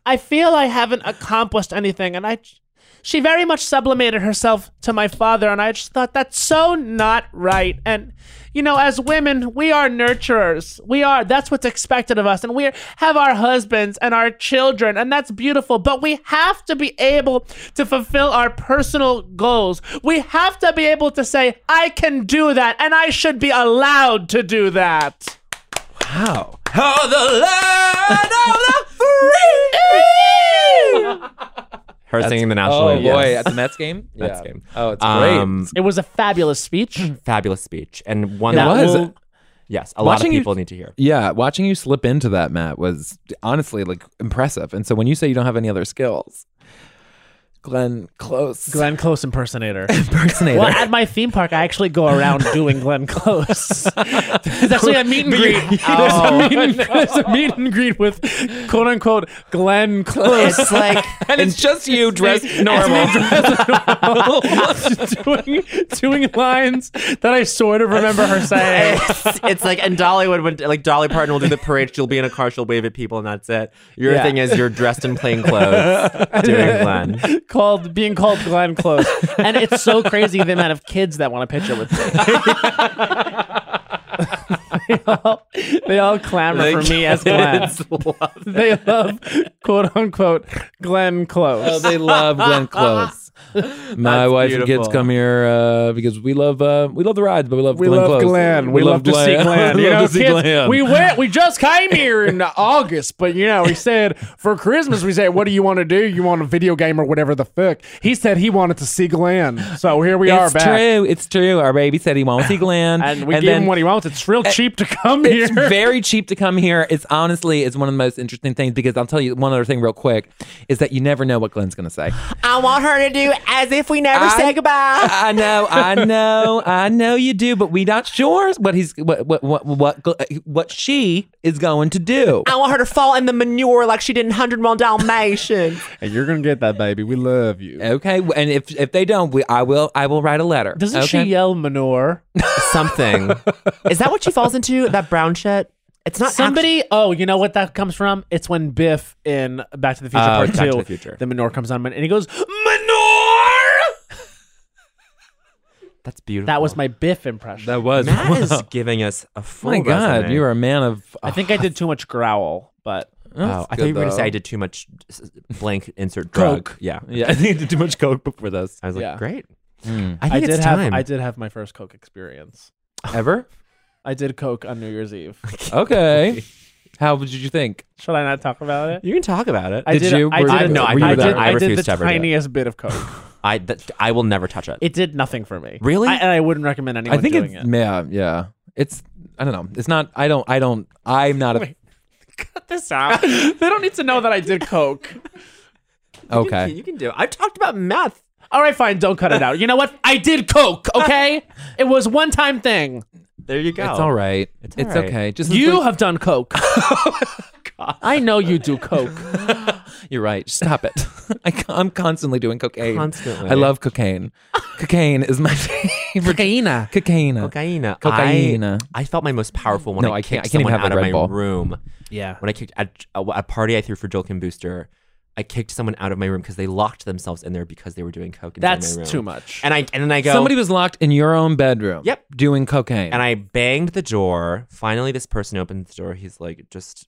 I feel I haven't accomplished anything. And I, she very much sublimated herself to my father. And I just thought that's so not right. And, you know, as women, we are nurturers. We are, that's what's expected of us. And we have our husbands and our children. And that's beautiful. But we have to be able to fulfill our personal goals. We have to be able to say, I can do that. And I should be allowed to do that. Wow. Oh, the Her singing the national Oh anthem. boy, Yes. at the Mets game. [LAUGHS] Mets Yeah. game. Oh, it's great. Um, It was a fabulous speech. fabulous speech and one It that was. will- yes, a lot of Watching you- people need to hear. yeah, watching you slip into that, Matt, was honestly like impressive. And so when you say you don't have any other skills, Glenn Close, Glenn Close [LAUGHS] impersonator. impersonator. Well, at my theme park, I actually go [LAUGHS] around doing Glenn [LAUGHS] Close. There's actually a meet and greet. [LAUGHS] There's, a meet [LAUGHS] and, there's a meet and greet with quote unquote Glenn Close. [LAUGHS] [LAUGHS] It's like and it's just you dressed normal. [LAUGHS] [LAUGHS] doing, doing lines that I sort of remember her saying. [LAUGHS] it's, it's like and Dollywood when like Dolly Parton will do the parade. She'll be in a car. She'll wave at people, and that's it. Your Yeah. thing is you're dressed in [LAUGHS] plain clothes doing Glenn. called being called Glenn Close, and it's so crazy the amount of kids that want a picture with me. [LAUGHS] they, all, they all clamor for me as Glenn. They love quote unquote Glenn Oh, Close. they love Glenn [LAUGHS] Close. My That's wife and beautiful. kids come here uh, because we love uh, we love the rides, but we love we Glenn love Close. Glenn. We, love, to [LAUGHS] see Glenn. we You love know, to see kids, Glenn. we went. We just came here [LAUGHS] in August, but you know, he said for Christmas, we said, "What do you want to do? You want a video game or whatever the fuck?" He said he wanted to see Glenn, so here we are it's back. true. It's true. Our baby said [LAUGHS] he won't see Glenn, and we give him what he wants. It's real cheap to come here. Eh, It's very cheap to come here. It's honestly, it's one of the most interesting things because I'll tell you one other thing real quick is that you never know what Glenn's going [LAUGHS] to say. I want her to do as if we never I- said goodbye. I know, I know, I know you do, but we not sure what he's what what what what, Gl- what she is going to do. I want her to fall in the manure like she did in 101 Dalmatians. And you're gonna get that baby. We love you. Okay, and if if they don't, we, I will I will write a letter. Doesn't okay? she yell manure? [LAUGHS] Something. Is that what she falls into? That brown shit? It's not Somebody. oh, you know what that comes from? It's when Biff in Back to the Future Oh, Part Back to Two, the Future. manure comes on and he goes manure. That's beautiful. That [LAUGHS] was my Biff impression. That was Matt is giving us a Oh full. my God, you are a man of. I think I did too much growl, but Oh, I thought good, you were going to say though. I did too much s- blank insert drug. Coke. Yeah. Yeah, [LAUGHS] I think I did too much coke before this. I was like, Yeah. great. Mm. I I, think did it's have time. I did have my first Coke experience. Ever? I did Coke on New Year's Eve. [LAUGHS] Okay. How did you think? Should I not talk about it? You can talk about it. I Did did. you? I Were did. you a- there? I Were you did- there? I I did the refuse to ever do it. tiniest bit of Coke. I, th- I will never touch it. It did nothing for me. Really? I, and I wouldn't recommend anyone I think doing it's it. yeah, yeah. It's I don't know. It's not. I don't. I don't. I'm not a. Wait. Cut this out. they don't need to know that I did Coke. okay. You can do it. I've talked about meth. All right, fine. Don't cut it out. You know what? I did Coke. Okay, it was one time thing. There you go. It's all right. It's, It's all right. okay. Just You [LAUGHS] like- have done Coke. [LAUGHS] I know you do Coke. you're right. Stop it. [LAUGHS] I, am constantly doing cocaine. Constantly. I love cocaine. cocaine is my [LAUGHS] favorite. Cocaine. Cocaine. Cocaine. I- Cocaine. I, felt my most powerful when No, I I kicked can't- I can't even someone out have a of my Red Bull. room. Yeah. When I kicked at a, a party I threw for Joel Kim Booster, I kicked someone out of my room because they locked themselves in there because they were doing coke. Inside That's my room. too much. And I and then I go. Somebody was locked in your own bedroom. Yep. Doing cocaine. and I banged the door. Finally, this person opened the door. He's like, just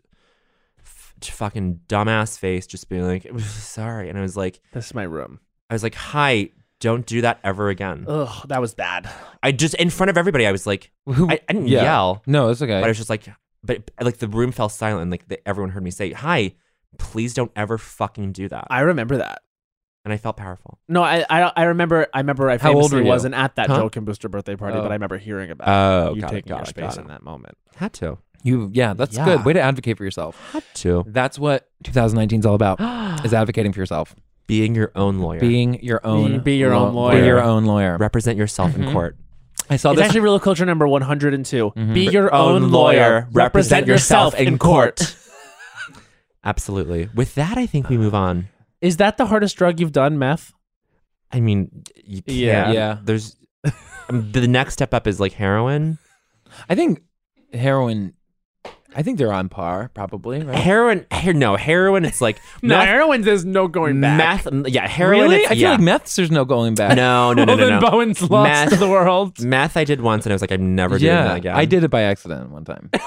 f- fucking dumbass face, just being like, [LAUGHS] sorry. And I was like, This is my room. I was like, hi, don't do that ever again. Ugh, that was bad. I just in front of everybody. I was like, Who- I, I didn't yeah. yell, No, it's okay. but I was just like, but like the room fell silent. And, like the, everyone heard me say, hi, please don't ever fucking do that. I remember that. and I felt powerful. No, I, I I remember I remember I How old famously were you? wasn't at that Huh? Joe Kim Booster birthday party, Oh. but I remember hearing about Oh, you got it, taking got your it, space got in it. that moment. Had to. you. Yeah, that's Yeah. good. Way to advocate for yourself. Had to. That's what 2019 is all about. [GASPS] is advocating for yourself. Being your own lawyer. Being your own. Be your own law- lawyer. Be your own lawyer. Represent yourself in Mm-hmm. court. I saw It's this. actually real culture number 102. Mhm. Be your Own own, lawyer. lawyer. Represent yourself in court. court. Absolutely. With that, I think we move on. Is that the hardest drug you've done, meth? I mean, you can't. Yeah. Yeah. There's I mean, the next step up is like [LAUGHS] heroin. I think heroin. I think they're on par, probably. Right? Heroin. Her, no, heroin. It's [LAUGHS] like meth. heroin. There's no going meth yeah, heroin. Really? it's- I feel yeah. like meths. There's no going back. No, no, no, no, Well, then no. Bowen's lost Meth. to the [LAUGHS] world. Meth I did once, and I was like, I'm never doing yeah, that again. I did it by accident one time. [LAUGHS]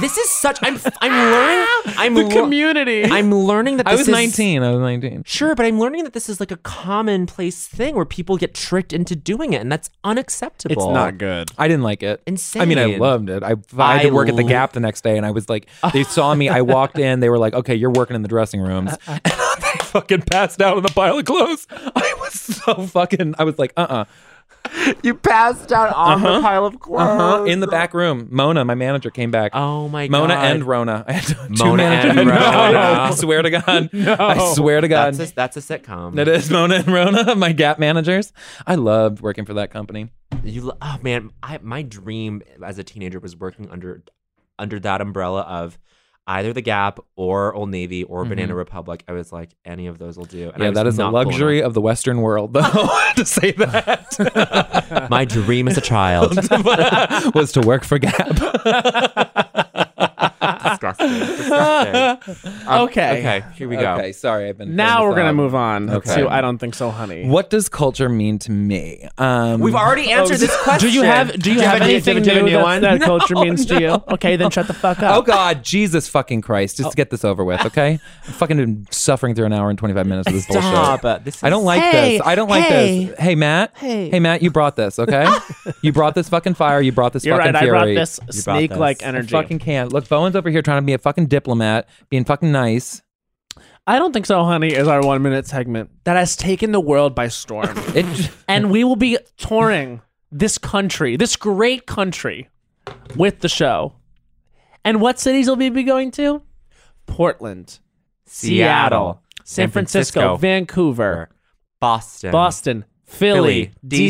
This is such. I'm. I'm [LAUGHS] learning. I'm. the lear- community. I'm learning that this I is- was 19. I was 19. Sure, but I'm learning that this is like a commonplace thing where people get tricked into doing it, and that's unacceptable. it's not good. I didn't like it. Insane. I mean, I loved it. I, I had to I work at the lo- Gap the next day, and I was like, they saw me. I walked in. They were like, "Okay, you're working in the dressing rooms." [LAUGHS] [LAUGHS] And they fucking passed out in the pile of clothes. I was so fucking. I was like, "Uh, uh You passed out on the pile of clothes. uh huh." In the back room, Mona, my manager, came back. Oh my Mona god. and Rona. [LAUGHS] I had two Mona managers. and Rona. [LAUGHS] I swear [LAUGHS] to God. I swear to God. That's a, that's a sitcom. That is Mona and Rona, [LAUGHS] my Gap managers. I loved working for that company. You, lo- oh man, I, my dream as a teenager was working under under that umbrella of either the Gap or Old Navy or Mm-hmm. Banana Republic. I was like, any of those will do. And I yeah, was that is the not cool luxury of the Western world, though, [LAUGHS] to say that [LAUGHS] [LAUGHS] enough. My dream as a [LAUGHS] child. was to work for Gap. disgusting. [LAUGHS] disgusting. Um, Okay. Okay. Here we go. Okay, sorry, I've been. Now throwing we're this gonna out. move on Okay. to I don't think so, honey. What does culture mean to me? Um, We've already answered [LAUGHS] this question. Oh, [LAUGHS] Do you have Do you have any- anything do you have new a new that, one? that No, [LAUGHS] culture means to you? Okay, then shut the fuck [LAUGHS] Oh up. God, Jesus fucking Christ! Oh. Just to get this over with, okay? I'm fucking suffering through an hour and 25 minutes of Oh, this bullshit. Stop. it. This is, I don't like this. I don't like this. Hey, Matt. Hey. Hey, Matt, you brought this, [LAUGHS] okay? you brought this fucking fire. You brought this You're fucking right. I fury. brought this You brought snake like this. energy. I fucking can't. Look, Bowen's over here trying to be a fucking diplomat, being fucking nice. I don't think so, honey, is our one minute segment that has taken the world [LAUGHS] by storm. [LAUGHS] It, and we will be touring this country, this great country, with the show. And what cities will we be going to? Portland, Seattle, San San Francisco, Francisco, Vancouver, Boston, Boston, Philly, DC,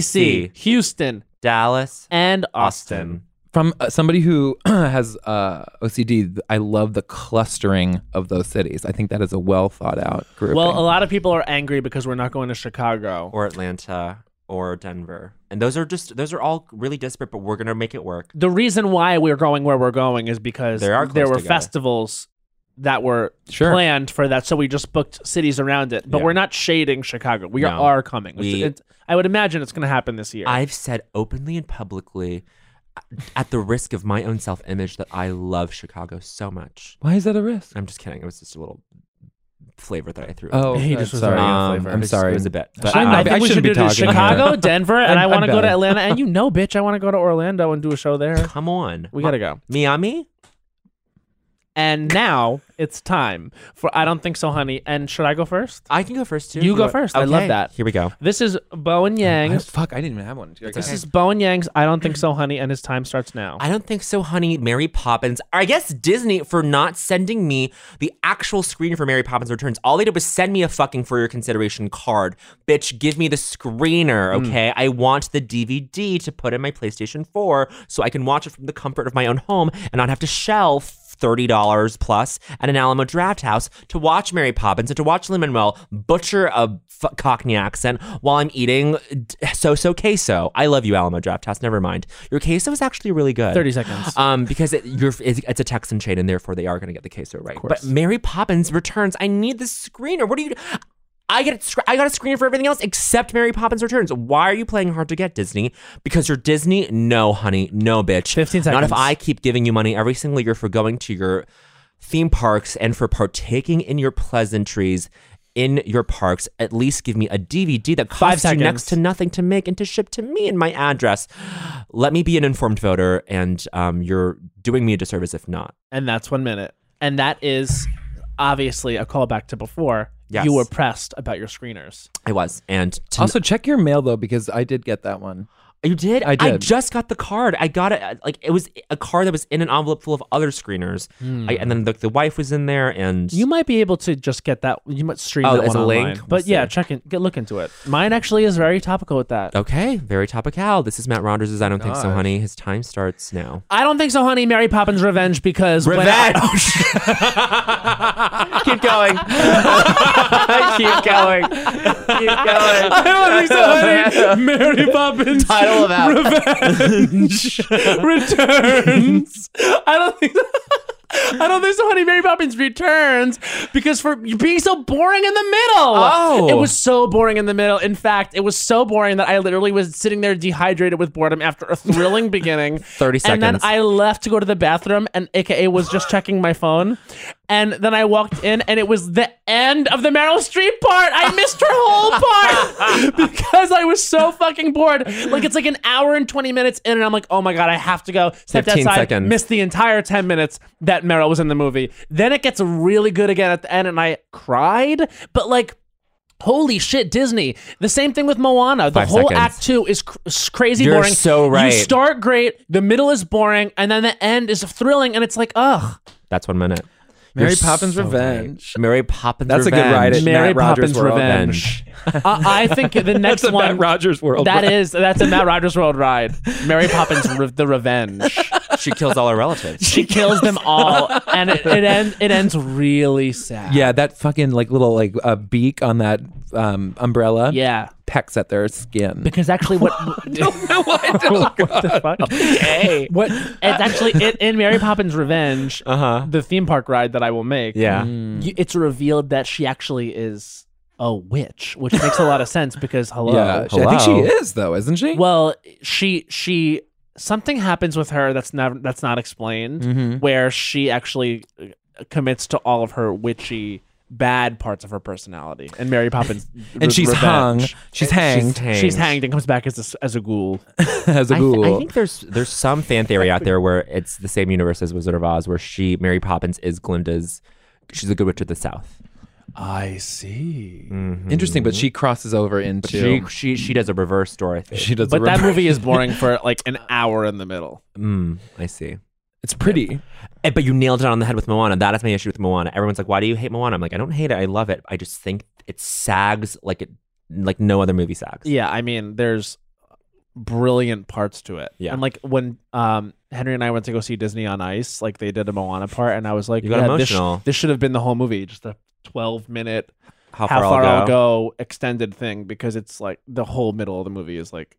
DC, Houston, Dallas, and Austin. Austin. from uh, somebody who [CLEARS THROAT] has uh, OCD, th- I love the clustering of those cities. I think that is a well thought out group. Well, a lot of people are angry because we're not going to Chicago. or Atlanta or Denver. And those are just those are all really disparate, but we're gonna make it work. the reason why we're going where we're going is because They are there close were together. festivals that were Sure. planned for that, so we just booked cities around it. But Yeah. we're not shading Chicago. We No. are coming. We- It's- it's- I would imagine it's going to happen this year. I've said openly and publicly uh, at the risk of my own self image that I love Chicago so much. Why is that a risk? I'm just kidding. It was just a little flavor that I threw. in. Oh, He uh, just was sorry. very Um, flavor. it I'm was- sorry. It was a bit. But, I- I, um, I think we shouldn't should be do this talking here. Chicago, Denver, I'm- and I want I'm to go to done. Atlanta. And you know, bitch, I want to go to Orlando and do a show [LAUGHS] there. come on. Uh, We gotta go. Miami? And now it's time for I don't think so, honey. And should I go first? I can go first too. You if go want. first. I love Okay, that. Here we go. This is Bo and I, Yang's. fuck, I didn't even have one. I This guess. is Bo and Yang's. I don't think so, honey. And his time starts now. I don't think so, honey. Mary Poppins. I guess Disney for not sending me the actual screen for Mary Poppins Returns. All they did was send me a fucking for your consideration card. Bitch, give me the screener, okay? I want the DVD to put in my PlayStation 4 so I can watch it from the comfort of my own home and not have to shell $30 plus at an Alamo draft house to watch Mary Poppins and to watch Lin Manuel butcher a f- Cockney accent while I'm eating so so queso. I love you, Alamo draft house. Never mind. Your queso is actually really good. Thirty seconds. Um, because it, you're, it's, it's a Texan chain, and therefore they are going to get the queso right. But Mary Poppins returns. I need the screener. What do you? I get it, sc- I got a screen for everything else except Mary Poppins Returns. Why are you playing hard to get Disney? Because you're Disney. No, honey, no, bitch. 15 Not seconds. if I keep giving you money every single year for going to your theme parks and for partaking in your pleasantries in your parks. At least give me a DVD that Five costs you next seconds. to nothing to make and to ship to me and my address. Let me be an informed voter, and um, you're doing me a disservice if not. and that's one minute. And that is obviously a callback to before. Yes. You were pressed about your screeners. I was, and to also, check your mail though, because I did get that one. You did? I I did. just got the card. I got it. uh, Like it was a card that was in an envelope full of other screeners, I, and then the, the wife was in there, and You might be able to just get that. You might stream Oh, that as one a link? online. We'll But yeah, see. check in. Get look into it. Mine actually is very topical with that. okay, very topical. This is Matt Ronders's. I don't think so, Gosh. honey. His time starts now. I don't think so, honey. Mary Poppins Revenge because when I- Oh, [LAUGHS] Keep going. [LAUGHS] Keep going. Keep going. I don't think [LAUGHS] so, honey. Mary Poppins. Title of out. [LAUGHS] Revenge returns. [LAUGHS] I don't think. I don't think so, honey. Mary Poppins returns because for being so boring in the middle. Oh. it was so boring in the middle. In fact, it was so boring that I literally was sitting there dehydrated with boredom after a thrilling [LAUGHS] beginning. 30 And then seconds. I left to go to the bathroom, and AKA was just checking my phone. And then I walked in, and it was the end of the Meryl Streep part. I missed her whole [LAUGHS] part [LAUGHS] because I was so fucking bored. Like it's like an hour and twenty minutes in, and I'm like, oh my god, I have to go. Stepped 15 outside, seconds. missed the entire ten minutes that Meryl was in the movie. Then it gets really good again at the end, and I cried. But like. Holy shit, Disney! The same thing with Moana. The Five whole seconds. act two is cr- is crazy You're boring. so right. You start great, the middle is boring, and then the end is thrilling, and it's like, ugh. That's one minute. Mary You're Poppins so Revenge. right. Mary Poppins. That's a good ride Revenge. at Mary Matt Rogers Poppins World. Revenge. I, I think the [LAUGHS] next That's a one. Matt Rogers World. that is that's a Matt Rogers World ride. Mary Poppins, re- the Revenge. She kills all her relatives. She kills them all, and it, it ends. It ends really sad. Yeah, that fucking like little like uh, beak on that um, umbrella. yeah. pecks at their skin. Because [LAUGHS] actually, what? what the fuck? Okay. What? It's actually it, in Mary Poppins Revenge, Uh-huh. the theme park ride that I will make. Yeah. you, it's revealed that she actually is a witch, which makes a lot of sense because hello, yeah, she- I think she is though, isn't she? Well, she she something happens with her that's never that's not explained, where she actually uh, commits to all of her witchy bad parts of her personality. And Mary Poppins, re- and she's hung. revenge. She's hanged She's hanged and comes back as a, s- as a ghoul. [LAUGHS] as a I, th- ghoul. I think there's there's some fan theory out there where it's the same universe as Wizard of Oz, where she Mary Poppins is Glinda's. She's a good witch of the South. I see. Mm-hmm. Interesting, but she crosses over She into. she she does a reverse door. I think. She does, But a that reverse- movie [LAUGHS] is boring for like an hour in the middle. Mm, I see. It's pretty. Eh, But you nailed it on the head with Moana. That is my issue with Moana. Everyone's like, "Why do you hate Moana?" I'm like, "I don't hate it. I love it. I just think it sags like it like no other movie sags." Yeah, I mean, there's brilliant parts to it. Yeah. And like when um Henry and I went to go see Disney on Ice, like they did a Moana part, and I was like, You got yeah, this sh- emotional. This, should have been the whole movie, just a 12 minute How how far, far I'll, go. extended thing because it's like the whole middle of the movie is like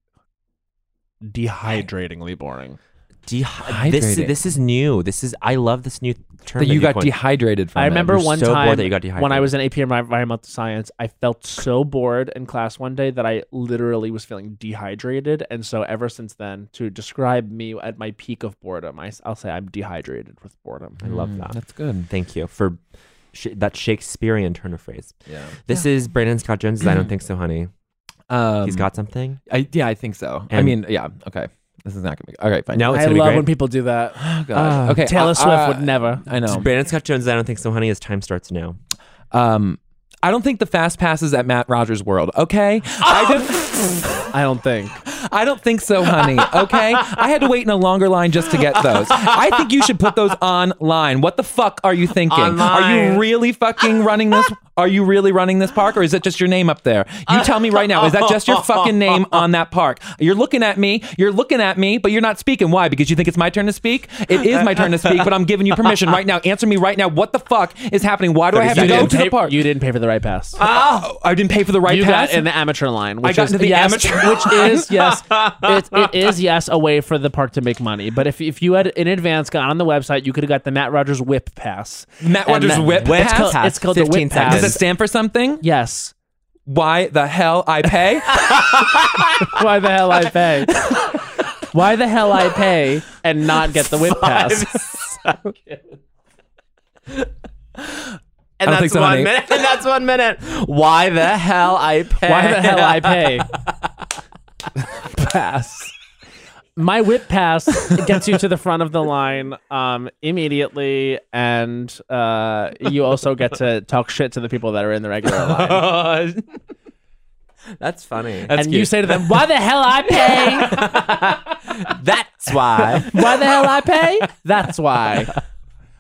dehydratingly boring. Dehy- this Hydrated. this is new. This is I love this new term. that you got coined. dehydrated from. I it. remember You're one so bored time that you got when I dehydrated. was in AP Environmental Science, I felt so bored in class one day that I literally was feeling dehydrated, and so ever since then, to describe me at my peak of boredom, I, will say I'm dehydrated with boredom. I love that. That's good. Thank you for sh- that Shakespearean turn of phrase. Yeah. This is Brandon Scott Jones. I [CLEARS THROAT] don't think so, honey. Um, He's got something. I, yeah, I think so. I And- mean, yeah. Okay. This is not gonna be. All right. Fine. No, it's I gonna be love great. when people do that. Ah, God. okay. Taylor uh, Swift uh, would never. I know. Brandon Scott Jones. I don't think so, honey. His time starts now. Um, I don't think the fast passes at Matt Rogers World. Okay. [LAUGHS] I don't. I don't think. I don't think so, honey. Okay. I had to wait in a longer line just to get those. I think you should put those online. What the fuck are you thinking? Are Online. you really fucking running this? Are you really running this park or is it just your name up there? You tell me right now. Is that just your fucking name on that park? You're looking at me. You're looking at me, but you're not speaking. Why? Because you think it's my turn to speak? It is my turn to speak, but I'm giving you permission right now. Answer me right now. What the fuck is happening? Why do I have to You go didn't to pay, the park? You didn't pay for the right pass. Oh, I didn't pay for the right you pass. got in the amateur line. Which got is, into the yes, amateur [LAUGHS] which is yes, it, [LAUGHS] it is yes a way for the park to make money. But if, if you had in advance gone on the website, you could have got the Matt Rogers whip pass. Matt And Rogers that- whip It's pass? called, it's called the 15 whip pass. Does it stand for something? Yes. why the hell I [LAUGHS] pay? Why the hell I [LAUGHS] pay? Why the hell I pay and not get the whip pass? And I don't think so, honey. minute. And that's one minute. Why the hell I pay? Why the hell [LAUGHS] I [LAUGHS] pay? pass. My whip pass gets you to the front of the line um, immediately, and uh, you also get to talk shit to the people that are in the regular [LAUGHS] line. That's funny. and you say to them, "Why the hell I pay? That's why. Why the hell [LAUGHS] I pay? That's why."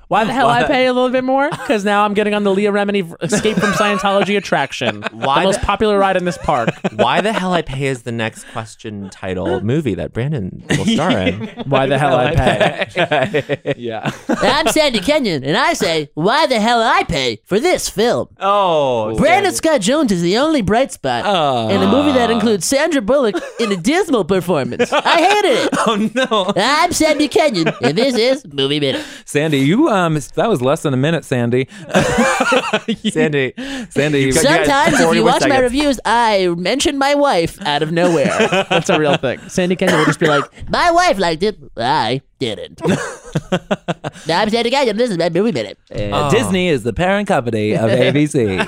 Why the hell I pay a little bit more? Because now I'm getting on the Leah Remini v- Escape from Scientology attraction, Why the most the- popular ride in this park. why the hell I pay is the next question title movie that Brandon will star in. Why [LAUGHS] the hell I pay? yeah. I'm Sandy Kenyon, and I say, why the hell I pay for this film? Oh, Brandon Scott Jones is the only bright spot in a movie Ah. that includes Sandra Bullock in a dismal performance. I hated it. [LAUGHS] Oh no, I'm Sandy Kenyon, and this is Movie Minute. Sandy, you um, that was less than a minute, Sandy. [LAUGHS] Sandy. Sandy, [LAUGHS] you Sometimes, if you 41 watch my seconds. reviews, I mention my wife out [LAUGHS] of nowhere. That's a real thing. Sandy Kenyon will just be like, my wife liked it. I [LAUGHS] didn't. now I'm Sandy Kenyon. This is my Movie Minute. Uh-huh. Disney is the parent company [LAUGHS] of ABC.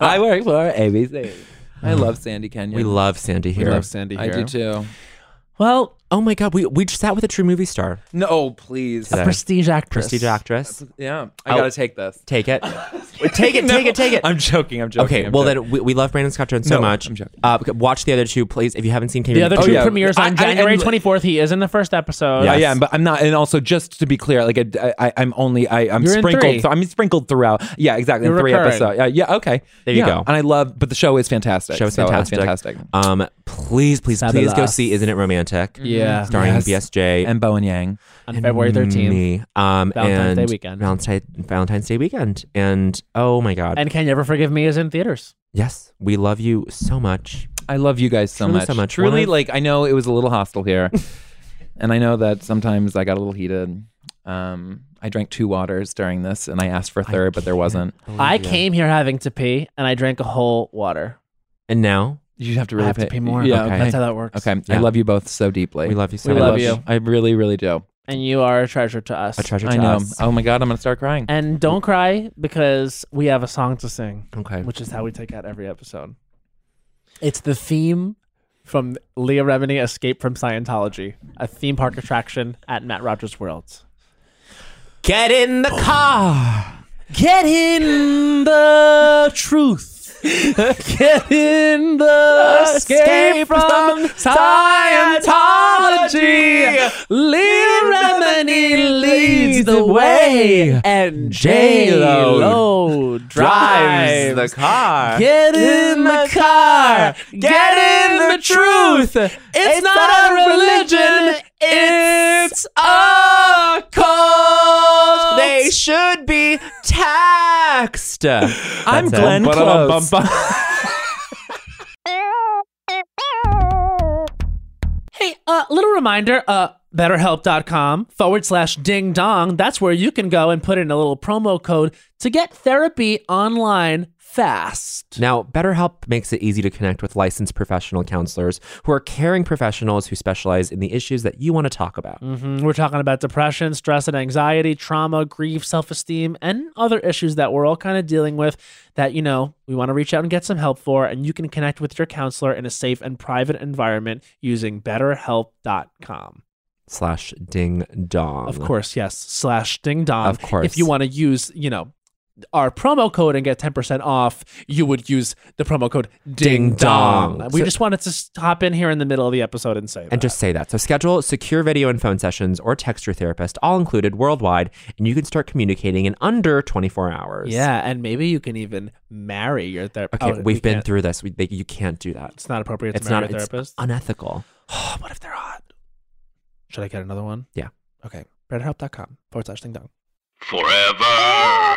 I work for ABC. I love Sandy Kenyon. Uh-huh. We love Sandy here. Sandy. I do too. well, oh my God, we we sat with a true movie star, No, please. Today. prestige actress. prestige actress. Yeah, I Oh. gotta take this. Take it. take it. Take it. Take it. [LAUGHS] I'm joking. I'm joking. Okay, I'm well joking. then we, we love Brandon Scott Jones so No, much. I'm joking. Uh, okay, watch the other two, please. If you haven't seen, can The you- other Oh, two yeah. premieres I- I- on and- January 24th. He is in the first episode. I Yes. am, but I'm not. And also, just to be clear, like I, I, I'm only I, I'm You're in sprinkled. three. So I'm sprinkled throughout. Yeah, exactly. in You're three recurring. episodes. Yeah, yeah, okay. There you Yeah, go. And I love, but the show is fantastic. show is so it's fantastic. Um, please, please, please go Fabulous. see "Isn't It Romantic," Mm-hmm. Yeah. starring Yes. BSJ And Bo and Yang. On Mm, February 13th. Me. Um, Valentine's and Day weekend. Valentine, Valentine's Day weekend. And oh my God. And Can You Ever Forgive Me is in theaters. yes, we love you so much. I love you guys so Truly much. so much. One Truly, of- like I know it was a little hostile here, and I know that sometimes I got a little heated. Um, I drank two waters during this, and I asked for a third, but there wasn't. I came here having to pee and I drank a whole water. And now You have to I really have to pay- pee more. Yeah, Okay. okay. That's how that works. Okay, I Yeah. love you both so deeply. we love you so I We much. love you. I really, really do. And you are a treasure to us. A treasure to I know. us. Oh my god, I'm gonna start crying. And don't cry because we have a song to sing, Okay. which is how we take out every episode. It's the theme from Leah Remini Escape from Scientology, a theme park attraction at Matt Rogers World. Get in the car. Get in the truth. [LAUGHS] Get in the escape from Scientology. Leah [LAUGHS] Remini leads the way, and J Lo drives the car. Get in the car. Get in the truth. It's not a religion. It's a cult. They should be [LAUGHS] taxed. I'm That's it. Glenn Close. Hey, uh, little reminder. Uh, betterhelp.com forward slash ding dong. That's where you can go and put in a little promo code to get therapy online fast. Now, BetterHelp makes it easy to connect with licensed professional counselors who are caring professionals who specialize in the issues that you want to talk about. Mhm. We're talking about depression, stress and anxiety, trauma, grief, self esteem, and other issues that we're all kind of dealing with that, you know, we want to reach out and get some help for. And you can connect with your counselor in a safe and private environment using betterhelp.com. Slash ding dong. Of course, yes, slash ding dong. Of course. If you want to use, you know, our promo code and get 10% off, you would use the promo code ding, Ding dong. dong. We So- just wanted to s- hop in here in the middle of the episode and say that. And just say that. So schedule secure video and phone sessions or text your therapist, all included worldwide, and you can start communicating in under 24 hours. Yeah, Oh, and maybe you can even marry your therapist. Okay, we've been through this. We, they, you can't do that. It's not appropriate to It's marry not. a It's therapist. unethical. [GASPS] what if they're hot? Should I get another one? Yeah. Okay. BetterHelp.com forward slash ding dong. Forever.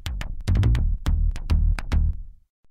[LAUGHS]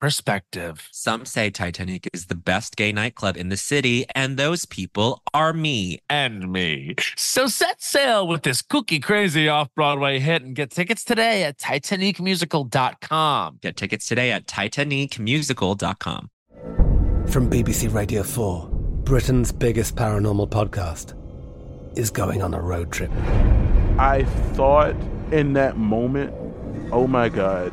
perspective. Some say Titanic is the best gay nightclub in the city, and those people are me. And me. So set sail with this cookie crazy off Broadway hit and get tickets today at TitanicMusical.com. Get tickets today at TitanicMusical.com. From BBC Radio 4, Britain's biggest paranormal podcast is going on a road trip. I thought in that moment, oh my God,